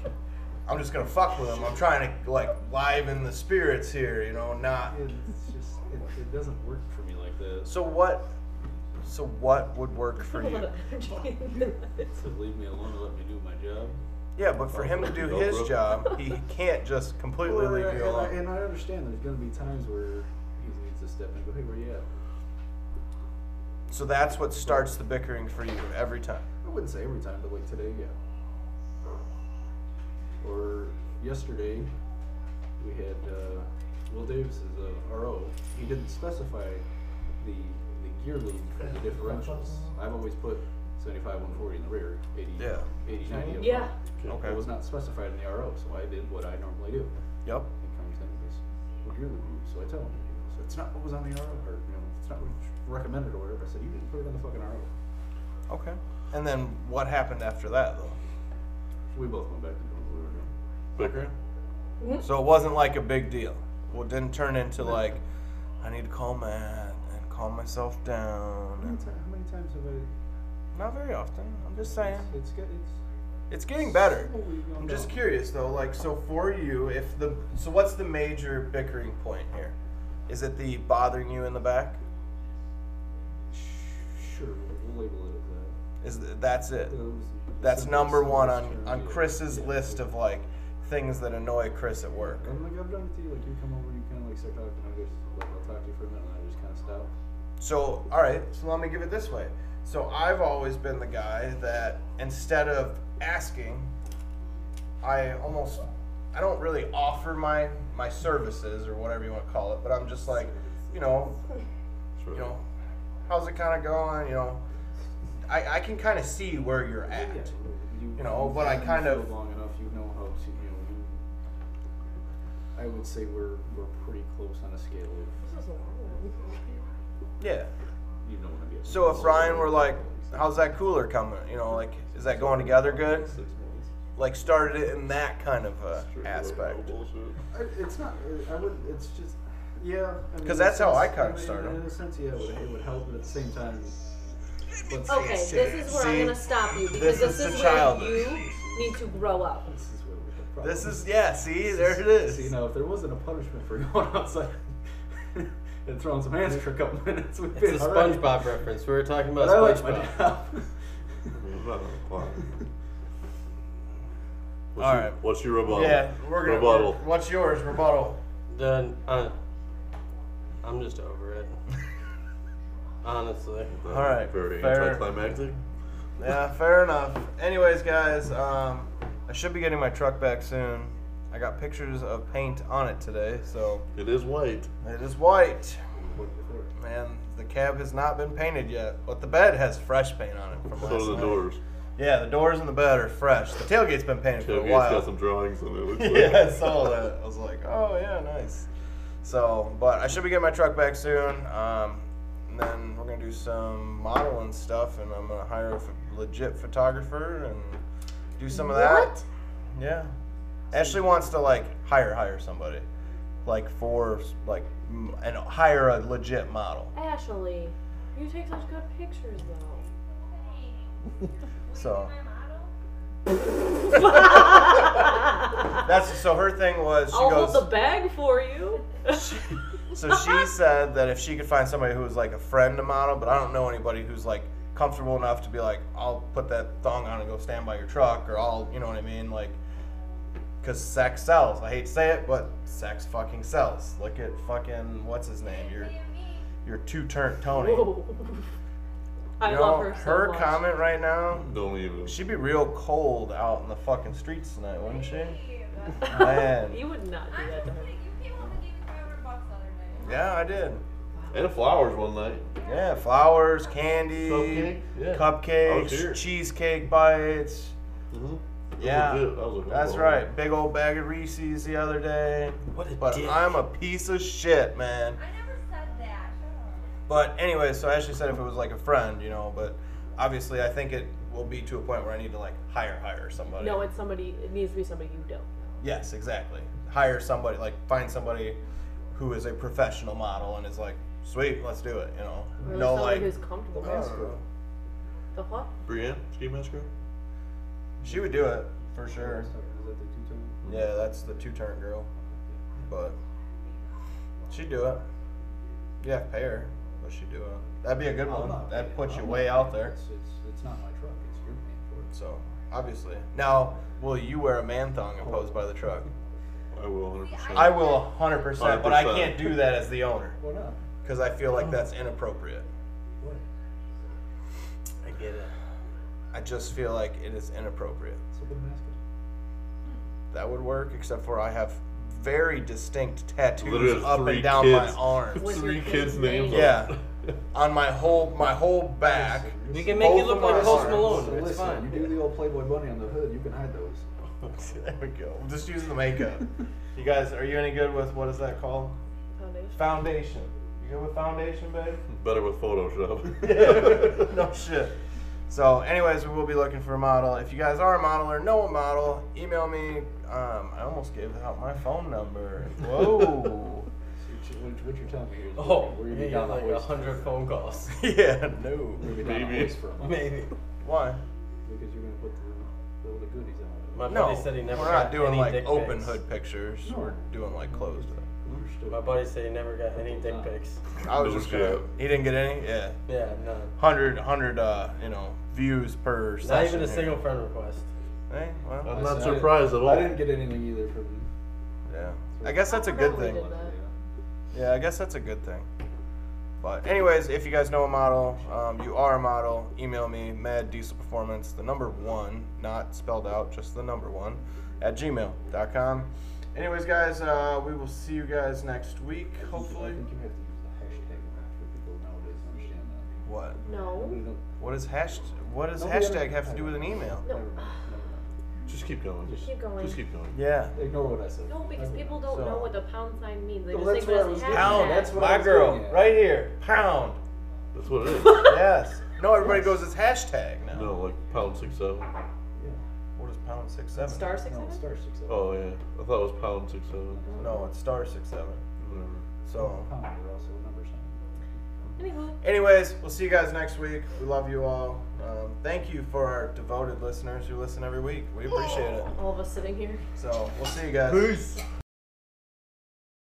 Speaker 1: I'm just gonna fuck with him. I'm trying to like liven the spirits here, you know, not
Speaker 4: It's just it, it doesn't work for me like that.
Speaker 1: So what? So what would work for
Speaker 5: Put a lot
Speaker 1: you?
Speaker 5: of energy in that.
Speaker 4: To leave me alone and let me do my job.
Speaker 1: Yeah, but for him to do his job, he can't just completely
Speaker 4: Well,
Speaker 1: leave
Speaker 4: and,
Speaker 1: you
Speaker 4: I- and I,
Speaker 1: alone.
Speaker 4: and I understand there's gonna be times where he needs to step in and go, hey, where you at?
Speaker 1: So that's what starts the bickering for you every time.
Speaker 4: I wouldn't say every time, but like today, yeah. Or yesterday, we had uh, Will Davis is a RO. He didn't specify the the gear lead for the differentials. I've always put 75 140 in the rear, 80,
Speaker 1: Yeah.
Speaker 4: 80 90 up
Speaker 5: Yeah.
Speaker 4: front.
Speaker 1: Okay.
Speaker 4: It was not specified in the RO, so I did what I normally do.
Speaker 1: Yep.
Speaker 4: He comes in and goes, well, gear lead, so I tell him. He goes, it's not what was on the RO, or you know, it's not what's recommended or whatever. I said, you didn't put it on the fucking RO.
Speaker 1: Okay. And then what happened after that though?
Speaker 4: We both went back to doing what we were doing.
Speaker 2: Bickering?
Speaker 1: So it wasn't like a big deal. Well, it didn't turn into like, I need to call Matt and calm myself down.
Speaker 4: How many, ti-
Speaker 1: And
Speaker 4: how many times have I?
Speaker 1: not very often. I'm just saying.
Speaker 4: It's get it's. Oh,
Speaker 1: It's getting better.
Speaker 4: slowly gone
Speaker 1: I'm just
Speaker 4: down.
Speaker 1: curious though, like so for you, if the so what's the major bickering point here? Is it the bothering you in the back?
Speaker 4: Sh- Sure, we'll label it at
Speaker 1: Is th- that's it?
Speaker 4: that. That was the
Speaker 1: That's
Speaker 4: simplest-
Speaker 1: number one on
Speaker 4: simplest term,
Speaker 1: on
Speaker 4: yeah.
Speaker 1: Chris's
Speaker 4: Yeah. Mm-hmm.
Speaker 1: list of like things that annoy Chris at work.
Speaker 4: I'm like I've done it to you. Like you come over, you kind of like start talking. I just like I'll talk to you for a minute, and I just kind of stop.
Speaker 1: So, all right, so let me give it this way. So, I've always been the guy that instead of asking, I almost I don't really offer my my services or whatever you want to call it, but I'm just like, you know, you know, how's it kind of going, you know? I I can kind of see where you're at. You know, but I
Speaker 4: you've
Speaker 1: kind
Speaker 4: been in the
Speaker 1: of-
Speaker 4: field long enough, you know how to, you know. You, I would say we're we're pretty close on a scale of
Speaker 1: Yeah.
Speaker 4: you know what I'm getting.
Speaker 1: So, if Ryan were like,
Speaker 4: Six
Speaker 1: how's that cooler coming? You know, like is that going together good?
Speaker 4: months.
Speaker 1: like started it in that kind of uh,
Speaker 2: Straight
Speaker 1: aspect.
Speaker 2: No bullshit.
Speaker 4: I, it's not. I- I would. It's just. Yeah. I mean,
Speaker 1: 'Cause
Speaker 4: in
Speaker 1: that's
Speaker 4: a
Speaker 1: how
Speaker 4: sense-
Speaker 1: I kinda
Speaker 4: mean,
Speaker 1: started.
Speaker 4: In a sense, yeah, it would, it would help, but at the same time, let's
Speaker 5: Okay, this
Speaker 1: See,
Speaker 5: is where I'm
Speaker 1: see,
Speaker 5: gonna stop you
Speaker 1: this
Speaker 5: because this
Speaker 1: is
Speaker 5: is
Speaker 1: the
Speaker 5: where
Speaker 1: childish.
Speaker 5: you need to grow up.
Speaker 4: this is where we have problems.
Speaker 1: This is yeah. See, there it
Speaker 4: See,
Speaker 1: is.
Speaker 4: you know, if there wasn't a punishment for going outside and throwing some hands for a couple minutes, we'd be
Speaker 3: It's a
Speaker 4: all right.
Speaker 3: SpongeBob reference. We were talking about
Speaker 4: But I like
Speaker 3: SpongeBob.
Speaker 4: my job.
Speaker 2: It's not gonna apply. What's
Speaker 1: All
Speaker 2: your-
Speaker 1: right.
Speaker 2: What's your rebuttal?
Speaker 1: Yeah, we're gonna.
Speaker 2: rebuttal.
Speaker 1: What's yours, rebuttal?
Speaker 3: Then uh, I'm just over it. Honestly.
Speaker 2: That
Speaker 1: All
Speaker 2: was
Speaker 1: right,
Speaker 2: Uh, Very
Speaker 1: fair.
Speaker 2: anticlimactic.
Speaker 1: Yeah, fair enough. Anyways, guys, um, I should be getting my truck back soon. I got pictures of paint on it today, so
Speaker 2: It is white.
Speaker 1: it is white.
Speaker 4: Worked before.
Speaker 1: Man, the cab has not been painted yet, but the bed has fresh paint on it from
Speaker 2: So
Speaker 1: last
Speaker 2: do the
Speaker 1: night.
Speaker 2: doors.
Speaker 1: Yeah, the doors and the bed are fresh. The tailgate's been painted for a
Speaker 2: Tailgate's
Speaker 1: while.
Speaker 2: got some drawings in it. Looks like.
Speaker 1: yeah, I saw that. I was like, oh yeah, nice. So, but I should be getting my truck back soon. Um, and then we're gonna do some modeling stuff, and I'm gonna hire a ph- legit photographer and do some of that.
Speaker 5: What?
Speaker 1: Yeah. Ashley wants to like hire hire somebody, like for like m- and hire a legit model.
Speaker 5: Ashley, you take such good pictures though.
Speaker 1: So that's so her thing was she
Speaker 5: I'll
Speaker 1: goes.
Speaker 5: hold the bag for you.
Speaker 1: So she said that if she could find somebody who was like a friend to model, but I don't know anybody who's like comfortable enough to be like, I'll put that thong on and go stand by your truck, or I'll, you know what I mean, like, because sex sells. I hate to say it, but sex fucking sells. Look at fucking what's his name, your your two turn Tony.
Speaker 5: Whoa. I
Speaker 1: You
Speaker 5: love
Speaker 1: know,
Speaker 5: her so
Speaker 1: her
Speaker 5: much.
Speaker 1: comment right now.
Speaker 2: Don't even.
Speaker 1: She'd be real cold out in the fucking streets tonight, wouldn't she? Man.
Speaker 5: you would not do that to her.
Speaker 1: Yeah, I did.
Speaker 2: And flowers one night.
Speaker 1: Yeah, flowers, candy,
Speaker 2: Cupcake, yeah.
Speaker 1: cupcakes,
Speaker 2: Oh, dear.
Speaker 1: cheesecake bites.
Speaker 2: Mm-hmm.
Speaker 1: Yeah,
Speaker 2: was a
Speaker 1: That's right. Big old bag of Reese's the other day.
Speaker 3: What a
Speaker 1: But
Speaker 3: dick.
Speaker 1: I'm a piece of shit, man.
Speaker 6: I never said that.
Speaker 1: But anyway, so Ashley said if it was like a friend, you know, but obviously I think it will be to a point where I need to like hire hire somebody.
Speaker 5: No, it's somebody. It needs to be somebody you don't.
Speaker 1: Yes, exactly. Hire somebody, like find somebody who is a professional model and is like, sweet, let's do it, you know.
Speaker 5: Really
Speaker 1: no
Speaker 5: somebody
Speaker 1: like uh,
Speaker 5: who's comfortable.
Speaker 1: I don't know.
Speaker 5: The what?
Speaker 2: Brienne, ski mask girl?
Speaker 1: She would do it for sure.
Speaker 4: Is that the two tone?
Speaker 1: Yeah, that's the two turn girl. But she'd do it. Yeah, pay her, but she'd do it. That'd be a good
Speaker 4: I'm
Speaker 1: one.
Speaker 4: not
Speaker 1: That
Speaker 4: paying-
Speaker 1: puts you
Speaker 4: I'm
Speaker 1: way
Speaker 4: not
Speaker 1: out
Speaker 4: paying.
Speaker 1: there.
Speaker 4: It's, it's, it's not my truck. It's your paying for it.
Speaker 1: So obviously. Now, will you wear a man thong imposed by the truck?
Speaker 2: I will 100%.
Speaker 1: I will 100%, but I can't
Speaker 2: 100%.
Speaker 1: do that as the owner
Speaker 4: Why not?
Speaker 1: because I feel like that's inappropriate.
Speaker 4: What?
Speaker 3: I get it.
Speaker 1: I just feel like it is inappropriate.
Speaker 4: So put a mask on.
Speaker 1: That would work, except for I have very distinct tattoos
Speaker 2: Literally
Speaker 1: up
Speaker 2: three
Speaker 1: and down
Speaker 2: kids.
Speaker 1: my arms,
Speaker 5: With
Speaker 2: Three
Speaker 5: your
Speaker 2: kids'
Speaker 5: kids'
Speaker 2: names.
Speaker 1: names. Yeah. on my whole my whole back.
Speaker 3: We can make you
Speaker 1: Both
Speaker 3: look
Speaker 1: of
Speaker 3: like
Speaker 1: my
Speaker 3: Post
Speaker 1: arms.
Speaker 4: So
Speaker 3: Malone. It's
Speaker 4: listen,
Speaker 3: fine.
Speaker 4: you do the old Playboy bunny on the hood, you can hide those.
Speaker 1: there we go. We'll just use the makeup. you guys, are you any good with what is that called?
Speaker 5: foundation.
Speaker 1: Foundation. You good with foundation, babe?
Speaker 2: Better with Photoshop.
Speaker 1: no shit. So, anyways, we will be looking for a model. If you guys are a model or know a model, email me. Um, I almost gave out my phone number. Whoa.
Speaker 4: Which, which, which you're telling me here is
Speaker 3: Oh,
Speaker 4: we're gonna
Speaker 3: you
Speaker 4: be
Speaker 3: got
Speaker 4: down
Speaker 3: like
Speaker 4: that
Speaker 3: a
Speaker 4: waist.
Speaker 3: hundred phone calls.
Speaker 1: yeah, no.
Speaker 4: We're gonna be down that
Speaker 2: Maybe.
Speaker 4: waist for a month
Speaker 3: Maybe.
Speaker 1: Why?
Speaker 4: because you're gonna put the, all the goodies out.
Speaker 3: My
Speaker 1: No,
Speaker 3: buddy said he never
Speaker 1: we're
Speaker 3: got
Speaker 1: not doing
Speaker 3: any
Speaker 1: like
Speaker 3: dick
Speaker 1: open
Speaker 3: pics.
Speaker 1: hood pictures.
Speaker 4: No.
Speaker 1: We're doing like closed. up.
Speaker 4: Understood.
Speaker 3: My buddy said he never got any dick pics.
Speaker 1: I was
Speaker 2: No
Speaker 1: just gonna.
Speaker 2: shit.
Speaker 1: He didn't get any. Yeah,
Speaker 3: Yeah, none.
Speaker 1: hundred, hundred. Uh, you know, views per.
Speaker 3: Not even
Speaker 1: session
Speaker 3: a
Speaker 1: here.
Speaker 3: single Oh. friend request.
Speaker 1: Hey, well,
Speaker 2: I'm
Speaker 4: I
Speaker 2: not
Speaker 4: said-
Speaker 2: surprised at all.
Speaker 4: I didn't get anything either from.
Speaker 1: Yeah. I guess that's a good thing.
Speaker 5: Did that.
Speaker 1: Yeah, I guess that's a good thing. But anyways, if you guys know a model, um, you are a model, email me, Mad Diesel Performance, the number one, not spelled out, just the number one, at gmail.com. Anyways, guys, uh, we will see you guys next week,
Speaker 4: I
Speaker 1: hopefully.
Speaker 4: think you have to use the hashtag for people nowadays to understand that.
Speaker 1: What?
Speaker 5: No.
Speaker 4: Nobody don't-
Speaker 1: What is hash? What does
Speaker 4: Nobody
Speaker 1: hashtag have to
Speaker 4: understands.
Speaker 1: do with an email?
Speaker 5: No.
Speaker 4: Never mind, never mind.
Speaker 2: Just keep going. Just,
Speaker 5: Keep going.
Speaker 2: just keep going.
Speaker 1: Yeah.
Speaker 4: Ignore what I said.
Speaker 5: No, because
Speaker 4: Never
Speaker 5: people
Speaker 4: mind.
Speaker 5: don't
Speaker 1: So-
Speaker 5: know what the pound sign means. They
Speaker 4: Well,
Speaker 5: just
Speaker 4: that's
Speaker 5: think
Speaker 4: what I
Speaker 5: of it
Speaker 4: was
Speaker 5: as
Speaker 4: getting at.
Speaker 5: hashtag.
Speaker 1: Pound.
Speaker 4: That's what I
Speaker 1: my
Speaker 4: was
Speaker 1: girl,
Speaker 4: getting at.
Speaker 1: right here. Pound.
Speaker 2: That's what it is.
Speaker 1: Yes. No, everybody goes, it's hashtag now.
Speaker 2: no, like pound six seven.
Speaker 4: Yeah.
Speaker 1: What is pound six seven?
Speaker 5: Star six
Speaker 4: No,
Speaker 5: seven?
Speaker 4: star six seven.
Speaker 2: Oh yeah, I thought it was pound six seven.
Speaker 1: No, it's star six seven.
Speaker 2: Whatever.
Speaker 1: So.
Speaker 4: Pound, we're also a number sign.
Speaker 5: Anywho.
Speaker 1: Anyways, we'll see you guys next week. We love you all. Um, thank you for our devoted listeners who listen every week. We appreciate it.
Speaker 5: All of us sitting here.
Speaker 1: So we'll see you guys.